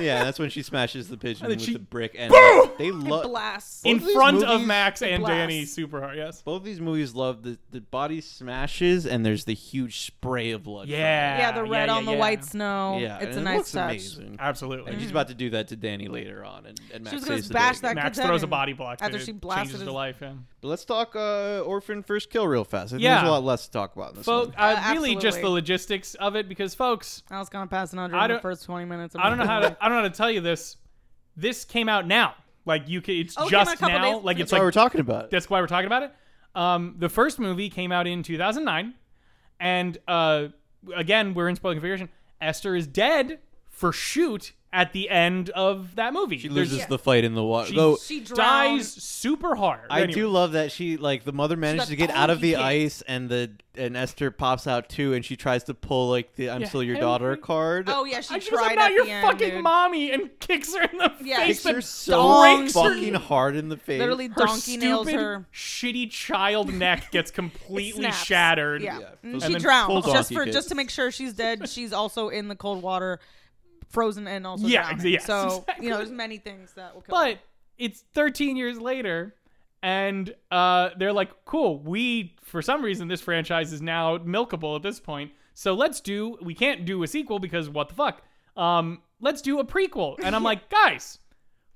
Speaker 2: yeah, that's when she smashes the pigeon
Speaker 1: And then
Speaker 2: with
Speaker 1: she-
Speaker 2: the brick, and they love
Speaker 3: blast.
Speaker 1: in
Speaker 2: Both these
Speaker 1: front of
Speaker 2: movies-
Speaker 1: Max and
Speaker 3: blast.
Speaker 1: Danny super hard, yes.
Speaker 2: both these movies love the the body smashes and there's the huge spray of blood. from it.
Speaker 1: Yeah.
Speaker 3: yeah, the red
Speaker 1: yeah,
Speaker 3: on the
Speaker 1: yeah.
Speaker 3: white snow.
Speaker 2: yeah,
Speaker 3: it's
Speaker 2: and
Speaker 3: a
Speaker 2: it
Speaker 3: nice
Speaker 2: looks
Speaker 3: touch.
Speaker 2: Amazing.
Speaker 1: Absolutely.
Speaker 2: And she's about to do that to Danny later on, and, and Max
Speaker 3: was gonna
Speaker 2: saves the day
Speaker 3: bash
Speaker 2: again.
Speaker 3: that-
Speaker 1: Max
Speaker 3: Good
Speaker 1: throws a
Speaker 3: timing.
Speaker 1: body block. and
Speaker 3: After
Speaker 1: it
Speaker 3: she blasted
Speaker 1: changes
Speaker 3: his-
Speaker 1: to life. Yeah.
Speaker 2: But let's talk uh, Orphan First Kill real fast. I think
Speaker 1: Yeah.
Speaker 2: There's a lot less to talk about in this
Speaker 1: Folk,
Speaker 2: one.
Speaker 1: uh, really, just
Speaker 3: absolutely.
Speaker 1: the logistics of it, because folks,
Speaker 3: I was gonna pass an under
Speaker 1: I
Speaker 3: in the
Speaker 1: don't-
Speaker 3: first twenty minutes. of
Speaker 1: I don't know
Speaker 3: my
Speaker 1: how
Speaker 3: life.
Speaker 1: to, I don't know how to tell you this. This came out now. Like you, could, it's
Speaker 3: Oh, it came out a
Speaker 1: just
Speaker 3: couple
Speaker 1: now.
Speaker 3: days-
Speaker 1: Like it's
Speaker 2: That's why
Speaker 1: like
Speaker 2: we're talking about it.
Speaker 1: that's why we're talking about it. Um, the first movie came out in 2009, and uh, again, we're in spoiler configuration. Esther is dead for shoot at the end of that movie.
Speaker 2: She
Speaker 1: There's-
Speaker 2: loses the fight in the water.
Speaker 1: She-
Speaker 2: Though
Speaker 3: she drowned.
Speaker 1: dies super hard.
Speaker 2: I
Speaker 1: Anyway.
Speaker 2: do love that she like the mother manages
Speaker 3: got
Speaker 2: to get out of the
Speaker 3: donkey kicked.
Speaker 2: ice, and the and Esther pops out too, and she tries to pull like the "I'm
Speaker 1: Yeah,
Speaker 2: still your
Speaker 1: every-
Speaker 2: daughter" card.
Speaker 3: Oh yeah, she
Speaker 1: I just
Speaker 3: tried
Speaker 1: am not
Speaker 3: at
Speaker 1: your
Speaker 3: the end,
Speaker 1: fucking
Speaker 3: dude.
Speaker 1: mommy and kicks her in the
Speaker 3: Yeah.
Speaker 1: face.
Speaker 2: Kicks her
Speaker 1: and
Speaker 2: so
Speaker 1: breaks her-
Speaker 2: fucking hard in the face.
Speaker 3: Literally,
Speaker 1: her
Speaker 3: donkey nails
Speaker 1: stupid,
Speaker 3: her.
Speaker 1: Shitty child neck gets completely
Speaker 3: snaps.
Speaker 1: shattered.
Speaker 3: Yeah,
Speaker 2: Yeah,
Speaker 3: Mm,
Speaker 2: full-
Speaker 1: and
Speaker 3: she
Speaker 1: then
Speaker 2: full
Speaker 3: drowned just
Speaker 2: donkey
Speaker 3: for
Speaker 2: kick.
Speaker 3: just to make sure she's dead. She's also in the cold water, frozen and also
Speaker 1: Yeah, ex-
Speaker 3: drowning.
Speaker 1: yes,
Speaker 3: so
Speaker 1: exactly.
Speaker 3: you know, there's many things that will kill. her.
Speaker 1: But it's 13 years later, and uh, they're like, cool, we, for some reason, this franchise is now milkable at this point. So let's do, we can't do a sequel because what the fuck? Um, let's do a prequel. And I'm like, guys,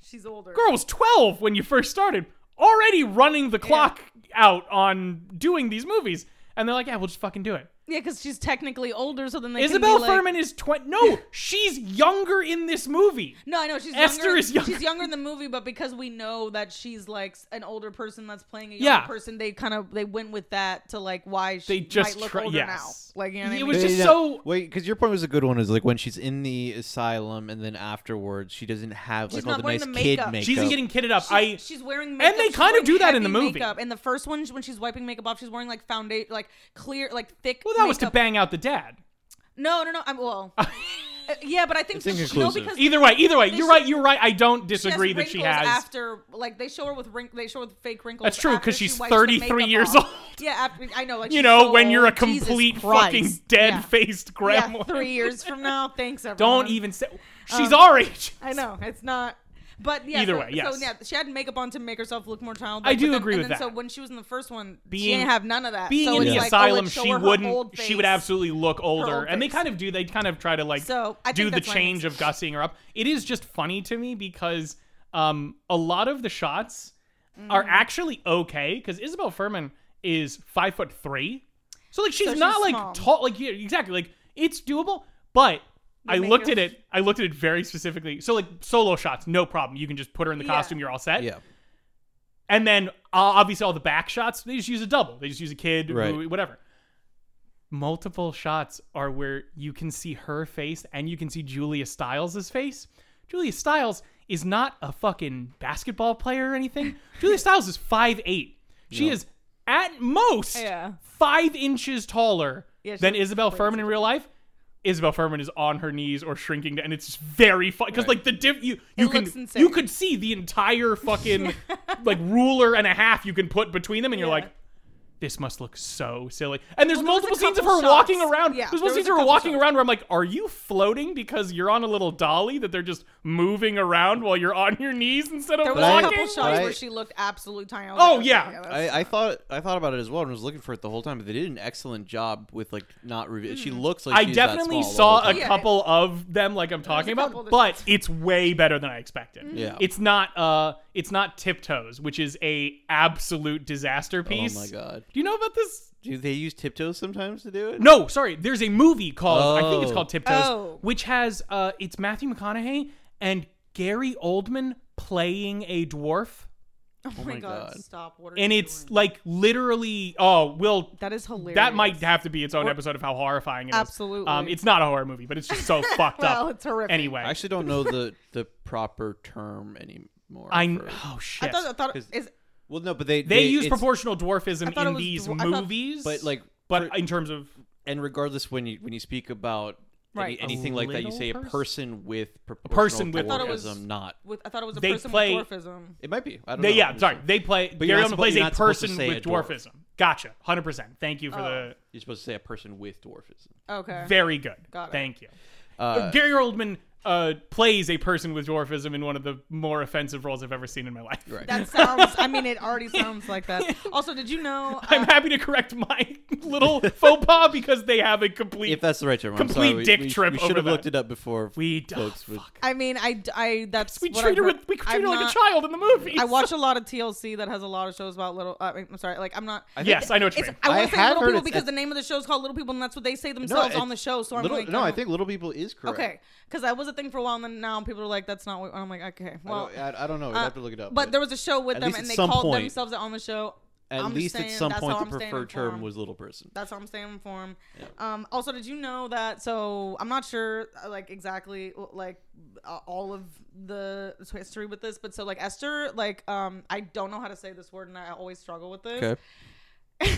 Speaker 3: she's older.
Speaker 1: girl was 12 when you first started, already running the clock out on doing these movies. And they're like, yeah, we'll just fucking do it.
Speaker 3: Yeah, because she's technically older, so then they
Speaker 1: Isabel
Speaker 3: can be like,
Speaker 1: Furman is 20. No, she's younger in this movie.
Speaker 3: No, I know she's
Speaker 1: Esther
Speaker 3: younger,
Speaker 1: is younger.
Speaker 3: She's younger in the movie, but because we know that she's like s- an older person that's playing a young
Speaker 1: Yeah.
Speaker 3: person, they kind of they went with that to like why she
Speaker 1: They just
Speaker 3: might look
Speaker 1: try-
Speaker 3: older
Speaker 1: yes.
Speaker 3: now. Like you know what I
Speaker 1: It
Speaker 3: mean?
Speaker 1: was
Speaker 2: Yeah,
Speaker 1: just
Speaker 2: yeah.
Speaker 1: so-
Speaker 2: wait because your point was a good one is like when she's in the asylum and then afterwards she doesn't have like
Speaker 3: She's not
Speaker 2: all the
Speaker 3: wearing
Speaker 2: nice
Speaker 3: the
Speaker 2: kid
Speaker 3: makeup.
Speaker 2: makeup
Speaker 1: She's getting kitted up.
Speaker 3: She's,
Speaker 1: I
Speaker 3: she's wearing
Speaker 1: they
Speaker 3: makeup. she's
Speaker 1: kind of
Speaker 3: wearing
Speaker 1: do that in the
Speaker 3: heavy
Speaker 1: movie.
Speaker 3: Makeup. In the first one, when she's wiping makeup off, she's wearing like foundation, like clear, like thick.
Speaker 1: Well, that was to
Speaker 3: makeup.
Speaker 1: bang out the dad.
Speaker 3: No, no, no. I'm well. Uh, yeah, but I think
Speaker 2: It's inconclusive.
Speaker 3: no, because
Speaker 1: Either way, either way,
Speaker 3: They
Speaker 1: you're
Speaker 3: should-
Speaker 1: right. You're right. I don't
Speaker 3: she has
Speaker 1: disagree that she
Speaker 3: wrinkles
Speaker 1: has.
Speaker 3: after like they show her with wrink they show her with fake wrinkles.
Speaker 1: That's true, 'cause
Speaker 3: because
Speaker 1: she's 33 years old.
Speaker 3: Yeah, after, I know. Like,
Speaker 1: you
Speaker 3: she's
Speaker 1: know,
Speaker 3: so
Speaker 1: when you're a
Speaker 3: old. Jesus
Speaker 1: complete
Speaker 3: Christ.
Speaker 1: fucking
Speaker 3: Yeah.
Speaker 1: dead-faced grandma.
Speaker 3: Yeah, three years from now. Thanks, everyone.
Speaker 1: Don't even say she's
Speaker 3: Um,
Speaker 1: our age.
Speaker 3: I know it's not. But yeah,
Speaker 1: Either
Speaker 3: so,
Speaker 1: way, yes.
Speaker 3: so yeah, she had makeup on to make herself look more childlike.
Speaker 1: I
Speaker 3: but
Speaker 1: do
Speaker 3: then-
Speaker 1: agree
Speaker 3: and
Speaker 1: with that.
Speaker 3: then So when she was in the first one, she
Speaker 1: Being-
Speaker 3: didn't have none of that.
Speaker 1: Being
Speaker 3: so
Speaker 1: in
Speaker 3: it's
Speaker 1: the
Speaker 3: like, oh,
Speaker 1: asylum,
Speaker 3: it's show
Speaker 1: she
Speaker 3: her her
Speaker 1: wouldn't.
Speaker 3: old
Speaker 1: She would
Speaker 3: face.
Speaker 1: absolutely look older,
Speaker 3: old
Speaker 1: and they
Speaker 3: face.
Speaker 1: kind of do. They kind of try to like
Speaker 3: So, I
Speaker 1: do
Speaker 3: think
Speaker 1: the
Speaker 3: that's why I
Speaker 1: change
Speaker 3: think
Speaker 1: of gussying her up. It is just funny to me because um, a lot of the shots are
Speaker 3: Mm.
Speaker 1: actually okay because Isabel Furman is five foot three, so like she's
Speaker 3: So she's
Speaker 1: not like
Speaker 3: small.
Speaker 1: tall. Like yeah, exactly. Like it's doable, but. I
Speaker 3: make
Speaker 1: looked
Speaker 3: her-
Speaker 1: at it. I looked at it very specifically. So like solo shots, no problem. You can just put her in the
Speaker 3: Yeah.
Speaker 1: costume. You're all set.
Speaker 2: Yeah.
Speaker 1: And then uh, obviously all the back shots, they just use a double. They just use a kid,
Speaker 2: Right.
Speaker 1: who- whatever. Multiple shots are where you can see her face and you can see Julia Stiles' face. Julia Stiles is not a fucking basketball player or anything. Julia Stiles is 5'8. She
Speaker 2: No.
Speaker 1: is at most
Speaker 3: Yeah.
Speaker 1: five inches taller
Speaker 3: Yeah, she
Speaker 1: than
Speaker 3: looks
Speaker 1: Isabel
Speaker 3: crazy.
Speaker 1: Furman in real life. Isabel Furman is on her knees or shrinking, and it's very fun because
Speaker 2: Right.
Speaker 1: like the diff you you
Speaker 3: looks
Speaker 1: can
Speaker 3: insane.
Speaker 1: you could see the entire fucking like ruler and a half you can put between them, and you're
Speaker 3: Yeah.
Speaker 1: like, this must look so silly. And there's
Speaker 3: Well, there was a
Speaker 1: multiple scenes of her
Speaker 3: couple
Speaker 1: walking
Speaker 3: shots.
Speaker 1: around.
Speaker 3: Yeah,
Speaker 1: there's
Speaker 3: there
Speaker 1: multiple
Speaker 3: was
Speaker 1: scenes
Speaker 3: a
Speaker 1: of her
Speaker 3: couple
Speaker 1: walking
Speaker 3: shots.
Speaker 1: around where I'm like, are you floating because you're on a little dolly that they're just moving around while you're on your knees instead of
Speaker 3: There was
Speaker 2: But I-
Speaker 3: a
Speaker 1: walking?
Speaker 3: couple shots
Speaker 2: But I-
Speaker 3: where she looked absolutely tiny. I was
Speaker 1: Oh,
Speaker 3: like,
Speaker 1: yeah.
Speaker 3: that's-
Speaker 2: I, I thought I thought about it as well and was looking for it the whole time, but they did an excellent job with like not revealing.
Speaker 3: Hmm.
Speaker 2: She looks like
Speaker 1: I
Speaker 2: she's that
Speaker 1: definitely
Speaker 2: small the
Speaker 1: saw
Speaker 2: whole
Speaker 1: a
Speaker 2: time.
Speaker 3: Yeah.
Speaker 1: couple of them, like I'm talking
Speaker 3: couple
Speaker 1: about,
Speaker 3: that-
Speaker 1: but it's way better than I expected.
Speaker 3: Mm-hmm.
Speaker 2: Yeah.
Speaker 1: it's not uh, it's not tiptoes, which is a absolute disaster piece.
Speaker 2: Oh my god!
Speaker 1: do you know about this?
Speaker 2: Do they use tiptoes sometimes to do it?
Speaker 1: No, sorry. There's a movie called I think it's
Speaker 2: Oh.
Speaker 1: called Tiptoes,
Speaker 3: Oh.
Speaker 1: which has uh, it's Matthew McConaughey and Gary Oldman playing a dwarf,
Speaker 3: oh my
Speaker 2: my
Speaker 3: god,
Speaker 2: God.
Speaker 3: stop! What are
Speaker 1: and
Speaker 3: you
Speaker 1: it's
Speaker 3: doing?
Speaker 1: like literally. Oh, we'll
Speaker 3: that is hilarious.
Speaker 1: that might have to be its own
Speaker 3: Or-
Speaker 1: episode of how horrifying it is.
Speaker 3: Absolutely.
Speaker 1: Um, it's not a horror movie, but it's just so fucked
Speaker 3: Well,
Speaker 1: up.
Speaker 3: it's horrific.
Speaker 1: Anyway,
Speaker 2: I actually don't know the the proper term anymore.
Speaker 1: I
Speaker 2: for it.
Speaker 1: oh shit.
Speaker 3: I thought I thought
Speaker 2: 'Cause-
Speaker 3: is
Speaker 2: well, no, but they
Speaker 1: they use
Speaker 2: it's-
Speaker 1: proportional dwarfism
Speaker 3: I thought it
Speaker 1: in
Speaker 3: was
Speaker 1: these
Speaker 3: dwar- I thought-
Speaker 1: movies,
Speaker 2: but like
Speaker 1: but
Speaker 2: for-
Speaker 1: in terms of
Speaker 2: and regardless when you when you speak about
Speaker 3: Right.
Speaker 2: any,
Speaker 3: A
Speaker 2: anything like that, you
Speaker 1: little
Speaker 2: say
Speaker 1: person?
Speaker 2: a person with proportional
Speaker 1: person with- I
Speaker 3: thought it was-
Speaker 2: dwarfism, not.
Speaker 3: with, I thought it was a
Speaker 1: They
Speaker 3: person
Speaker 1: play-
Speaker 3: with dwarfism.
Speaker 2: It might be. I don't
Speaker 1: they,
Speaker 2: know.
Speaker 1: yeah, sorry, they play.
Speaker 2: But you're
Speaker 1: Gary
Speaker 2: not
Speaker 1: Oldman
Speaker 2: suppo-
Speaker 1: plays
Speaker 2: you're
Speaker 1: a
Speaker 2: not supposed to
Speaker 1: person
Speaker 2: say
Speaker 1: with
Speaker 2: a dwarf.
Speaker 1: dwarfism. Gotcha, hundred percent. Thank you for
Speaker 3: Oh.
Speaker 2: You're supposed to say a person with dwarfism.
Speaker 3: Okay.
Speaker 1: the very good.
Speaker 3: Got it.
Speaker 1: Thank you.
Speaker 2: Uh,
Speaker 1: Gary Oldman uh, plays a person with dwarfism in one of the more offensive roles I've ever seen in my life.
Speaker 2: Right.
Speaker 3: That sounds. I mean, it already sounds like that. Also, did you know?
Speaker 1: I'm
Speaker 3: uh,
Speaker 1: happy to correct my little faux pas because they have a complete.
Speaker 2: if that's the right term, I'm sorry.
Speaker 1: complete
Speaker 2: We-
Speaker 1: dick
Speaker 2: we,
Speaker 1: trip
Speaker 2: We
Speaker 1: over
Speaker 2: should have
Speaker 1: that.
Speaker 2: looked it up before.
Speaker 1: we oh,
Speaker 2: folks would-
Speaker 1: fuck.
Speaker 3: I mean, I, I that's
Speaker 1: we
Speaker 3: what
Speaker 1: treat
Speaker 3: I've
Speaker 1: her with
Speaker 3: heard.
Speaker 1: we treat
Speaker 3: I'm
Speaker 1: her like
Speaker 3: not-
Speaker 1: a child in the movie.
Speaker 3: I watch a lot of TLC that has a lot of shows about little. Uh, I'm sorry, like I'm not. I
Speaker 2: think-
Speaker 1: Yes, I know what you
Speaker 3: it's,
Speaker 1: mean.
Speaker 3: I
Speaker 2: I
Speaker 3: want to say
Speaker 2: have
Speaker 3: little
Speaker 2: heard
Speaker 3: people
Speaker 2: it's-
Speaker 3: because the
Speaker 2: it's-
Speaker 3: name of the show is called Little People, and that's what they say themselves on the
Speaker 2: it's
Speaker 3: show. So I'm
Speaker 2: little,
Speaker 3: like,
Speaker 2: no, I
Speaker 3: don't-
Speaker 2: think Little People is correct.
Speaker 3: okay, because I was a thing for a while, and then now people are like, that's not. what I'm like, okay,
Speaker 2: I don't-
Speaker 3: well,
Speaker 2: I, I don't know. We'd
Speaker 3: uh,
Speaker 2: have to look it up.
Speaker 3: But there was a show with
Speaker 2: at
Speaker 3: them,
Speaker 2: least
Speaker 3: and
Speaker 2: at
Speaker 3: they
Speaker 2: some
Speaker 3: called
Speaker 2: point-
Speaker 3: themselves on the show.
Speaker 2: at
Speaker 3: I'm
Speaker 2: least
Speaker 3: saying
Speaker 2: at some
Speaker 3: that's
Speaker 2: point, the
Speaker 3: how I'm staying
Speaker 2: preferred term
Speaker 3: informed.
Speaker 2: was little person.
Speaker 3: That's how I'm staying informed. Um, also, did you know that? So I'm not sure, uh, like exactly, like uh, all of the history with this, but so like Esther, like um, I don't know how to say this word, and I always struggle with this.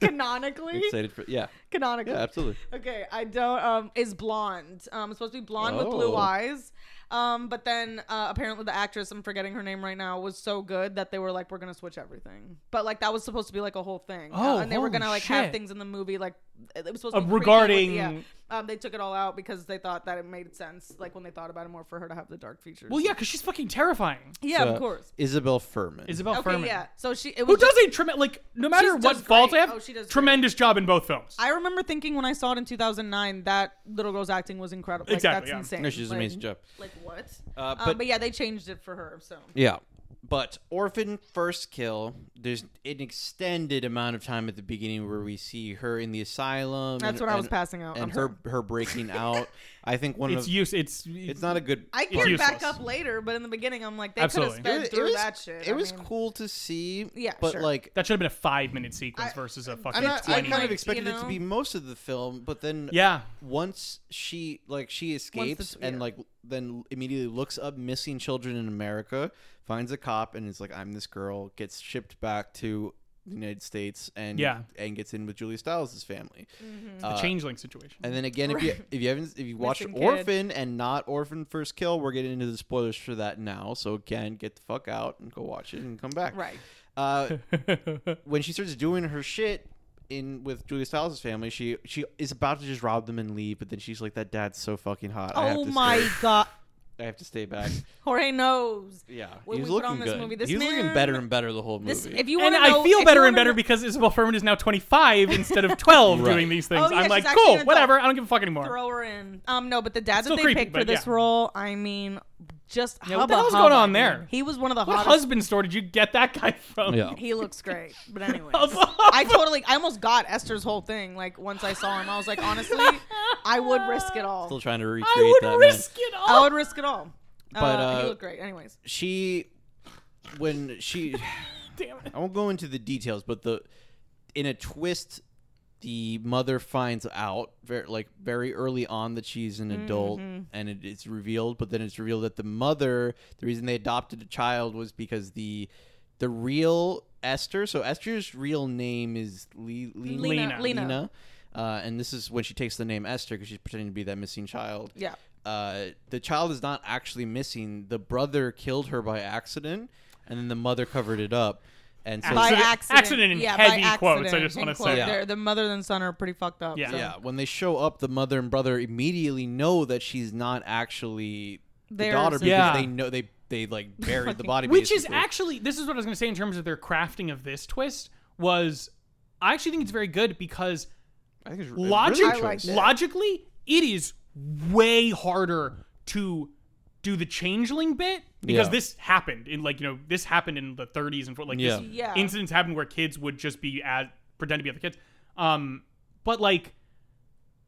Speaker 3: canonically,
Speaker 2: Excited for yeah,
Speaker 3: canonically,
Speaker 2: yeah, absolutely.
Speaker 3: Okay, I don't. Um, is blonde. Um, it's supposed to be blonde with blue
Speaker 2: Oh.
Speaker 3: eyes. Um, but then uh, apparently the actress, I'm forgetting her name right now, was so good that they were like, we're gonna switch everything. But like that was supposed to be like a whole thing. Uh,
Speaker 1: Oh,
Speaker 3: and they were
Speaker 1: holy
Speaker 3: gonna like have
Speaker 1: shit.
Speaker 3: things in the movie like it was supposed
Speaker 1: Uh,
Speaker 3: to be creepy
Speaker 1: regarding-
Speaker 3: with- yeah. Um, they took it all out because they thought that it made sense. Like when they thought about it more for her to have the dark features.
Speaker 1: well, yeah, because she's fucking terrifying.
Speaker 3: yeah,
Speaker 2: So,
Speaker 3: of course.
Speaker 2: Uh, Isabel Furman.
Speaker 1: Isabel
Speaker 3: Okay,
Speaker 1: Furman.
Speaker 3: yeah. So she it
Speaker 1: who
Speaker 3: was
Speaker 1: does a tremendous like no matter what
Speaker 3: does
Speaker 1: faults I
Speaker 3: great.
Speaker 1: have,
Speaker 3: Oh, she does great.
Speaker 1: tremendous job in both films.
Speaker 3: I remember thinking when I saw it in 2009 that little girl's acting was incredible. Like,
Speaker 1: Exactly,
Speaker 3: That's
Speaker 1: yeah.
Speaker 3: insane.
Speaker 2: No, she does an
Speaker 3: Like-
Speaker 2: amazing job.
Speaker 3: Like what?
Speaker 2: Uh,
Speaker 3: Um,
Speaker 2: but-
Speaker 3: but yeah, they changed it for her. So
Speaker 2: Yeah. But Orphan First Kill, there's an extended amount of time at the beginning where we see her in the asylum.
Speaker 3: That's
Speaker 2: and-
Speaker 3: what I was
Speaker 2: and-
Speaker 3: passing out.
Speaker 2: And
Speaker 3: I'm
Speaker 2: her her breaking out. I think one
Speaker 1: it's
Speaker 2: of
Speaker 1: use. It's
Speaker 2: it's not a good.
Speaker 3: I
Speaker 2: part.
Speaker 3: can back
Speaker 1: useless.
Speaker 3: up later, but in the beginning, I'm like, they could have
Speaker 1: Absolutely.
Speaker 2: It,
Speaker 3: sped
Speaker 2: was- it
Speaker 3: through
Speaker 2: was
Speaker 3: that shit.
Speaker 2: it
Speaker 3: I
Speaker 2: was
Speaker 3: mean,
Speaker 2: cool to see.
Speaker 3: Yeah,
Speaker 2: but
Speaker 3: sure.
Speaker 2: like.
Speaker 1: that should have been a five minute sequence
Speaker 3: I-
Speaker 1: versus a
Speaker 2: I'm
Speaker 1: fucking
Speaker 2: not, I
Speaker 1: twenty.
Speaker 2: kind
Speaker 3: like,
Speaker 2: of
Speaker 3: you
Speaker 2: expected it to
Speaker 3: know?
Speaker 2: be most of the film, but then
Speaker 1: yeah,
Speaker 2: once she like she escapes
Speaker 3: yeah.
Speaker 2: and like then immediately looks up missing children in America, finds a cop and is like, "I'm this girl," gets shipped back to the United States and
Speaker 1: Yeah.
Speaker 2: and gets in with Julia Stiles' family.
Speaker 1: the
Speaker 2: Uh,
Speaker 1: changeling situation.
Speaker 2: and then again, if you if you haven't if you watched
Speaker 4: Missing kid.
Speaker 2: Orphan and not Orphan First Kill, we're getting into the spoilers for that now. So again, get the fuck out and go watch it and come back.
Speaker 3: Right.
Speaker 2: Uh, when she starts doing her shit in with Julia Stiles' family, she she is about to just rob them and leave, but then she's like, "That dad's so fucking hot. I have
Speaker 3: Oh
Speaker 2: to
Speaker 3: my
Speaker 2: Stay,
Speaker 3: god.
Speaker 2: I have to stay back."
Speaker 3: Jorge knows.
Speaker 2: Yeah,
Speaker 3: When
Speaker 2: he's
Speaker 3: we put
Speaker 2: looking
Speaker 3: on this
Speaker 2: good.
Speaker 3: movie, this
Speaker 2: he's looking
Speaker 3: man-
Speaker 2: better and better the whole movie.
Speaker 3: This, if you want
Speaker 1: and
Speaker 3: to
Speaker 1: I feel better and better because Isabel Furman is now 25 instead of 12
Speaker 2: Right.
Speaker 1: doing these things.
Speaker 3: Oh, yeah,
Speaker 1: I'm
Speaker 3: she's
Speaker 1: like,
Speaker 3: actually an
Speaker 1: cool,
Speaker 3: adult.
Speaker 1: whatever. I don't give a fuck anymore.
Speaker 3: throw her in. Um, no, but the dad
Speaker 1: Still
Speaker 3: that they
Speaker 1: creepy,
Speaker 3: picked for
Speaker 1: but
Speaker 3: this
Speaker 1: yeah.
Speaker 3: role, I mean, just
Speaker 1: Yeah, what the
Speaker 3: hubba
Speaker 1: hell's going
Speaker 3: hubba.
Speaker 1: on there?
Speaker 3: He was one of the
Speaker 1: what
Speaker 3: hottest.
Speaker 1: husband store did you get that guy from?
Speaker 2: yeah.
Speaker 3: He looks great, but anyway, I totally, I almost got Esther's whole thing. Like once I saw him, I was like, honestly, I would risk it all.
Speaker 2: Still trying to recreate
Speaker 1: I
Speaker 2: that
Speaker 1: would
Speaker 2: man.
Speaker 1: risk it all.
Speaker 3: I would risk it all.
Speaker 2: But,
Speaker 3: uh, he
Speaker 2: uh,
Speaker 3: looked great. Anyways,
Speaker 2: She, when she,
Speaker 1: Damn it.
Speaker 2: I won't go into the details, but the in a twist, the mother finds out very, like very early on that she's an adult, and it, it's revealed. But then it's revealed that the mother, the reason they adopted a child was because the the real Esther. So Esther's real name is Lee, Lena.
Speaker 1: Lena.
Speaker 3: Lena, Lena,
Speaker 2: Lena. Uh, and this is when she takes the name Esther because she's pretending to be that missing child.
Speaker 3: Yeah.
Speaker 2: Uh, the child is not actually missing. The brother killed her by accident, and then the mother covered it up. And so,
Speaker 3: by
Speaker 1: Accident-
Speaker 3: accident,
Speaker 1: accident in
Speaker 3: yeah,
Speaker 1: heavy
Speaker 3: by
Speaker 1: quotes, I
Speaker 3: accident
Speaker 1: just
Speaker 3: in
Speaker 1: wanna say.
Speaker 3: quote.
Speaker 2: Yeah.
Speaker 3: They're- the mother and son are pretty fucked up.
Speaker 1: Yeah.
Speaker 3: so
Speaker 2: yeah, when they show up, the mother and brother immediately know that she's not actually the
Speaker 3: Their
Speaker 2: daughter because
Speaker 3: sister.
Speaker 1: Yeah.
Speaker 2: they know they they like buried the body,
Speaker 1: Which is
Speaker 2: basically.
Speaker 1: actually, this is what I was going to say in terms of their crafting of this twist, was I actually think it's very good because
Speaker 2: I think it's a really
Speaker 1: logic,
Speaker 2: good
Speaker 3: I liked
Speaker 2: choice.
Speaker 3: it.
Speaker 1: logically, it is way harder to do the changeling bit because
Speaker 2: Yeah.
Speaker 1: this happened in like you know this happened in the 30s and 40s. like this
Speaker 3: Yeah. Yeah.
Speaker 1: incidents happened where kids would just be at pretend to be other kids. Um, but like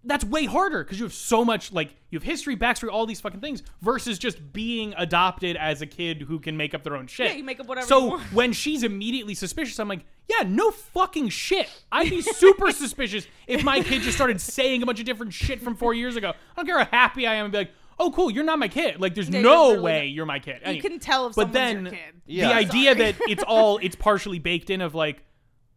Speaker 1: that's way harder because you have so much like you have history, backstory, all these fucking things versus just being adopted as a kid who can make up their own shit.
Speaker 3: Yeah, you make up whatever
Speaker 1: So
Speaker 3: you want.
Speaker 1: when she's immediately suspicious, I'm like, yeah, no fucking shit. I'd be super suspicious if my kid just started saying a bunch of different shit from four years ago. I don't care how happy I am. I'd be like, oh cool, you're not my kid. Like there's
Speaker 3: Yeah, you're
Speaker 1: no
Speaker 3: literally
Speaker 1: way
Speaker 3: not-
Speaker 1: you're my kid.
Speaker 3: you can tell if
Speaker 1: but
Speaker 3: someone's
Speaker 1: then
Speaker 3: your kid.
Speaker 2: Yeah.
Speaker 1: the
Speaker 2: Sorry.
Speaker 1: idea that it's all it's partially baked in of like,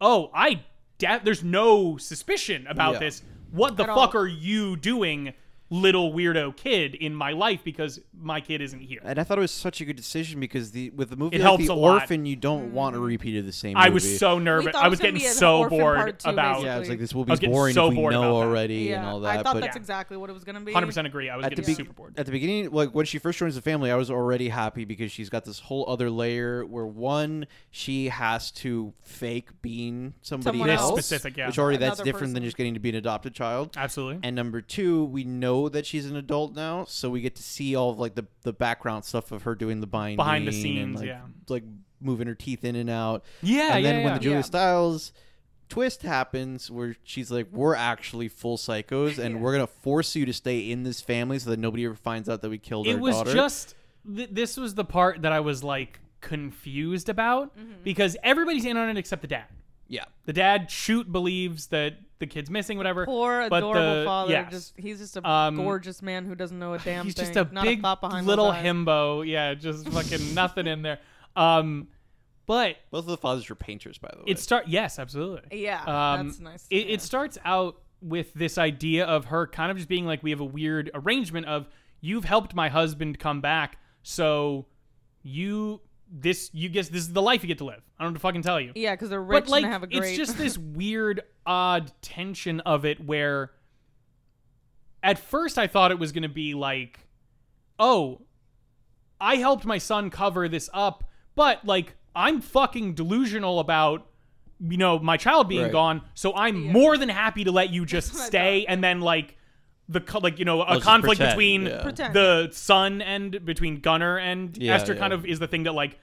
Speaker 1: oh, I da- there's no suspicion about
Speaker 2: Yeah.
Speaker 1: this. What the
Speaker 3: At
Speaker 1: fuck
Speaker 3: all.
Speaker 1: are you doing, little weirdo kid, in my life because my kid isn't here?
Speaker 2: And I thought it was such a good decision because the with the movie
Speaker 1: It
Speaker 2: like
Speaker 1: helps
Speaker 2: the
Speaker 1: a lot.
Speaker 2: Orphan, you don't want a repeat of the same.
Speaker 1: I
Speaker 2: movie.
Speaker 1: was so nervous.
Speaker 3: thought
Speaker 1: I
Speaker 3: it
Speaker 1: was
Speaker 3: was gonna
Speaker 1: getting
Speaker 3: be an
Speaker 1: so
Speaker 3: orphan
Speaker 1: bored
Speaker 3: part two,
Speaker 1: about.
Speaker 2: Yeah, I was like, this will
Speaker 1: I
Speaker 2: be
Speaker 1: was getting
Speaker 2: boring
Speaker 1: so
Speaker 2: if we
Speaker 1: bored
Speaker 2: know
Speaker 1: about that.
Speaker 2: already and
Speaker 3: Yeah,
Speaker 2: all that.
Speaker 3: I thought
Speaker 2: but
Speaker 3: that's exactly what it was gonna be.
Speaker 1: 100% agree. I was
Speaker 2: at the,
Speaker 1: getting
Speaker 2: be-
Speaker 1: super bored.
Speaker 2: at the beginning, like when she first joins the family, I was already happy because she's got this whole other layer where one, she has to fake being somebody
Speaker 3: Someone
Speaker 2: else,
Speaker 3: else. This
Speaker 1: specific, yeah.
Speaker 2: which already that's
Speaker 3: Another
Speaker 2: different than
Speaker 3: person.
Speaker 2: just getting to be an adopted child.
Speaker 1: Absolutely.
Speaker 2: And number two, we know that she's an adult now, so we get to see all of like the, the background stuff of her doing the binding,
Speaker 1: Behind the
Speaker 2: and,
Speaker 1: scenes,
Speaker 2: like,
Speaker 1: yeah.
Speaker 2: like moving her teeth in and out.
Speaker 1: Yeah,
Speaker 2: and then
Speaker 1: yeah,
Speaker 2: when
Speaker 1: yeah.
Speaker 2: the Julia
Speaker 3: Yeah.
Speaker 2: Stiles twist happens, where she's like, "We're actually full psychos, and we're gonna force you to stay in this family so that nobody ever finds out that we killed
Speaker 1: it
Speaker 2: our
Speaker 1: was
Speaker 2: daughter."
Speaker 1: just th- this was the part that I was like confused about
Speaker 3: Mm-hmm.
Speaker 1: because everybody's in on it except the dad.
Speaker 2: yeah,
Speaker 1: The dad shoot believes that the kid's missing, whatever.
Speaker 3: Poor
Speaker 1: but
Speaker 3: adorable
Speaker 1: the-
Speaker 3: father.
Speaker 1: yes.
Speaker 3: Just he's just a
Speaker 1: Um,
Speaker 3: gorgeous man who doesn't know a damn
Speaker 1: He's
Speaker 3: thing.
Speaker 1: just a
Speaker 3: Not
Speaker 1: big
Speaker 3: a thought behind those
Speaker 1: little
Speaker 3: eyes.
Speaker 1: himbo. Yeah, just fucking nothing in there. Um, but
Speaker 2: both of the fathers were painters, by the way.
Speaker 1: it start. Yes, absolutely.
Speaker 3: Yeah,
Speaker 1: Um,
Speaker 3: that's nice.
Speaker 1: It,
Speaker 3: yeah.
Speaker 1: it starts out with this idea of her kind of just being like, we have a weird arrangement of you've helped my husband come back, so you this you guess this is the life you get to live. I don't know what to fucking tell you.
Speaker 3: yeah, because they're rich
Speaker 1: but like,
Speaker 3: and have a great.
Speaker 1: it's just this weird, odd tension of it where. At first, I thought it was going to be like, oh, I helped my son cover this up, but like I'm fucking delusional about you know my child being
Speaker 2: Right.
Speaker 1: gone, so I'm more than happy to let you just stay and then like the co- like you know a
Speaker 2: just
Speaker 1: conflict
Speaker 2: pretend,
Speaker 1: between
Speaker 2: yeah.
Speaker 3: Pretend.
Speaker 1: the son and between Gunner and
Speaker 2: Yeah,
Speaker 1: Esther kind
Speaker 2: yeah.
Speaker 1: of is the thing that like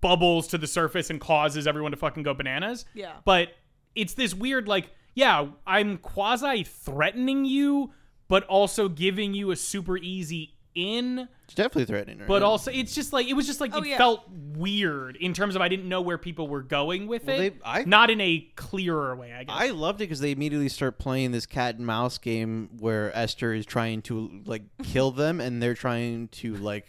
Speaker 1: bubbles to the surface and causes everyone to fucking go bananas.
Speaker 3: Yeah.
Speaker 1: But it's this weird like yeah, I'm quasi threatening you but also giving you a super easy in
Speaker 2: it's definitely threatening. Right?
Speaker 1: but also it's just like it was just like
Speaker 3: Oh,
Speaker 1: it
Speaker 3: yeah.
Speaker 1: felt weird in terms of I didn't know where people were going with
Speaker 2: Well,
Speaker 1: it.
Speaker 2: they- I-
Speaker 1: Not in a clearer way, I guess.
Speaker 2: I loved it because they immediately start playing this cat and mouse game where Esther is trying to like kill them, and they're trying to like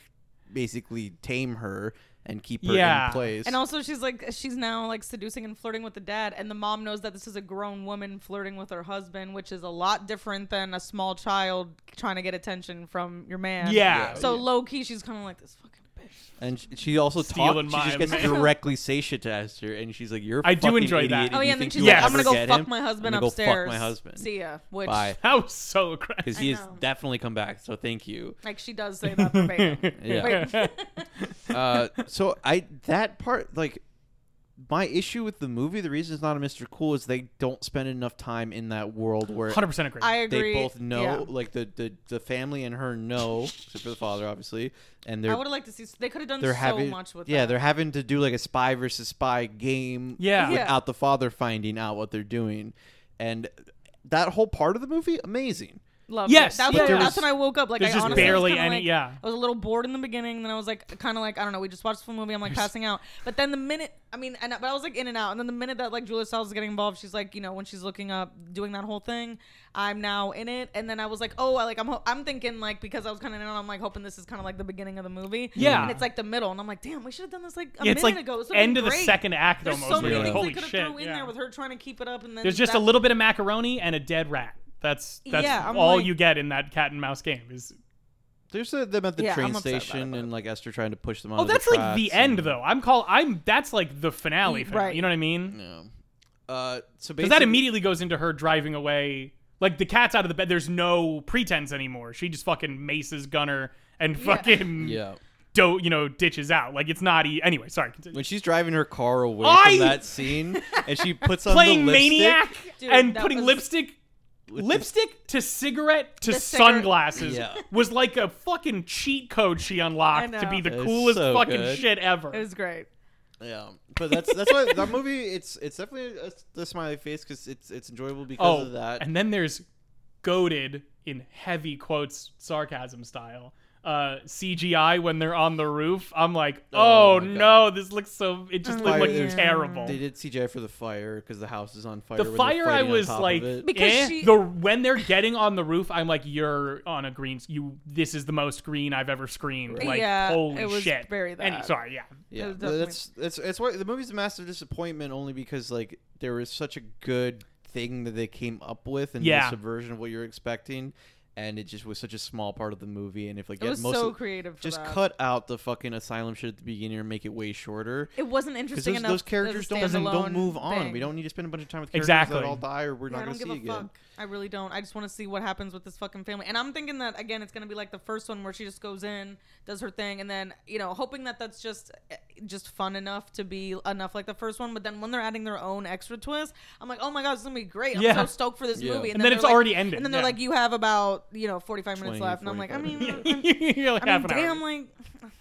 Speaker 2: basically tame her. and keep her
Speaker 1: Yeah.
Speaker 2: in place.
Speaker 3: And also, she's like, she's now like seducing and flirting with the dad, and the mom knows that this is a grown woman flirting with her husband, which is a lot different than a small child trying to get attention from your man.
Speaker 1: Yeah.
Speaker 3: So low key, she's kind of like this fucking bitch.
Speaker 2: And sh- she also
Speaker 1: Stealing
Speaker 2: talks. She just
Speaker 1: my
Speaker 2: gets
Speaker 1: man.
Speaker 2: directly satiatized her, and she's like, "You're a
Speaker 1: I do
Speaker 2: fucking
Speaker 1: enjoy
Speaker 2: idiot
Speaker 1: that.
Speaker 2: and
Speaker 3: Oh
Speaker 2: you
Speaker 3: yeah, and then
Speaker 2: think
Speaker 3: she's
Speaker 2: you'll
Speaker 1: Yes.
Speaker 3: like, I'm
Speaker 2: ever
Speaker 3: gonna go
Speaker 2: get
Speaker 3: fuck
Speaker 2: him?
Speaker 3: my husband
Speaker 2: I'm gonna
Speaker 3: upstairs.
Speaker 2: Go fuck my husband.
Speaker 3: See ya. Which
Speaker 2: Bye.
Speaker 1: That was so aggressive.
Speaker 2: Because he
Speaker 3: I
Speaker 2: has
Speaker 3: know.
Speaker 2: definitely come back. So thank you.
Speaker 3: like she does say that verbatim.
Speaker 2: Yeah. uh, so I that part like my issue with the movie. The reason it's not a Mr. Cool is they don't spend enough time in that world where
Speaker 1: Hundred percent agree.
Speaker 3: I agree.
Speaker 2: they both know.
Speaker 3: Yeah.
Speaker 2: Like the, the the family and her know, except for the father, obviously. And
Speaker 3: I
Speaker 2: they're
Speaker 3: would have liked to see. They could have done
Speaker 2: they're
Speaker 3: so
Speaker 2: having
Speaker 3: much with
Speaker 2: yeah
Speaker 3: that.
Speaker 2: they're having to do like a spy versus spy game
Speaker 1: Yeah. Yeah.
Speaker 2: without the father finding out what they're doing and that whole part of the movie amazing
Speaker 3: Loved
Speaker 1: Yes,
Speaker 3: it. That
Speaker 1: yeah,
Speaker 3: was,
Speaker 1: yeah.
Speaker 3: that's when I woke up. Like
Speaker 1: There's
Speaker 3: I
Speaker 1: just
Speaker 3: honestly was
Speaker 1: barely
Speaker 3: kinda
Speaker 1: any-
Speaker 3: like-
Speaker 1: yeah.
Speaker 3: I was a little bored in the beginning. Then I was like, kind of like, I don't know. We just watched the full movie. I'm like passing out. But then the minute, I mean, and but I was like in and out. And then the minute that like Julia Stiles is getting involved, she's like, you know, when she's looking up, doing that whole thing, I'm now in it. And then I was like, oh, I like I'm ho- I'm thinking like because I was kind of in it, I'm like hoping this is kind of like the beginning of the movie.
Speaker 1: Yeah.
Speaker 3: And it's like the middle, and I'm like, damn, we should have done this like a
Speaker 1: Yeah,
Speaker 3: minute
Speaker 1: it's like
Speaker 3: ago. This would've
Speaker 1: end
Speaker 3: been
Speaker 1: of the
Speaker 3: great.
Speaker 1: second act
Speaker 3: There's
Speaker 1: almost.
Speaker 3: so many
Speaker 1: You're like,
Speaker 3: things they
Speaker 1: Holy
Speaker 3: could have
Speaker 1: shit!
Speaker 3: thrown in
Speaker 1: yeah.
Speaker 3: there with her trying to keep it up, and then
Speaker 1: There's just a
Speaker 3: that-
Speaker 1: little bit of macaroni and a dead rat. That's that's
Speaker 3: Yeah, I'm
Speaker 1: all
Speaker 3: like-
Speaker 1: you get in that cat and mouse game. Is
Speaker 2: there's a, them at the
Speaker 3: Yeah,
Speaker 2: train
Speaker 3: I'm upset about it,
Speaker 2: station
Speaker 3: but-
Speaker 2: and like esther trying to push them
Speaker 1: oh,
Speaker 2: on
Speaker 1: that's
Speaker 2: the
Speaker 1: like the
Speaker 2: tracks
Speaker 1: end
Speaker 2: and-
Speaker 1: though. I'm call I'm that's like the finale.
Speaker 3: Mm,
Speaker 1: finale,
Speaker 3: right.
Speaker 1: You know what I mean?
Speaker 2: yeah uh so
Speaker 1: Because
Speaker 2: basically
Speaker 1: that immediately goes into her driving away. Like the cat's out of the bed. There's no pretense anymore. She just fucking maces Gunner and
Speaker 3: Yeah.
Speaker 1: fucking
Speaker 2: yeah
Speaker 1: do you know ditches out. Like it's not. E- anyway, sorry. Continue.
Speaker 2: when she's driving her car away
Speaker 1: I-
Speaker 2: from that scene and she puts on
Speaker 1: Playing
Speaker 2: the lipstick,
Speaker 1: maniac
Speaker 3: Dude,
Speaker 1: and
Speaker 3: that
Speaker 1: putting
Speaker 3: was-
Speaker 1: lipstick. Lipstick to cigarette to
Speaker 3: The cigarette-
Speaker 1: sunglasses
Speaker 2: Yeah.
Speaker 1: was like a fucking cheat code she
Speaker 3: I
Speaker 1: unlocked to
Speaker 3: know.
Speaker 1: be the
Speaker 2: It was
Speaker 1: coolest
Speaker 2: so
Speaker 1: fucking
Speaker 2: good.
Speaker 1: shit ever.
Speaker 3: It was great.
Speaker 2: yeah but that's that's why that movie it's it's definitely a, the smiley face because it's it's enjoyable because
Speaker 1: oh,
Speaker 2: of that
Speaker 1: and then there's goaded in heavy quotes sarcasm style uh CGI when they're on the roof. I'm like, oh,
Speaker 2: Oh my
Speaker 1: no, this looks so. It just
Speaker 3: Oh,
Speaker 1: looked like
Speaker 2: yeah.
Speaker 1: terrible.
Speaker 2: They did CGI for the fire because the house is on fire.
Speaker 1: The
Speaker 2: when they're
Speaker 1: fire, I
Speaker 2: fighting on
Speaker 1: was
Speaker 2: top of
Speaker 1: like,
Speaker 2: it.
Speaker 3: Because
Speaker 1: eh.
Speaker 3: she-
Speaker 1: the when they're getting on the roof, I'm like, you're on a green. You, this is the most green I've ever screened. Like,
Speaker 3: Yeah,
Speaker 1: holy
Speaker 3: it was
Speaker 1: shit.
Speaker 3: very
Speaker 1: Any-
Speaker 3: that.
Speaker 1: sorry, yeah.
Speaker 3: It
Speaker 2: yeah,
Speaker 3: was definitely-
Speaker 2: that's that's that's why the movie's a massive disappointment. Only because like there was such a good thing that they came up with and
Speaker 1: Yeah.
Speaker 2: the subversion of what you're expecting, and it just was such a small part of the movie. And if like
Speaker 3: It
Speaker 2: yeah,
Speaker 3: was
Speaker 2: most
Speaker 3: so
Speaker 2: of-
Speaker 3: creative. For
Speaker 2: just
Speaker 3: that.
Speaker 2: cut out the fucking asylum shit at the beginning and make it way shorter.
Speaker 3: It wasn't
Speaker 2: Because
Speaker 3: interesting
Speaker 2: those,
Speaker 3: enough.
Speaker 2: those characters
Speaker 3: as a
Speaker 2: don't don't
Speaker 3: standalone
Speaker 2: move on.
Speaker 3: thing.
Speaker 2: We don't need to spend a bunch of time with characters
Speaker 1: Exactly.
Speaker 2: that all die or we're
Speaker 3: Yeah,
Speaker 2: not
Speaker 3: I
Speaker 2: gonna
Speaker 3: don't give
Speaker 2: see
Speaker 3: a
Speaker 2: again.
Speaker 3: fuck. I really don't. I just want to see what happens with this fucking family. And I'm thinking that again, it's gonna be like the first one where she just goes in, does her thing, and then you know, hoping that that's just eh, just fun enough to be enough like the first one. But then when they're adding their own extra twist, I'm like, oh my god, this is gonna be great. I'm
Speaker 1: Yeah.
Speaker 3: so stoked for this
Speaker 2: Yeah.
Speaker 3: movie.
Speaker 1: And then
Speaker 3: they're
Speaker 1: it's
Speaker 3: like-
Speaker 1: already ended,
Speaker 3: And then they're
Speaker 1: yeah.
Speaker 3: like, you have about you know 45 minutes
Speaker 2: 20,
Speaker 3: left. And I'm like, I
Speaker 2: 45
Speaker 3: mean,
Speaker 2: minutes.
Speaker 3: I'm-
Speaker 1: You're like
Speaker 3: I
Speaker 1: half
Speaker 3: mean,
Speaker 1: an hour.
Speaker 3: damn, like,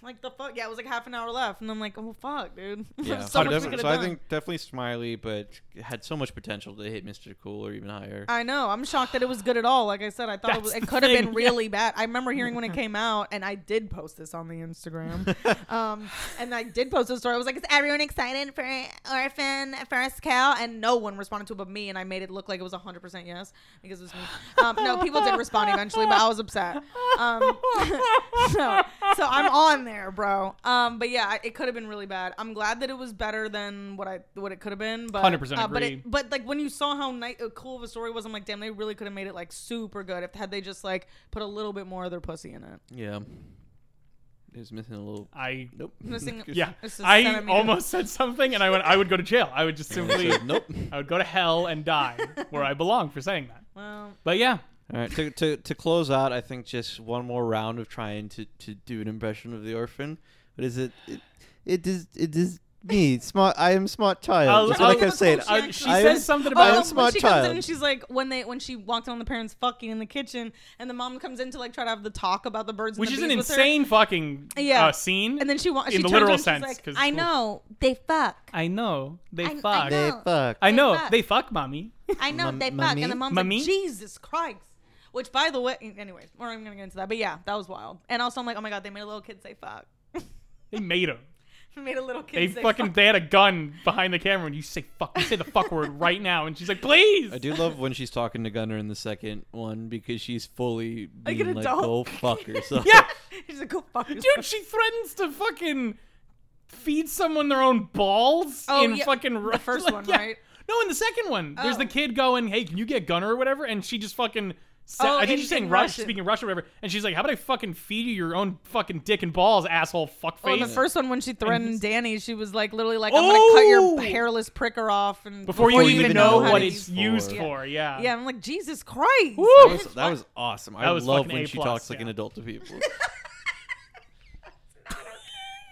Speaker 3: like the fuck. Yeah, it was like half an hour left, and I'm like, oh fuck, dude.
Speaker 2: Yeah,
Speaker 3: so much we
Speaker 2: definitely-
Speaker 3: could have
Speaker 2: so I
Speaker 3: done.
Speaker 2: think definitely Smiley, but had so much potential to hit Mr. Cool or even higher.
Speaker 3: I know. I'm shocked that it was good at all. Like I said, I thought it,
Speaker 1: That's
Speaker 3: was,
Speaker 1: the
Speaker 3: it could have
Speaker 1: thing,
Speaker 3: been
Speaker 1: yeah.
Speaker 3: really bad. I remember hearing when it came out, and I did post this on the Instagram. um, and I did post a story. I was like, "Is everyone excited for Orphan First Cow?" And no one responded to it but me. And I made it look like it was 100 percent yes because it was me. Um, no, people did respond eventually, but I was upset. Um, so, so I'm on there, bro. Um, but yeah, I- it could have been really bad. I'm glad that it was better than what I what it could have been. But
Speaker 1: 100%
Speaker 3: uh, but
Speaker 1: agree.
Speaker 3: it, but like when you saw how nice, uh, cool of a story was, I'm like, damn, they really could have made it like super good if had they just like put a little bit more of their pussy in it.
Speaker 2: Yeah. It was missing a little.
Speaker 1: I
Speaker 2: Nope.
Speaker 3: Missing-
Speaker 1: yeah.
Speaker 3: It's a
Speaker 1: I
Speaker 3: centimeter.
Speaker 1: almost said something, and I went. I would go to jail. I would just simply.
Speaker 2: Said nope.
Speaker 1: I would go to hell and die where I belong for saying that.
Speaker 3: Well,
Speaker 1: But yeah,
Speaker 2: All right. To, to, to close out, I think just one more round of trying to, to do an impression of the orphan. What is it? It, it is it is me smart. I am smart child.
Speaker 1: I'll-
Speaker 2: That's what
Speaker 1: I'll-
Speaker 2: I kept saying.
Speaker 3: I'll-
Speaker 1: uh, she
Speaker 2: I
Speaker 1: says
Speaker 2: was-
Speaker 1: something
Speaker 2: I
Speaker 1: about.
Speaker 2: was
Speaker 3: no,
Speaker 2: a smart
Speaker 3: she comes
Speaker 2: child.
Speaker 3: in and she's like, when they when she walked in on the parents fucking in the kitchen, and the mom comes in to like try to have the talk about the birds, and
Speaker 1: which
Speaker 3: the
Speaker 1: is an
Speaker 3: bees with her,
Speaker 1: insane fucking
Speaker 3: Yeah.
Speaker 1: uh, scene.
Speaker 3: And then she wants
Speaker 1: in
Speaker 3: she
Speaker 1: the
Speaker 3: turns
Speaker 1: literal
Speaker 3: around, she's
Speaker 1: sense,
Speaker 3: like,
Speaker 1: 'cause-
Speaker 3: I know they fuck.
Speaker 1: I know they
Speaker 3: I- I
Speaker 1: fuck.
Speaker 3: know.
Speaker 2: They fuck.
Speaker 1: I
Speaker 3: They
Speaker 1: know
Speaker 3: fuck.
Speaker 1: they fuck, mommy.
Speaker 3: I know
Speaker 2: Mam-
Speaker 3: they fuck,
Speaker 2: mammy?
Speaker 3: and the mom's
Speaker 1: Mammy?
Speaker 3: like, Jesus Christ. Which, by the way, anyways, we're not even gonna get into that. But yeah, that was wild. And also, I'm like, oh my god, they made a little kid say fuck.
Speaker 1: They made him.
Speaker 3: made a little kid.
Speaker 1: They
Speaker 3: say
Speaker 1: fucking.
Speaker 3: fuck.
Speaker 1: They had a gun behind the camera, and you say fuck. You say the fuck word right now, and she's like, please.
Speaker 2: I do love when she's talking to Gunner in the second one because she's fully
Speaker 3: Like
Speaker 2: being
Speaker 3: an
Speaker 2: like,
Speaker 3: adult.
Speaker 2: "Go fuck herself."
Speaker 1: Yeah,
Speaker 3: She's like, go fuck yourself.
Speaker 1: dude, she threatens to fucking feed someone their own balls
Speaker 3: Oh,
Speaker 1: in
Speaker 3: yeah,
Speaker 1: fucking Ru-
Speaker 3: the first
Speaker 1: like,
Speaker 3: one,
Speaker 1: yeah.
Speaker 3: right?
Speaker 1: No, in the second one, there's the
Speaker 3: Oh.
Speaker 1: kid going, "Hey, can you get Gunner or whatever?" And she just fucking. Sa-
Speaker 3: Oh,
Speaker 1: I think
Speaker 3: in-
Speaker 1: she's saying
Speaker 3: in
Speaker 1: Russian,
Speaker 3: Russian.
Speaker 1: speaking Russian or whatever, and she's like, "How about I fucking feed you your own fucking dick and balls, asshole fuckface?"
Speaker 3: Well, in the first one, when she
Speaker 1: he's-
Speaker 3: threatened Danny, she was like, literally, like, I'm gonna cut
Speaker 1: Oh!
Speaker 3: your hairless pricker off, and
Speaker 1: before, you, even know
Speaker 3: how
Speaker 1: what
Speaker 3: to
Speaker 1: it's
Speaker 3: use-
Speaker 1: used
Speaker 3: Yeah.
Speaker 1: for. Yeah.
Speaker 3: Yeah, I'm like, Jesus Christ!
Speaker 1: Woo!
Speaker 2: That was, that was awesome. I
Speaker 1: That was
Speaker 2: love
Speaker 1: fucking
Speaker 2: when
Speaker 1: A
Speaker 2: she
Speaker 1: plus,
Speaker 2: talks like
Speaker 1: yeah.
Speaker 2: an adult to people.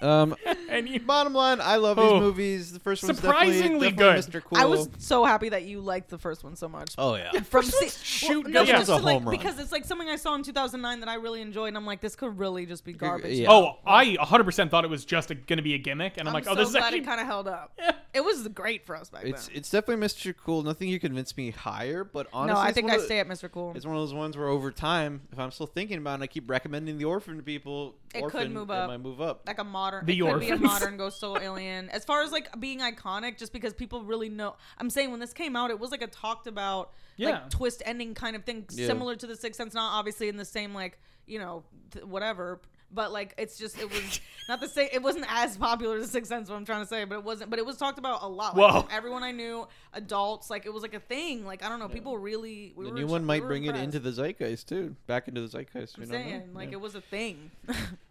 Speaker 2: um,
Speaker 1: And you,
Speaker 2: bottom line, I love
Speaker 1: Oh.
Speaker 2: these movies. The first one's
Speaker 1: Surprisingly
Speaker 2: definitely, definitely
Speaker 1: good.
Speaker 2: Mr. Cool.
Speaker 3: I was so happy that you liked the first one so much.
Speaker 2: oh yeah.
Speaker 3: From
Speaker 1: First one's
Speaker 3: se-
Speaker 1: shoot
Speaker 3: well, no,
Speaker 1: guns.
Speaker 3: just to,
Speaker 2: That's a
Speaker 3: like,
Speaker 2: home run.
Speaker 3: because it's like something I saw in 2009 that I really enjoyed, and I'm like, this could really just be garbage.
Speaker 2: yeah.
Speaker 1: oh, I 100% thought it was just a, gonna be a gimmick, and I'm,
Speaker 3: I'm
Speaker 1: like,
Speaker 3: so
Speaker 1: "Oh, this is
Speaker 3: glad
Speaker 1: actually."
Speaker 3: it kind of held up.
Speaker 1: Yeah.
Speaker 3: It was great for us back
Speaker 2: It's
Speaker 3: then.
Speaker 2: it's definitely Mr. Cool. Nothing you convinced me higher, but honestly,
Speaker 3: no, I
Speaker 2: it's
Speaker 3: think
Speaker 2: one
Speaker 3: I
Speaker 2: of the-
Speaker 3: stay at Mr. Cool.
Speaker 2: It's one of those ones where over time, if I'm still thinking about it, and I keep recommending the orphan to people.
Speaker 3: It could
Speaker 2: orphan,
Speaker 3: move
Speaker 2: it
Speaker 3: up.
Speaker 2: might move up.
Speaker 3: like a modern
Speaker 1: The
Speaker 3: it could be a
Speaker 1: Orphans.
Speaker 3: modern ghost soul alien as far as like being iconic just because people really know i'm saying when this came out it was like a talked about
Speaker 1: Yeah.
Speaker 3: like twist ending kind of thing
Speaker 2: Yeah.
Speaker 3: similar to the sixth sense not obviously in the same like you know th- whatever but like it's just it was not the same it wasn't as popular as the sixth sense what i'm trying to say but it wasn't but it was talked about a lot like,
Speaker 1: Whoa.
Speaker 3: everyone i knew adults like it was like a thing like i don't know people really we
Speaker 2: the
Speaker 3: were
Speaker 2: new
Speaker 3: ch-
Speaker 2: one
Speaker 3: we
Speaker 2: might
Speaker 3: were
Speaker 2: bring it
Speaker 3: impressed.
Speaker 2: into the zeitgeist too, back into the zeitgeist.
Speaker 3: i'm
Speaker 2: we don't know.
Speaker 3: saying like
Speaker 2: Yeah.
Speaker 3: it was a thing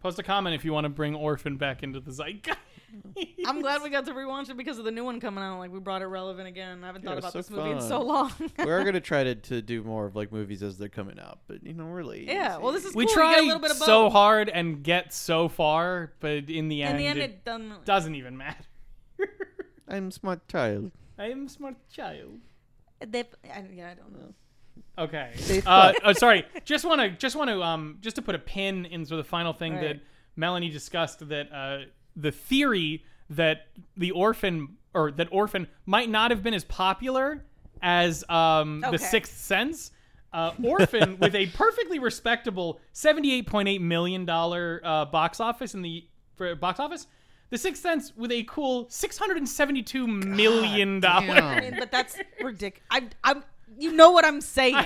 Speaker 1: Post a comment if you want to bring Orphan back into the zeitgeist.
Speaker 3: I'm glad we got to rewatch it because of the new one coming out. Like we brought it relevant again. I haven't
Speaker 2: Yeah,
Speaker 3: thought
Speaker 2: it's
Speaker 3: about
Speaker 2: so
Speaker 3: this movie in
Speaker 2: fun.
Speaker 3: so long.
Speaker 2: we are gonna try to, to do more of like movies as they're coming out, but you know, really.
Speaker 3: yeah. Well, this is
Speaker 1: we
Speaker 3: cool.
Speaker 1: try
Speaker 3: get a little bit of
Speaker 1: so
Speaker 3: both.
Speaker 1: hard and get so far, but in the
Speaker 3: In
Speaker 1: end,
Speaker 3: the end,
Speaker 1: it,
Speaker 3: it, doesn't. really-
Speaker 1: doesn't even matter.
Speaker 2: I'm smart child.
Speaker 1: I'm a smart child.
Speaker 3: They, I, yeah, I don't know.
Speaker 1: Okay.
Speaker 2: They
Speaker 1: Uh,
Speaker 2: fuck.
Speaker 1: oh, sorry. Just want to just want to um just to put a pin in sort of the final thing that
Speaker 3: Right.
Speaker 1: Melanie discussed that uh the theory that the orphan or that orphan might not have been as popular as um the
Speaker 3: Okay.
Speaker 1: Sixth Sense. Uh, Orphan with a perfectly respectable seventy-eight point eight million dollar uh, box office in the for box office, The Sixth Sense with a cool six hundred and seventy-two million dollars.
Speaker 3: I mean, but that's ridiculous. I, I'm. You know what I'm saying?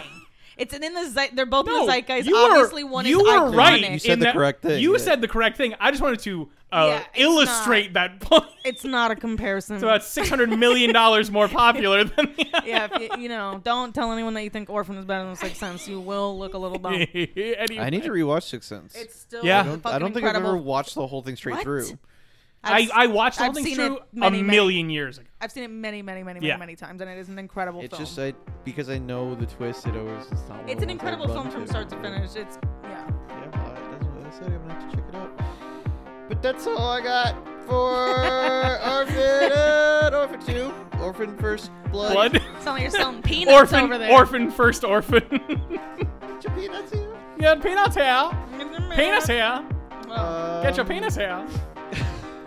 Speaker 3: it's an in the zeit. They're both in the zeitgeist.
Speaker 1: you were-
Speaker 3: Obviously, one
Speaker 1: you
Speaker 3: is
Speaker 1: were
Speaker 3: iconic.
Speaker 1: right.
Speaker 2: You said
Speaker 1: in
Speaker 2: the
Speaker 1: that-
Speaker 2: correct thing,
Speaker 1: You
Speaker 2: yeah.
Speaker 1: said the correct thing. I just wanted to uh,
Speaker 3: Yeah, it's
Speaker 1: illustrate that point.
Speaker 3: It's not a comparison.
Speaker 1: So that's six hundred million dollars more popular than the other.
Speaker 3: yeah, if you, you know, don't tell anyone that you think Orphan is better than Sixth Sense. You will look a little bummed.
Speaker 1: Anyway.
Speaker 2: I need to rewatch Sixth Sense.
Speaker 3: It's still
Speaker 1: Yeah. I
Speaker 2: I don't,
Speaker 3: fucking
Speaker 2: I don't think
Speaker 3: incredible.
Speaker 2: I've ever watched the whole thing straight
Speaker 3: What?
Speaker 2: through.
Speaker 1: I, I watched the whole
Speaker 3: I've
Speaker 1: thing
Speaker 3: seen
Speaker 1: through
Speaker 3: it many,
Speaker 1: a
Speaker 3: many-
Speaker 1: million years ago.
Speaker 3: I've seen it many, many, many, many,
Speaker 1: Yeah.
Speaker 3: many times, and it is an incredible
Speaker 2: It's
Speaker 3: film.
Speaker 2: just I because I know the twist. It always it's not. one of
Speaker 3: it's
Speaker 2: the ones
Speaker 3: an
Speaker 2: I
Speaker 3: incredible
Speaker 2: run
Speaker 3: film from
Speaker 2: to.
Speaker 3: start to finish. It's yeah.
Speaker 2: Yeah, well, I- that's what I said. I'm gonna have to check it out. But that's all I got for Orphan and Orphan Two, Orphan First Blood.
Speaker 1: Blood,
Speaker 3: It's not like you're selling peanuts
Speaker 1: orphan,
Speaker 3: over there.
Speaker 1: orphan, first orphan.
Speaker 2: Japan, that's you.
Speaker 1: yeah, peanuts here. Penis here.
Speaker 3: Mm-hmm. Well,
Speaker 1: Get your
Speaker 2: Um,
Speaker 1: penis here.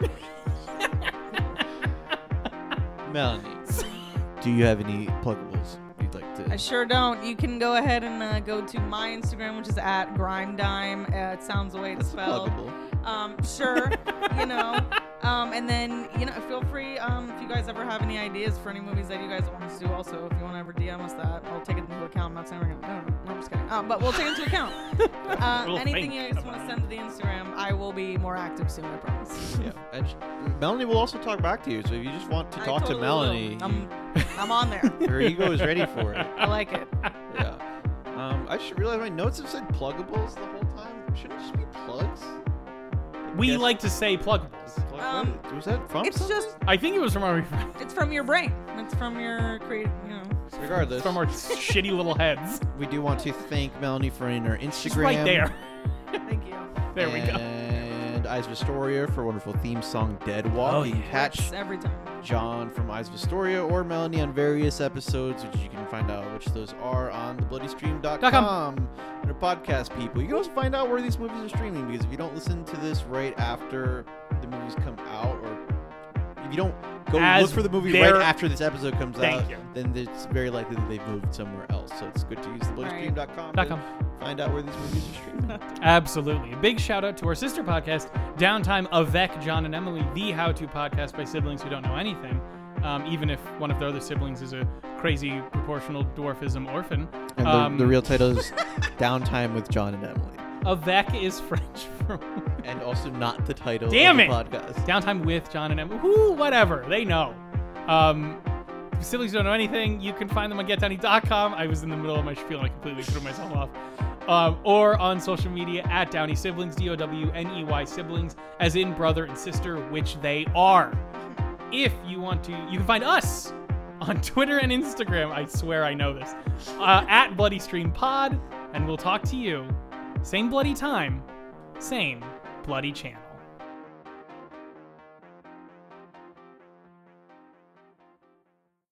Speaker 2: Melanie, do you have any pluggables you'd like to?
Speaker 3: I sure don't. You can go ahead and uh, go to my Instagram, which is at grindime. Uh, it sounds the way it's
Speaker 2: That's a
Speaker 3: spelled.
Speaker 2: pluggable.
Speaker 3: um, sure, you know. Um, and then, you know, feel free um, if you guys ever have any ideas for any movies that you guys want us to do, also, if you want to ever DM us that, I'll take it into account. I'm not saying we're going to, no, no, no, I'm just kidding. Um, but we'll take it into account. Uh,
Speaker 1: We'll
Speaker 3: anything
Speaker 1: think
Speaker 3: you guys want
Speaker 1: about
Speaker 3: to
Speaker 1: it.
Speaker 3: send to the Instagram, I will be more active soon, I promise.
Speaker 2: Yeah, and sh- Melanie will also talk back to you. So if you just want to
Speaker 3: I
Speaker 2: talk
Speaker 3: totally
Speaker 2: to Melanie,
Speaker 3: will. I'm, I'm on there.
Speaker 2: her ego is ready for it.
Speaker 3: I like it.
Speaker 2: Yeah. Um, I should realize my notes have said pluggables the whole time. Shouldn't it just be plugs?
Speaker 1: We
Speaker 2: Yes.
Speaker 1: like to say pluggables.
Speaker 2: Plug-
Speaker 3: Um,
Speaker 2: what- was that from?
Speaker 3: It's
Speaker 2: something?
Speaker 3: just,
Speaker 1: I think it was from our
Speaker 3: it's from your brain. It's from your creative, you know.
Speaker 2: Regardless,
Speaker 1: from our shitty little heads.
Speaker 2: we do want to thank Melanie for in our Instagram.
Speaker 1: She's right there.
Speaker 3: Thank you.
Speaker 1: There we go.
Speaker 2: And Eyes of Astoria for wonderful theme song Dead Walk.
Speaker 1: Oh,
Speaker 2: you can
Speaker 1: yeah.
Speaker 2: catch
Speaker 3: Every time.
Speaker 2: John from Eyes of Astoria or Melanie on various episodes, which you can find out which those are on thebloodystream.com under podcast people. You can also find out where these movies are streaming because if you don't listen to this right after the movies come out or if you don't go
Speaker 1: As
Speaker 2: look for the movie
Speaker 1: they're-
Speaker 2: right after this episode comes
Speaker 1: Thank
Speaker 2: out,
Speaker 1: you.
Speaker 2: then it's very likely that they've moved somewhere else. So it's good to use thebloodystream.com
Speaker 1: Dot
Speaker 2: to
Speaker 1: com.
Speaker 2: find out where these movies are streaming.
Speaker 1: Absolutely. A big shout out to our sister podcast, Downtime Avec, John and Emily, the how to podcast by siblings who don't know anything, um, even if one of their other siblings is a crazy proportional dwarfism orphan.
Speaker 2: And the,
Speaker 1: Um,
Speaker 2: the real title is Downtime with John and Emily.
Speaker 1: Avec is French for
Speaker 2: and also not the title
Speaker 1: Damn
Speaker 2: of
Speaker 1: it!
Speaker 2: the podcast.
Speaker 1: Downtime with John and Emma. Whoo, whatever. They know. Um, siblings don't know anything. You can find them on getdowny.com. I was in the middle of my spiel and I completely threw myself off. Um, or on social media at Downey Siblings, D O W N E Y siblings, as in brother and sister, which they are. If you want to, you can find us on Twitter and Instagram. I swear I know this. Uh, at Bloody Stream Pod, and we'll talk to you same bloody time, same bloody channel.